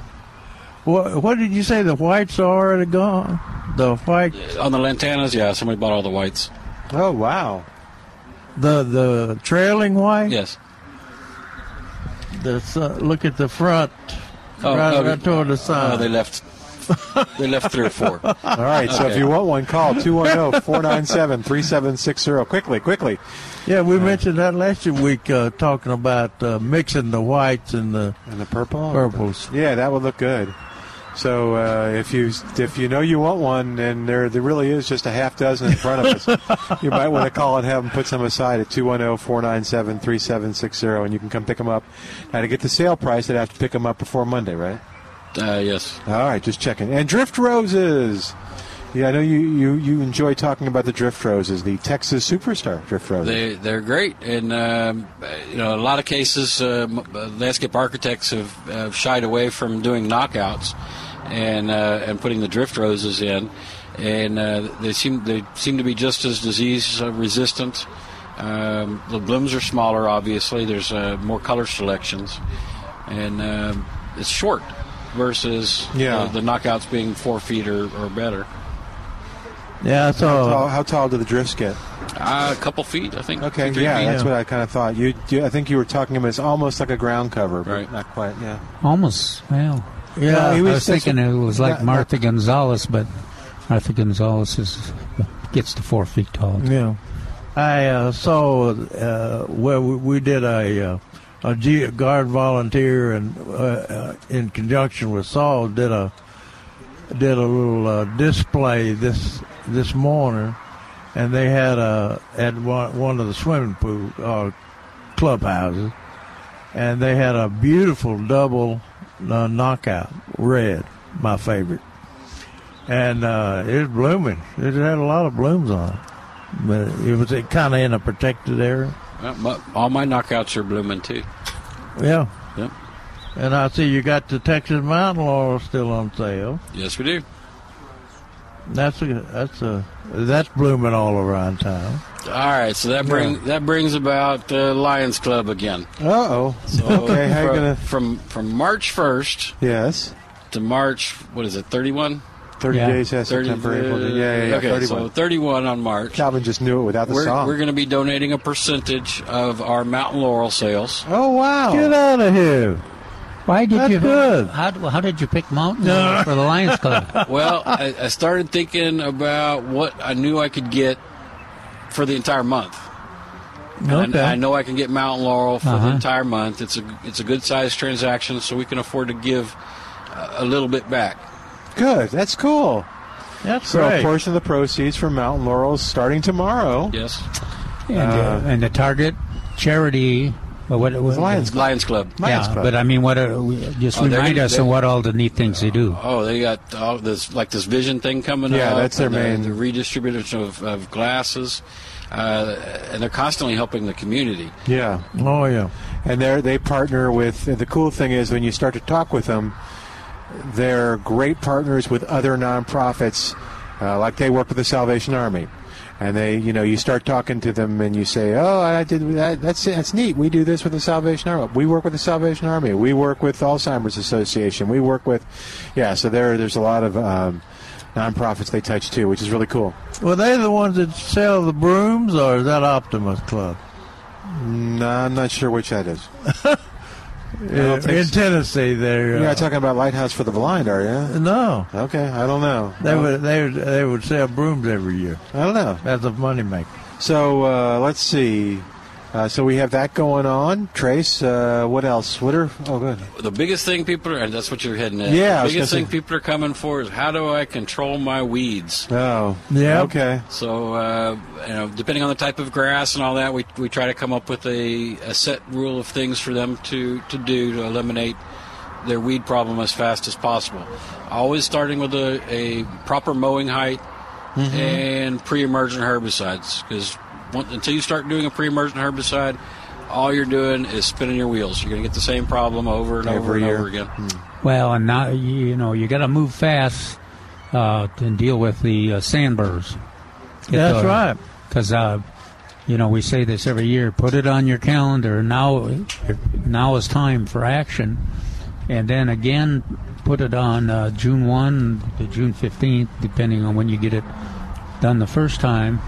[SPEAKER 2] What what did you say? The whites are already gone. The white,
[SPEAKER 4] On the lantanas, yeah, somebody bought all the whites.
[SPEAKER 1] Oh wow.
[SPEAKER 2] the the trailing white.
[SPEAKER 4] Yes.
[SPEAKER 2] The su- look at the front,
[SPEAKER 4] Oh,
[SPEAKER 2] right,
[SPEAKER 4] oh,
[SPEAKER 2] right toward the
[SPEAKER 4] oh,
[SPEAKER 2] side.
[SPEAKER 4] they left. They left three or four. Uh,
[SPEAKER 1] All right, so if
[SPEAKER 4] Okay.
[SPEAKER 1] you want one, oh, call 210 497 3760. Quickly, quickly.
[SPEAKER 2] yeah,
[SPEAKER 4] Oh.
[SPEAKER 2] we mentioned that last week, uh, talking about uh, mixing the whites and the
[SPEAKER 1] And the purple?
[SPEAKER 2] purples.
[SPEAKER 1] Yeah, that would look good. So uh, if you if you know you want one, and there there really is just a half dozen in front of us, you might want to call and have them put some aside at oh, 210-497-3760, and you can come pick them up. Now, to get the sale price, they'd have to pick them up before Monday, right?
[SPEAKER 4] Uh, yes.
[SPEAKER 1] All right, just checking. And drift roses. Yeah, I know you, you, you enjoy talking about the drift roses, the Texas superstar drift roses.
[SPEAKER 4] They they're great, and um, you know a lot of cases uh, m- uh, landscape architects have, have shied away from doing knockouts and uh, and putting the drift roses in, and uh, they seem they seem to be just as disease uh, resistant. Um, the blooms are smaller, obviously. There's uh, more color selections, and um it's short versus
[SPEAKER 1] Yeah.
[SPEAKER 4] uh, the knockouts being four feet or, or better.
[SPEAKER 2] Yeah, so
[SPEAKER 1] how tall, how tall do the drifts get?
[SPEAKER 4] Uh, a couple feet, I think.
[SPEAKER 1] Okay,
[SPEAKER 4] two, three
[SPEAKER 1] yeah,
[SPEAKER 4] feet.
[SPEAKER 1] that's what I kind of thought. You, you, I think you were talking about it's almost like a ground cover, but
[SPEAKER 4] Right.
[SPEAKER 1] not quite. Yeah.
[SPEAKER 3] Almost. Well,
[SPEAKER 1] Yeah,
[SPEAKER 3] I
[SPEAKER 1] he was-
[SPEAKER 3] was thinking it was like
[SPEAKER 1] that-
[SPEAKER 3] Martha Gonzalez, but Martha Gonzalez is gets to four feet tall.
[SPEAKER 2] Yeah. I uh, saw uh, where we, we did a uh, a G- guard volunteer and uh, uh, in conjunction with Saul did a did a little uh, display this this morning, and they had a at one, one of the swimming pool uh, clubhouses, and they had a beautiful double uh, knockout red, my favorite, and uh, it was blooming. It had a lot of blooms on it. But it was kind of in a protected area.
[SPEAKER 4] Well, my- all my knockouts are blooming too.
[SPEAKER 2] Yeah.
[SPEAKER 4] Yep.
[SPEAKER 2] And I see you got the Texas Mountain Laurel still on sale.
[SPEAKER 4] Yes, we do.
[SPEAKER 2] That's a that's a that's blooming all around town.
[SPEAKER 4] All right, so that bring that brings about uh, Lions Club again.
[SPEAKER 1] Uh oh.
[SPEAKER 4] So
[SPEAKER 1] *laughs* okay, how you
[SPEAKER 4] from,
[SPEAKER 1] gonna?
[SPEAKER 4] from from March first
[SPEAKER 1] Yes.
[SPEAKER 4] to March what is it thirty one?
[SPEAKER 1] Thirty
[SPEAKER 3] Yeah.
[SPEAKER 1] days has September. April, May. yeah, yeah, yeah.
[SPEAKER 4] okay, so
[SPEAKER 1] Thirty-one.
[SPEAKER 4] thirty one on March.
[SPEAKER 1] Calvin just knew it without the
[SPEAKER 4] We're,
[SPEAKER 1] song.
[SPEAKER 4] we're going to be donating a percentage of our mountain laurel
[SPEAKER 1] *laughs*
[SPEAKER 4] sales.
[SPEAKER 1] oh wow.
[SPEAKER 2] Get out of here!
[SPEAKER 3] Why did
[SPEAKER 2] That's
[SPEAKER 3] you?
[SPEAKER 2] good.
[SPEAKER 3] How, how did you pick Mountain Laurel for the Lions Club?
[SPEAKER 4] well, I, I started thinking about what I knew I could get for the entire month. And I, I know I can get Mountain Laurel for
[SPEAKER 3] Uh-huh.
[SPEAKER 4] the entire month. It's a it's a good sized transaction, so we can afford to give uh, a, a little bit back.
[SPEAKER 1] Good. That's cool.
[SPEAKER 2] That's
[SPEAKER 1] So
[SPEAKER 2] great.
[SPEAKER 1] a portion of the proceeds from Mountain Laurel is starting tomorrow.
[SPEAKER 4] Yes,
[SPEAKER 3] and, uh, and the Target charity. Well, what it was
[SPEAKER 1] Lions
[SPEAKER 4] Lions Club.
[SPEAKER 1] Lions
[SPEAKER 3] yeah,
[SPEAKER 1] Club.
[SPEAKER 3] but I mean, what? Are, we- just
[SPEAKER 4] Oh, they're
[SPEAKER 3] remind
[SPEAKER 4] gonna-
[SPEAKER 3] us of
[SPEAKER 4] they-
[SPEAKER 3] what all the neat things they do.
[SPEAKER 4] Oh, they got all this like this vision thing coming
[SPEAKER 1] Yeah,
[SPEAKER 4] up.
[SPEAKER 1] that's their
[SPEAKER 4] and the-
[SPEAKER 1] main-
[SPEAKER 4] The redistribution of, of glasses, uh, and they're constantly helping the community.
[SPEAKER 1] Yeah.
[SPEAKER 2] Oh yeah.
[SPEAKER 1] and they they partner with the cool thing is when you start to talk with them they're great partners with other nonprofits uh, like they work with the salvation army and they you know you start talking to them and you say oh i did that that's that's neat we do this with the salvation army we work with the salvation army we work with alzheimer's association we work with yeah so there there's a lot of um, nonprofits they touch too which is really cool
[SPEAKER 2] Were they the ones that sell the brooms, or is that Optimus Club
[SPEAKER 1] no, i'm not sure which that is
[SPEAKER 2] Uh,
[SPEAKER 1] think
[SPEAKER 2] in
[SPEAKER 1] so.
[SPEAKER 2] Tennessee? There.
[SPEAKER 1] you're not talking about lighthouse for the blind are you
[SPEAKER 2] no.
[SPEAKER 1] okay i don't know
[SPEAKER 2] They would they would, they would sell brooms every year
[SPEAKER 1] I don't know.
[SPEAKER 2] as a moneymaker.
[SPEAKER 1] So uh, let's see. Uh, so we have that going on. Trace, uh, what else? What are? Oh, good.
[SPEAKER 4] The biggest thing people are, and that's what you're heading at.
[SPEAKER 1] Yeah, I
[SPEAKER 4] The
[SPEAKER 1] was
[SPEAKER 4] biggest
[SPEAKER 1] gonna
[SPEAKER 4] thing
[SPEAKER 1] say-
[SPEAKER 4] people are coming for is how do I control my weeds?
[SPEAKER 1] Oh,
[SPEAKER 2] Yeah.
[SPEAKER 1] Okay.
[SPEAKER 4] So, uh, you know, depending on the type of grass and all that, we, we try to come up with a, a set rule of things for them to, to do to eliminate their weed problem as fast as possible. Always starting with a, a proper mowing height
[SPEAKER 1] Mm-hmm.
[SPEAKER 4] and pre emergent herbicides, because until you start doing a pre emergent herbicide, all you're doing is spinning your wheels. You're going to get the same problem over and over
[SPEAKER 1] Every
[SPEAKER 4] and
[SPEAKER 1] year.
[SPEAKER 4] over again.
[SPEAKER 3] Well, and now you you know you got to move fast uh, and deal with the uh, sandburrs.
[SPEAKER 2] That's right.
[SPEAKER 3] Because uh, you know we say this every year. Put it on your calendar now. Now is time for action, and then again put it on uh, June one to June fifteenth, depending on when you get it done the first time.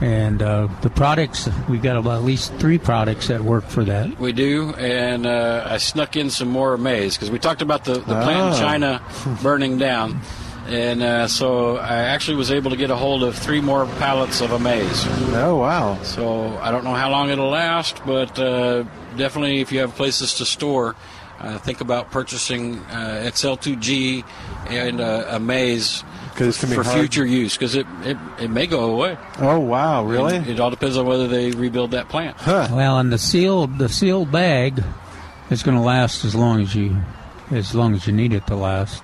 [SPEAKER 3] And uh, the products we got about at least three products that work for that.
[SPEAKER 4] We do, and uh, I snuck in some more maize because we talked about the, the plant
[SPEAKER 1] Ah.
[SPEAKER 4] in
[SPEAKER 1] *laughs*
[SPEAKER 4] China burning down, and uh, so I actually was able to get a hold of three more pallets of maize.
[SPEAKER 1] Oh, wow.
[SPEAKER 4] So I don't know how long it'll last, but uh, definitely if you have places to store, uh, think about purchasing uh, XL2G and uh, a maize
[SPEAKER 1] 'Cause it's gonna
[SPEAKER 4] for
[SPEAKER 1] be hard.
[SPEAKER 4] future use because it, it it may go away.
[SPEAKER 1] Oh, wow. Really?
[SPEAKER 4] It, it all depends on whether they rebuild that
[SPEAKER 1] *laughs*
[SPEAKER 4] plant.
[SPEAKER 1] Huh.
[SPEAKER 3] Well, and the sealed the sealed bag is going to last as long as you as long as you need it to last.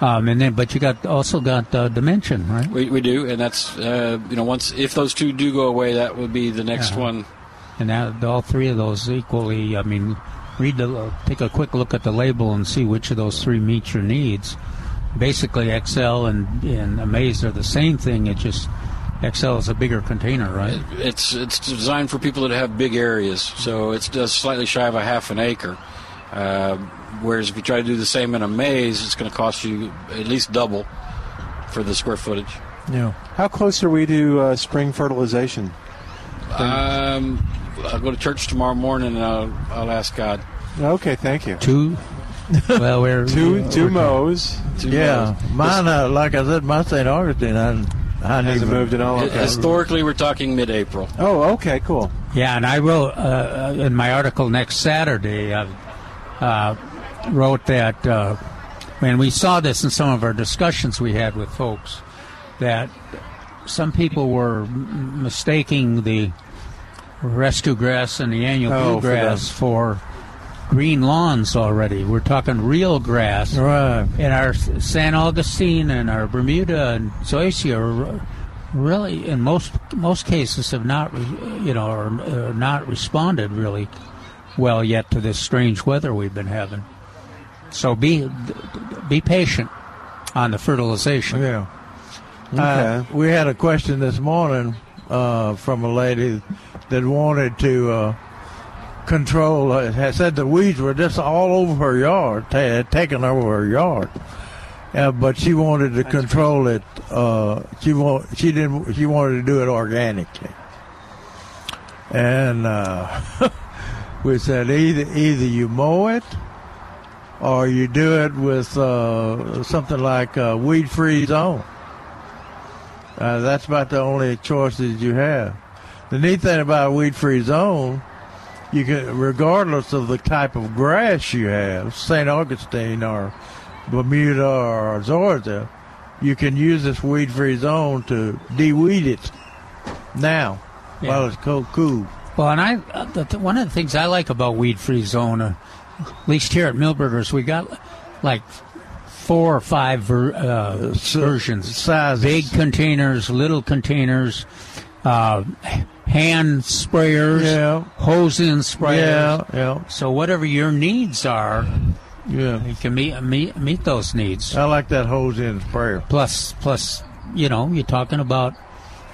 [SPEAKER 3] Um, and then, but you got also got uh, dimension, right?
[SPEAKER 4] We, we do, and that's uh, you know once if those two do go away, that would be the next
[SPEAKER 3] Uh-huh.
[SPEAKER 4] one.
[SPEAKER 3] And that, all three of those equally. I mean, read the take a quick look at the label and see which of those three meets your needs. Basically, XL and and Amaze are the same thing. It just XL is a bigger container, right?
[SPEAKER 4] It's it's designed for people that have big areas, so it's just slightly shy of a half an acre. Uh, whereas if you try to do the same in a maze, it's going to cost you at least double for the square footage.
[SPEAKER 6] Yeah. How close are we to uh, spring fertilization?
[SPEAKER 4] Um, I'll go to church tomorrow morning and I'll, I'll ask God.
[SPEAKER 6] Okay, thank you.
[SPEAKER 3] Two. Well,
[SPEAKER 6] *laughs*
[SPEAKER 3] we're
[SPEAKER 6] two two mows.
[SPEAKER 2] yeah, mine. Uh, like I said, my St. Augustine. I, I
[SPEAKER 6] Hasn't moved at all.
[SPEAKER 4] Hi- Historically, we're talking mid-April.
[SPEAKER 6] Oh, okay, cool.
[SPEAKER 3] Yeah, and I wrote uh, in my article next Saturday. I uh, wrote that, uh, and we saw this in some of our discussions we had with folks, that some people were m- mistaking the rescue grass and the annual
[SPEAKER 2] Oh,
[SPEAKER 3] blue
[SPEAKER 2] for
[SPEAKER 3] grass
[SPEAKER 2] the-
[SPEAKER 3] for green lawns already. We're talking real grass.
[SPEAKER 2] Right.
[SPEAKER 3] And our S- San Augustine and our Bermuda and Zoysia are r- really, in most most cases, have not, re- you know, are, are not responded really well yet to this strange weather we've been having. So be be patient on the fertilization.
[SPEAKER 2] Yeah. Uh,
[SPEAKER 3] Okay.
[SPEAKER 2] we had a question this morning uh, from a lady that wanted to uh, control. Uh, had said the weeds were just all over her yard, ta- had taken over her yard. Uh, but she wanted to control it. Uh, she wa- she didn't. She wanted to do it organically. And uh, *laughs* we said either either you mow it or you do it with uh, something like uh, weed free zone. Uh, that's about the only choices you have. The neat thing about a weed free zone, you can, regardless of the type of grass you have, St. Augustine or Bermuda or Georgia, you can use this weed free zone to de-weed it now while it's co- cool.
[SPEAKER 3] Well, and I uh, the, the, one of the things I like about Weed Free Zone, uh, at least here at Millburgers, we got like four or five ver, uh, versions,
[SPEAKER 2] sizes,
[SPEAKER 3] big containers, little containers, uh, hand sprayers,
[SPEAKER 2] Yeah.
[SPEAKER 3] hose-in sprayers.
[SPEAKER 2] Yeah, yeah.
[SPEAKER 3] So whatever your needs are,
[SPEAKER 2] Yeah.
[SPEAKER 3] you can meet meet meet those needs.
[SPEAKER 2] I like that hose in sprayer.
[SPEAKER 3] Plus, plus, you know, you're talking about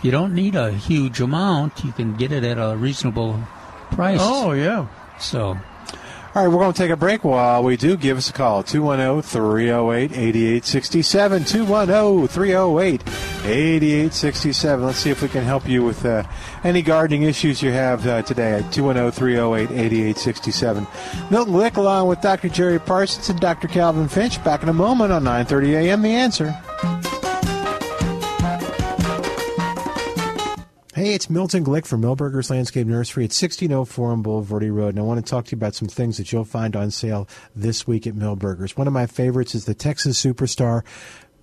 [SPEAKER 3] you don't need a huge amount. You can get it at a reasonable price.
[SPEAKER 2] Oh, yeah.
[SPEAKER 3] So,
[SPEAKER 1] All right, we're going to take a break. While we do, give us a call oh, 210 308 8867. 210 308 8867. Let's see if we can help you with uh, any gardening issues you have uh, today at 210 308 8867. Milton Lick along with Dr. Jerry Parsons and Dr. Calvin Finch back in a moment on 9.30 a.m. The Answer.
[SPEAKER 6] Hey, it's Milton Glick from Millburgers Landscape Nursery at 1604 on Boulevardy Road, and I want to talk to you about some things that you'll find on sale this week at Millburgers. One of my favorites is the Texas Superstar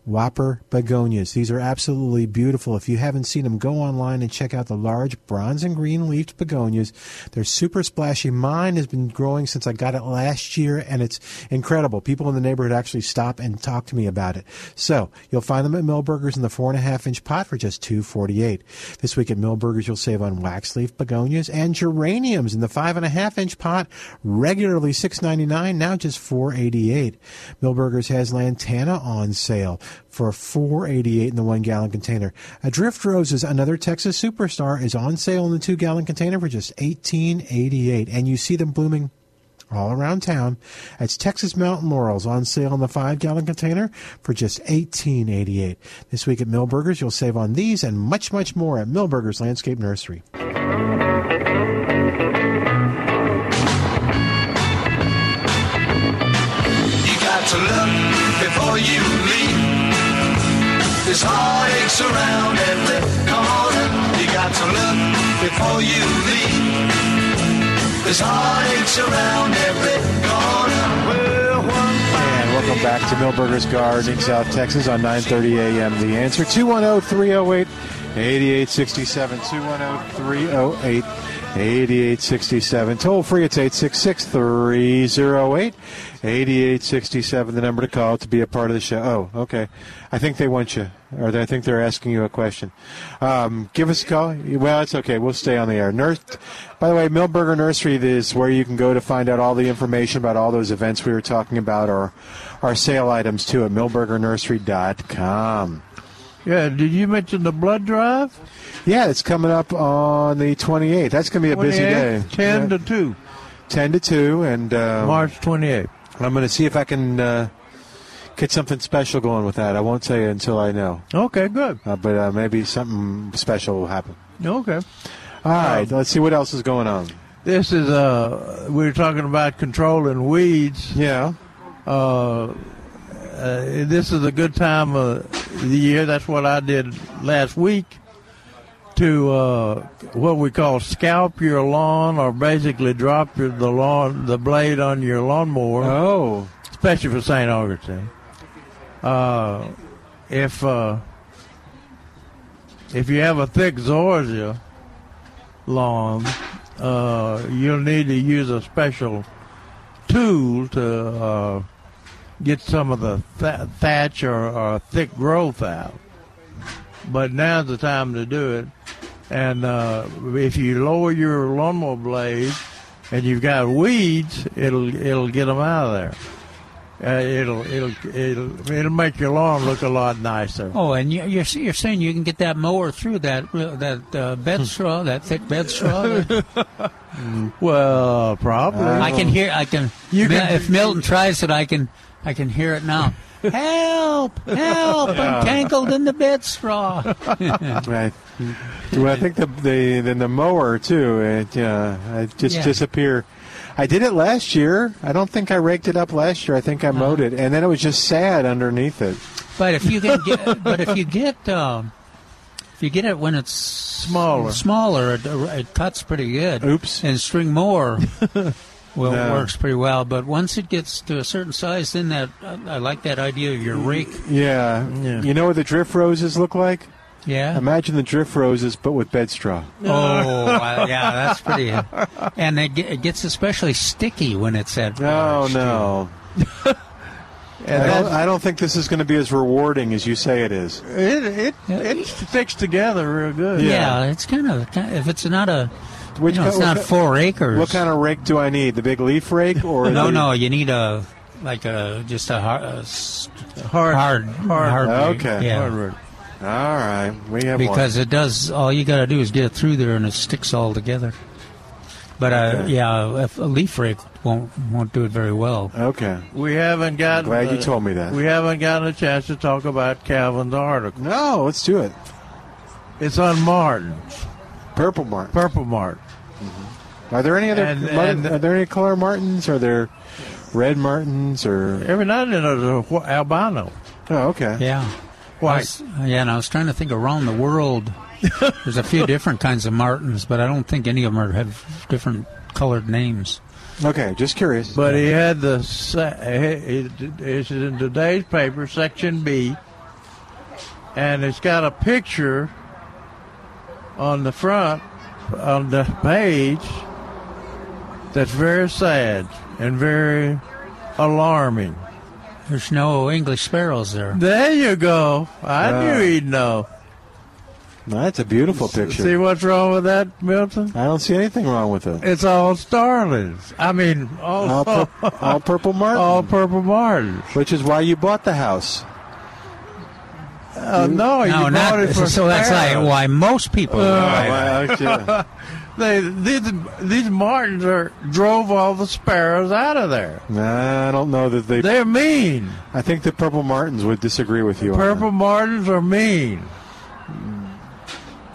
[SPEAKER 6] Whopper begonias. These are absolutely beautiful. If you haven't seen them, go online and check out the large bronze and green leafed begonias. They're super splashy. Mine has been growing since I got it last year, and it's incredible. People in the neighborhood actually stop and talk to me about it. So you'll find them at Millburgers in the four and a half inch pot for just two forty eight. This week at Millburgers, you'll save on wax leaf begonias and geraniums in the five and a half inch pot, regularly six ninety nine, now just four eighty eight. Millburgers has lantana on sale for four eighty eight in the one gallon container. A drift roses, another Texas superstar, is on sale in the two gallon container for just eighteen eighty eight, and you see them blooming all around town. It's Texas Mountain Laurels on sale in the five gallon container for just eighteen eighty eight. This week at Millburgers, you'll save on these and much, much more at Millburgers Landscape Nursery.
[SPEAKER 7] You got to look before you leap. There's heartaches around every corner. You got to look before you leap. There's heartaches around every corner. Well, one
[SPEAKER 1] And welcome back to Millburgers Garden in South Texas on 9:30 a.m. The answer oh, 210-308-8867 oh, 210-308-8867 toll free it's 866-308-8867 the number to call to be a part of the show. Oh, okay. I think they want you or they- I think they're asking you a question. Um, give us a call. Well, it's okay. We'll stay on the air. Nurse, by the way, Millburger Nursery is where you can go to find out all the information about all those events we were talking about or our sale items too at millburgernursery.com.
[SPEAKER 2] Yeah, did you mention the blood drive?
[SPEAKER 1] Yeah, it's coming up on the 28th. That's going to be a busy
[SPEAKER 2] 28th,
[SPEAKER 1] day.
[SPEAKER 2] 10
[SPEAKER 1] Yeah,
[SPEAKER 2] to 2,
[SPEAKER 1] 10 to 2 and uh,
[SPEAKER 2] March 28th.
[SPEAKER 1] I'm going to see if I can uh, Get something special going with that. I won't tell you until I know.
[SPEAKER 2] Okay, good.
[SPEAKER 1] Uh, but uh, maybe something special will happen.
[SPEAKER 2] Okay.
[SPEAKER 1] All right, let's see what else is going on.
[SPEAKER 2] This is uh, we were talking about controlling weeds.
[SPEAKER 1] Yeah.
[SPEAKER 2] Uh, uh, this is a good time of the year. That's what I did last week to uh, what we call scalp your lawn, or basically drop your, the lawn the blade on your lawnmower.
[SPEAKER 1] Oh,
[SPEAKER 2] especially for St. Augustine. Uh, if uh, if you have a thick zoysia lawn, uh, you'll need to use a special tool to uh, get some of the th- thatch or, or thick growth out. But now's the time to do it. And uh, if you lower your lawnmower blade and you've got weeds, it'll it'll get them out of there. Uh, it'll it'll it'll it'll make your lawn look a lot nicer.
[SPEAKER 3] Oh, and you- you're you're saying you can get that mower through that that uh, bed straw, that thick bed
[SPEAKER 2] *laughs*
[SPEAKER 3] straw.
[SPEAKER 2] Well, probably.
[SPEAKER 3] I can hear. I can.
[SPEAKER 2] You
[SPEAKER 3] Mi-
[SPEAKER 2] can-
[SPEAKER 3] if Milton tries it, I can. I can hear it
[SPEAKER 2] *laughs*
[SPEAKER 3] now. help! Help! I'm tangled in the bed straw.
[SPEAKER 1] Right. Mm-hmm. Well, I think the the then the mower too. It uh, it just
[SPEAKER 3] Yeah.
[SPEAKER 1] disappear. I did it last year. I don't think I raked it up last year. I think I mowed it, and then it was just sad underneath it.
[SPEAKER 3] But if you can get, *laughs* but if you get, um, if you get it when it's smaller, smaller, it, it cuts pretty good.
[SPEAKER 1] Oops.
[SPEAKER 3] And
[SPEAKER 1] *laughs*
[SPEAKER 3] string more, well,
[SPEAKER 1] No.
[SPEAKER 3] it works pretty well. But once it gets to a certain size, then that I, I like that idea of your rake.
[SPEAKER 1] Yeah. Uh-huh. You know what the drift roses look like?
[SPEAKER 3] Yeah.
[SPEAKER 1] Imagine the drift roses, but with bed straw.
[SPEAKER 3] Oh, uh, yeah, that's pretty. And it, ge- it gets especially sticky when it's at.
[SPEAKER 1] Oh no. *laughs* I, don't,
[SPEAKER 2] that's-
[SPEAKER 1] I don't think this is going to be as rewarding as you say it is.
[SPEAKER 2] It it it sticks together real good.
[SPEAKER 3] Yeah, it's kind of if it's not a,
[SPEAKER 1] Which
[SPEAKER 3] you know, it's
[SPEAKER 1] kind-
[SPEAKER 3] not four acres.
[SPEAKER 1] What kind of rake do I need? The big leaf rake or
[SPEAKER 3] *laughs* no,
[SPEAKER 1] the-
[SPEAKER 3] no, you need a like a just a hard, a s-
[SPEAKER 2] Hard
[SPEAKER 3] hard, hard,
[SPEAKER 1] Okay.
[SPEAKER 3] yeah.
[SPEAKER 2] hardwood.
[SPEAKER 1] All right, we have one.
[SPEAKER 3] because it does. All you got to do is get it through there, and it sticks all together. But uh, yeah, if a leaf rake won't won't do it very well.
[SPEAKER 1] Okay.
[SPEAKER 2] We haven't gotten.
[SPEAKER 1] Glad you
[SPEAKER 2] the-
[SPEAKER 1] told me that.
[SPEAKER 2] We haven't gotten a chance to talk about Calvin's article.
[SPEAKER 1] No, let's do it.
[SPEAKER 2] It's on Martin's
[SPEAKER 1] Purple Martin.
[SPEAKER 2] Purple Mart.
[SPEAKER 1] Are there any other?
[SPEAKER 2] And-
[SPEAKER 1] Martin-
[SPEAKER 2] and-
[SPEAKER 1] are there any color Martins? Are there red Martins or?
[SPEAKER 2] Every now and then there's a wh- albino.
[SPEAKER 1] Oh, okay.
[SPEAKER 3] Yeah. I
[SPEAKER 2] Why?
[SPEAKER 3] was- yeah, and I was trying to think around the world.
[SPEAKER 2] *laughs*
[SPEAKER 3] There's a few different kinds of martins, but I don't think any of them are, have different colored names.
[SPEAKER 1] Okay, just curious.
[SPEAKER 2] But he had the. se- he- he- It's in today's paper, section B, and it's got a picture on the front on the page that's very sad and very alarming.
[SPEAKER 3] There's no English sparrows there.
[SPEAKER 2] There you go. I
[SPEAKER 1] Yeah.
[SPEAKER 2] knew he'd know.
[SPEAKER 1] No, that's a beautiful picture.
[SPEAKER 2] See what's wrong with that, Milton?
[SPEAKER 1] I don't see anything wrong with
[SPEAKER 2] *laughs*
[SPEAKER 1] it.
[SPEAKER 2] It's all starlings. I mean,
[SPEAKER 1] All,
[SPEAKER 2] all all,
[SPEAKER 1] pur- all purple Martin,
[SPEAKER 2] purple martins.
[SPEAKER 1] which is why you bought the house.
[SPEAKER 2] Uh, no, you
[SPEAKER 3] no,
[SPEAKER 2] bought
[SPEAKER 3] not
[SPEAKER 2] it
[SPEAKER 3] *laughs*
[SPEAKER 2] for
[SPEAKER 3] so. That's like
[SPEAKER 2] sparrows.
[SPEAKER 3] why most people.
[SPEAKER 1] Oh, Why- okay.
[SPEAKER 2] They, these these martins are drove all the sparrows out of there.
[SPEAKER 1] *laughs* Nah, I don't know that they.
[SPEAKER 2] They're mean.
[SPEAKER 1] I think the purple Martins would disagree with you. on
[SPEAKER 2] Purple martins are mean.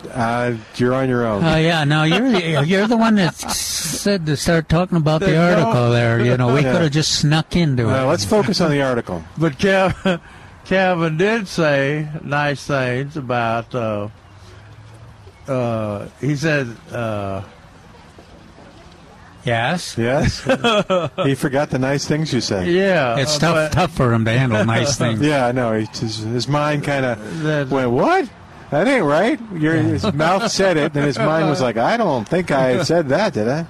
[SPEAKER 1] that. Uh, you're on your
[SPEAKER 3] *laughs*
[SPEAKER 1] own.
[SPEAKER 3] Oh yeah, no, you're the, you're the one that said to start talking about the
[SPEAKER 2] There's no-
[SPEAKER 3] article there. You know, we
[SPEAKER 1] Yeah.
[SPEAKER 3] could have just snuck into it.
[SPEAKER 1] Uh, let's focus on the article.
[SPEAKER 2] But *laughs* Calvin, Calvin did say nice things about. Uh, uh, he said. Uh,
[SPEAKER 3] yes,
[SPEAKER 2] *laughs*
[SPEAKER 1] Yes. he forgot the nice things you said.
[SPEAKER 2] yeah,
[SPEAKER 3] it's
[SPEAKER 2] uh,
[SPEAKER 3] tough
[SPEAKER 2] but-
[SPEAKER 3] tough for him to handle nice things.
[SPEAKER 1] Yeah, I know. He- His, his mind kind
[SPEAKER 2] That-
[SPEAKER 1] of went, "What? That ain't right." Your, His mouth said it, and his mind was like, "I don't think
[SPEAKER 2] *laughs*
[SPEAKER 1] I said that, did I?"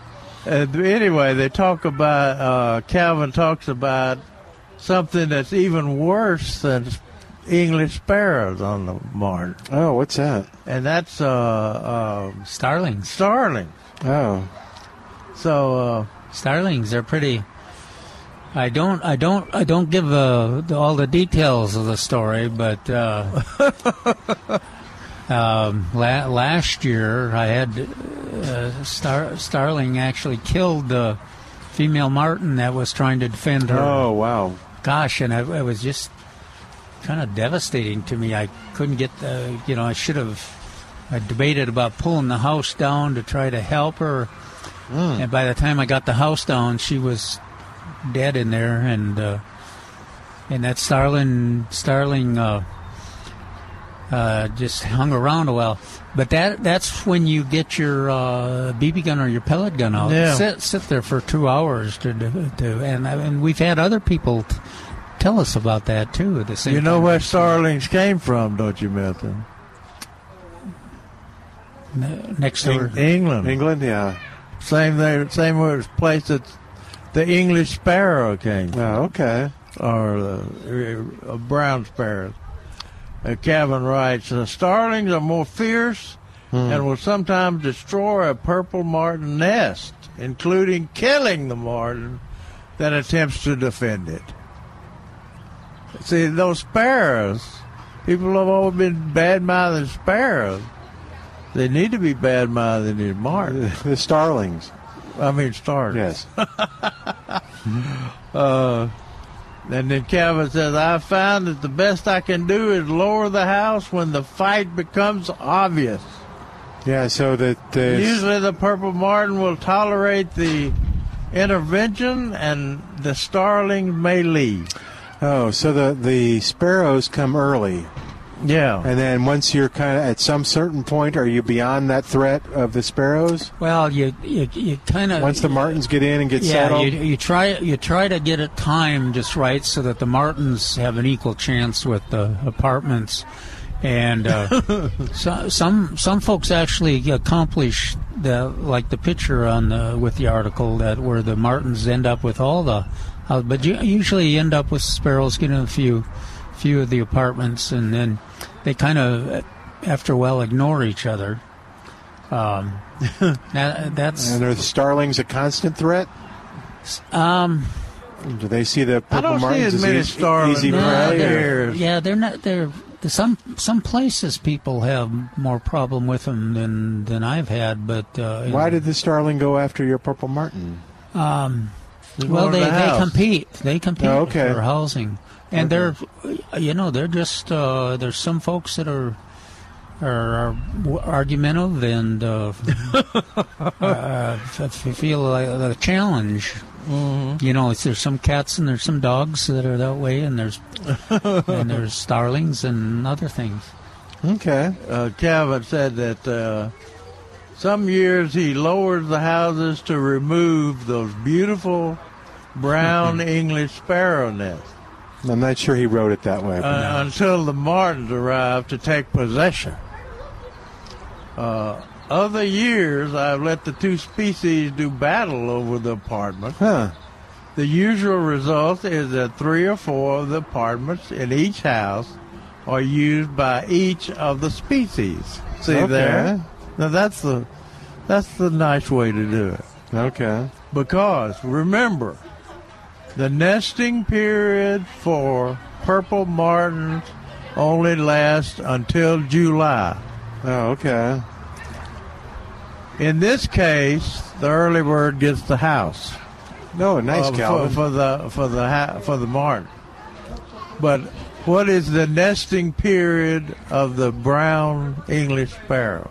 [SPEAKER 2] Uh, anyway, they talk about uh, Calvin talks about something that's even worse than English sparrows on the martin,
[SPEAKER 1] Oh, what's that?
[SPEAKER 2] and that's uh, uh,
[SPEAKER 3] Starlings,
[SPEAKER 2] starling.
[SPEAKER 1] Oh,
[SPEAKER 2] So uh,
[SPEAKER 3] starlings are pretty. I don't, I don't, I don't give uh, the- all the details of the story, but uh, um, la- last year I had uh, star- starling actually killed the female martin that was trying to defend her.
[SPEAKER 1] oh, wow.
[SPEAKER 3] gosh, and I, I was just kind of devastating to me. I couldn't get the, you know, I should have. I debated about pulling the house down to try to help her, and by the time I got the house down, she was dead in there, and uh, and that starling starling uh, uh, just hung around a while. But that that's when you get your uh, BB gun or your pellet gun out.
[SPEAKER 2] Yeah.
[SPEAKER 3] Sit sit there for two hours to to, to and I- and we've had other people t- tell us about that too. At the same
[SPEAKER 2] You know
[SPEAKER 3] time.
[SPEAKER 2] where starlings came from, don't you, Milton?
[SPEAKER 3] Ne- next door.
[SPEAKER 2] England.
[SPEAKER 1] England, yeah.
[SPEAKER 2] Same there, same where it's place that the English sparrow came, from,
[SPEAKER 1] Oh, okay. *laughs*
[SPEAKER 2] or the uh, brown sparrow. Uh, Calvin writes, the starlings are more fierce and will sometimes destroy a purple martin nest, including killing the martin that attempts to defend it. See, those sparrows, people have always been bad mouthing sparrows. They need to be bad mouthing these martins.
[SPEAKER 1] The starlings.
[SPEAKER 2] I mean, starters.
[SPEAKER 1] Yes.
[SPEAKER 2] Uh, and then Calvin says, I found that the best I can do is lower the house when the fight becomes obvious.
[SPEAKER 1] Yeah, so that
[SPEAKER 2] *laughs*
[SPEAKER 1] the
[SPEAKER 2] Usually the purple martin will tolerate the intervention and the starling may leave.
[SPEAKER 1] oh, so the the sparrows come early,
[SPEAKER 2] Yeah.
[SPEAKER 1] and then once you're kind of at some certain point, are you beyond that threat of the sparrows?
[SPEAKER 3] Well, you you, you kind of
[SPEAKER 1] Once the martins get in and get
[SPEAKER 3] yeah,
[SPEAKER 1] settled,
[SPEAKER 3] you, you try you try to get it timed just right so that the Martins have an equal chance with the apartments, and uh, so, some some folks actually accomplish the like the picture on the with the article that where the Martins end up with all the, uh, but you usually you end up with sparrows getting a few few of the apartments and then they kind of after a while ignore each other. Um, that, that's
[SPEAKER 1] and are the starlings a constant threat?
[SPEAKER 3] um.
[SPEAKER 1] Do they see the purple
[SPEAKER 2] I don't see
[SPEAKER 1] martins
[SPEAKER 2] as many
[SPEAKER 1] easy,
[SPEAKER 2] starlings
[SPEAKER 1] easy
[SPEAKER 2] now.
[SPEAKER 1] prey? or-
[SPEAKER 2] They're- years.
[SPEAKER 3] Yeah, they're not. They're some some places people have more problem with them than than I've had. But uh,
[SPEAKER 1] Why did the starling go after your purple martin?
[SPEAKER 3] um, well
[SPEAKER 2] Lord
[SPEAKER 3] they,
[SPEAKER 2] of the
[SPEAKER 3] they
[SPEAKER 2] house.
[SPEAKER 3] compete they compete
[SPEAKER 1] Oh, okay.
[SPEAKER 3] for housing, and they're you know they're just uh, there's some folks that are. Are, are argumentative
[SPEAKER 1] *laughs*
[SPEAKER 3] and uh, uh, f- f- feel like a challenge. You know, it's, there's some cats and there's some dogs that are that way,
[SPEAKER 1] *laughs*
[SPEAKER 3] and there's and there's starlings and other things.
[SPEAKER 1] Okay.
[SPEAKER 2] Uh, Calvin said that uh, some years he lowers the houses to remove those beautiful brown English sparrow nests.
[SPEAKER 1] I'm not sure he wrote it that way. but-
[SPEAKER 2] Uh, until the Martins arrived to take possession. Uh, other years, I've let the two species do battle over the apartment.
[SPEAKER 1] huh.
[SPEAKER 2] The usual result is that three or four of the apartments in each house are used by each of the species. See
[SPEAKER 1] Okay.
[SPEAKER 2] there? Now that's the that's the nice way to do it.
[SPEAKER 1] Okay.
[SPEAKER 2] Because remember, the nesting period for purple martins only lasts until July.
[SPEAKER 1] Oh, okay.
[SPEAKER 2] In this case, the early bird gets the house.
[SPEAKER 1] No, nice,
[SPEAKER 2] uh, for-
[SPEAKER 1] Calvin.
[SPEAKER 2] For, the for the ha- for the martin. But what is the nesting period of the brown English sparrow?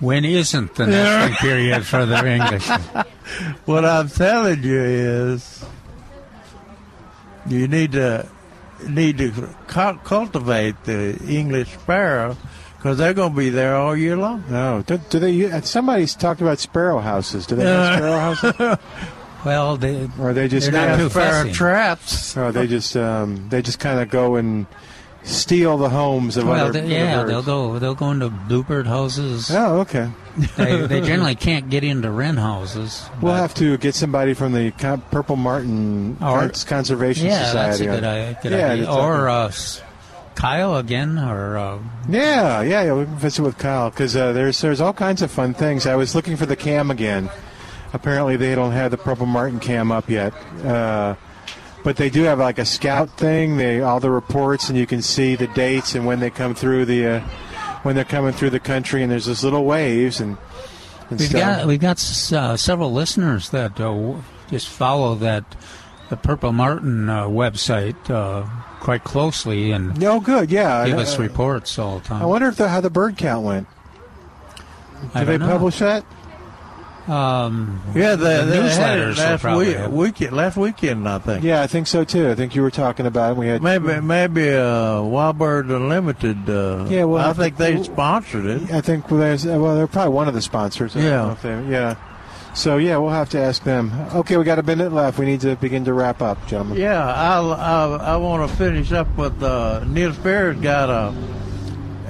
[SPEAKER 3] When isn't the nesting period for the English?
[SPEAKER 2] What I'm telling you is, you need to need to cu- cultivate the English sparrow because they're going to be there all year long.
[SPEAKER 1] No, do, do they? u- Somebody's talked about sparrow houses. Do they have
[SPEAKER 2] Yeah.
[SPEAKER 1] sparrow houses,
[SPEAKER 3] *laughs*
[SPEAKER 2] *laughs*
[SPEAKER 3] Well, they,
[SPEAKER 1] or are they just
[SPEAKER 3] They're not
[SPEAKER 1] kind
[SPEAKER 3] too
[SPEAKER 1] of,
[SPEAKER 2] Sparrow
[SPEAKER 3] fussy.
[SPEAKER 2] traps.
[SPEAKER 1] or they just um, they just kind of go and steal the homes of
[SPEAKER 3] well,
[SPEAKER 1] other
[SPEAKER 3] they, yeah,
[SPEAKER 1] other
[SPEAKER 3] they'll
[SPEAKER 1] birds?
[SPEAKER 3] go they'll go into bluebird houses.
[SPEAKER 1] Oh, okay.
[SPEAKER 3] they, they generally can't get into wren houses.
[SPEAKER 1] We'll
[SPEAKER 3] but-
[SPEAKER 1] have to get somebody from the Con- Purple Martin
[SPEAKER 3] Or-
[SPEAKER 1] Arts Conservation
[SPEAKER 3] yeah,
[SPEAKER 1] Society.
[SPEAKER 3] that's a good,
[SPEAKER 1] on-
[SPEAKER 3] i- good
[SPEAKER 1] yeah,
[SPEAKER 3] idea.
[SPEAKER 1] it's-
[SPEAKER 3] Or uh, s- Kyle again, or uh,
[SPEAKER 1] Yeah, yeah, yeah. We can visit with Kyle because uh, there's there's all kinds of fun things. I was looking for the cam again. Apparently, they don't have the Purple Martin cam up yet, uh, but they do have like a scout thing. They all the reports, and you can see the dates and when they come through the uh, when they're coming through the country. And there's those little waves and. and
[SPEAKER 3] we've
[SPEAKER 1] stuff.
[SPEAKER 3] got we've got s- uh, several listeners that uh, w- just follow that the Purple Martin uh, website. Uh, quite closely and
[SPEAKER 1] no Oh, good. Yeah,
[SPEAKER 3] give
[SPEAKER 1] I-
[SPEAKER 3] us
[SPEAKER 1] I-
[SPEAKER 3] reports all the time.
[SPEAKER 1] I wonder if the, how the bird count went.
[SPEAKER 3] I
[SPEAKER 1] Did they
[SPEAKER 3] don't know.
[SPEAKER 1] publish that?
[SPEAKER 3] Um,
[SPEAKER 2] Yeah, the,
[SPEAKER 3] the
[SPEAKER 2] they had
[SPEAKER 3] newsletters
[SPEAKER 2] it
[SPEAKER 3] will
[SPEAKER 2] last
[SPEAKER 3] probably
[SPEAKER 2] week,
[SPEAKER 3] have.
[SPEAKER 2] weekend, last weekend, I think.
[SPEAKER 1] Yeah, I think so too. I think you were talking about it. We had
[SPEAKER 2] Maybe, maybe uh, Wild Bird Unlimited. Uh,
[SPEAKER 1] Yeah, well,
[SPEAKER 2] I
[SPEAKER 1] I
[SPEAKER 2] think
[SPEAKER 1] think-
[SPEAKER 2] they sponsored it.
[SPEAKER 1] I think there's well, they're probably one of the sponsors. I don't
[SPEAKER 2] Yeah.
[SPEAKER 1] know if they- yeah. So yeah, we'll have to ask them. Okay, we got a minute left. We need to begin to wrap up, gentlemen.
[SPEAKER 2] Yeah, I I, I want to finish up with uh, Neil Sperry's got a,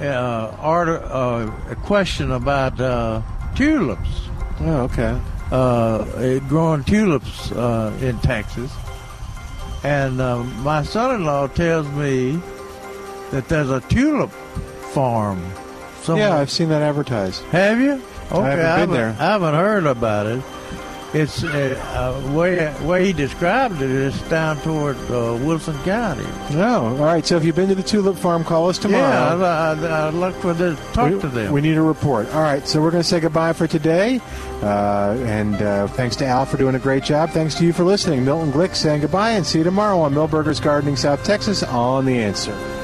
[SPEAKER 2] uh, art, uh, a question about uh, tulips.
[SPEAKER 1] Oh, okay.
[SPEAKER 2] uh, eh, growing tulips uh, in Texas. And uh, my son in law tells me that there's a tulip farm somewhere.
[SPEAKER 1] Yeah, I've seen that advertised.
[SPEAKER 2] Have you? Okay,
[SPEAKER 1] haven't
[SPEAKER 2] I
[SPEAKER 1] been there.
[SPEAKER 2] I haven't heard about it. It's uh, uh, way way he described it is down toward uh, Wilson County.
[SPEAKER 1] No. All right. So if you've been to the Tulip Farm, call us tomorrow.
[SPEAKER 2] Yeah, I, I, I look for this. Talk
[SPEAKER 1] we,
[SPEAKER 2] to them.
[SPEAKER 1] we need a report. All right, so we're going to say goodbye for today. Uh, and uh, thanks to Al for doing a great job. Thanks to you for listening. Milton Glick saying goodbye and see you tomorrow on Millburgers Gardening South Texas on The Answer.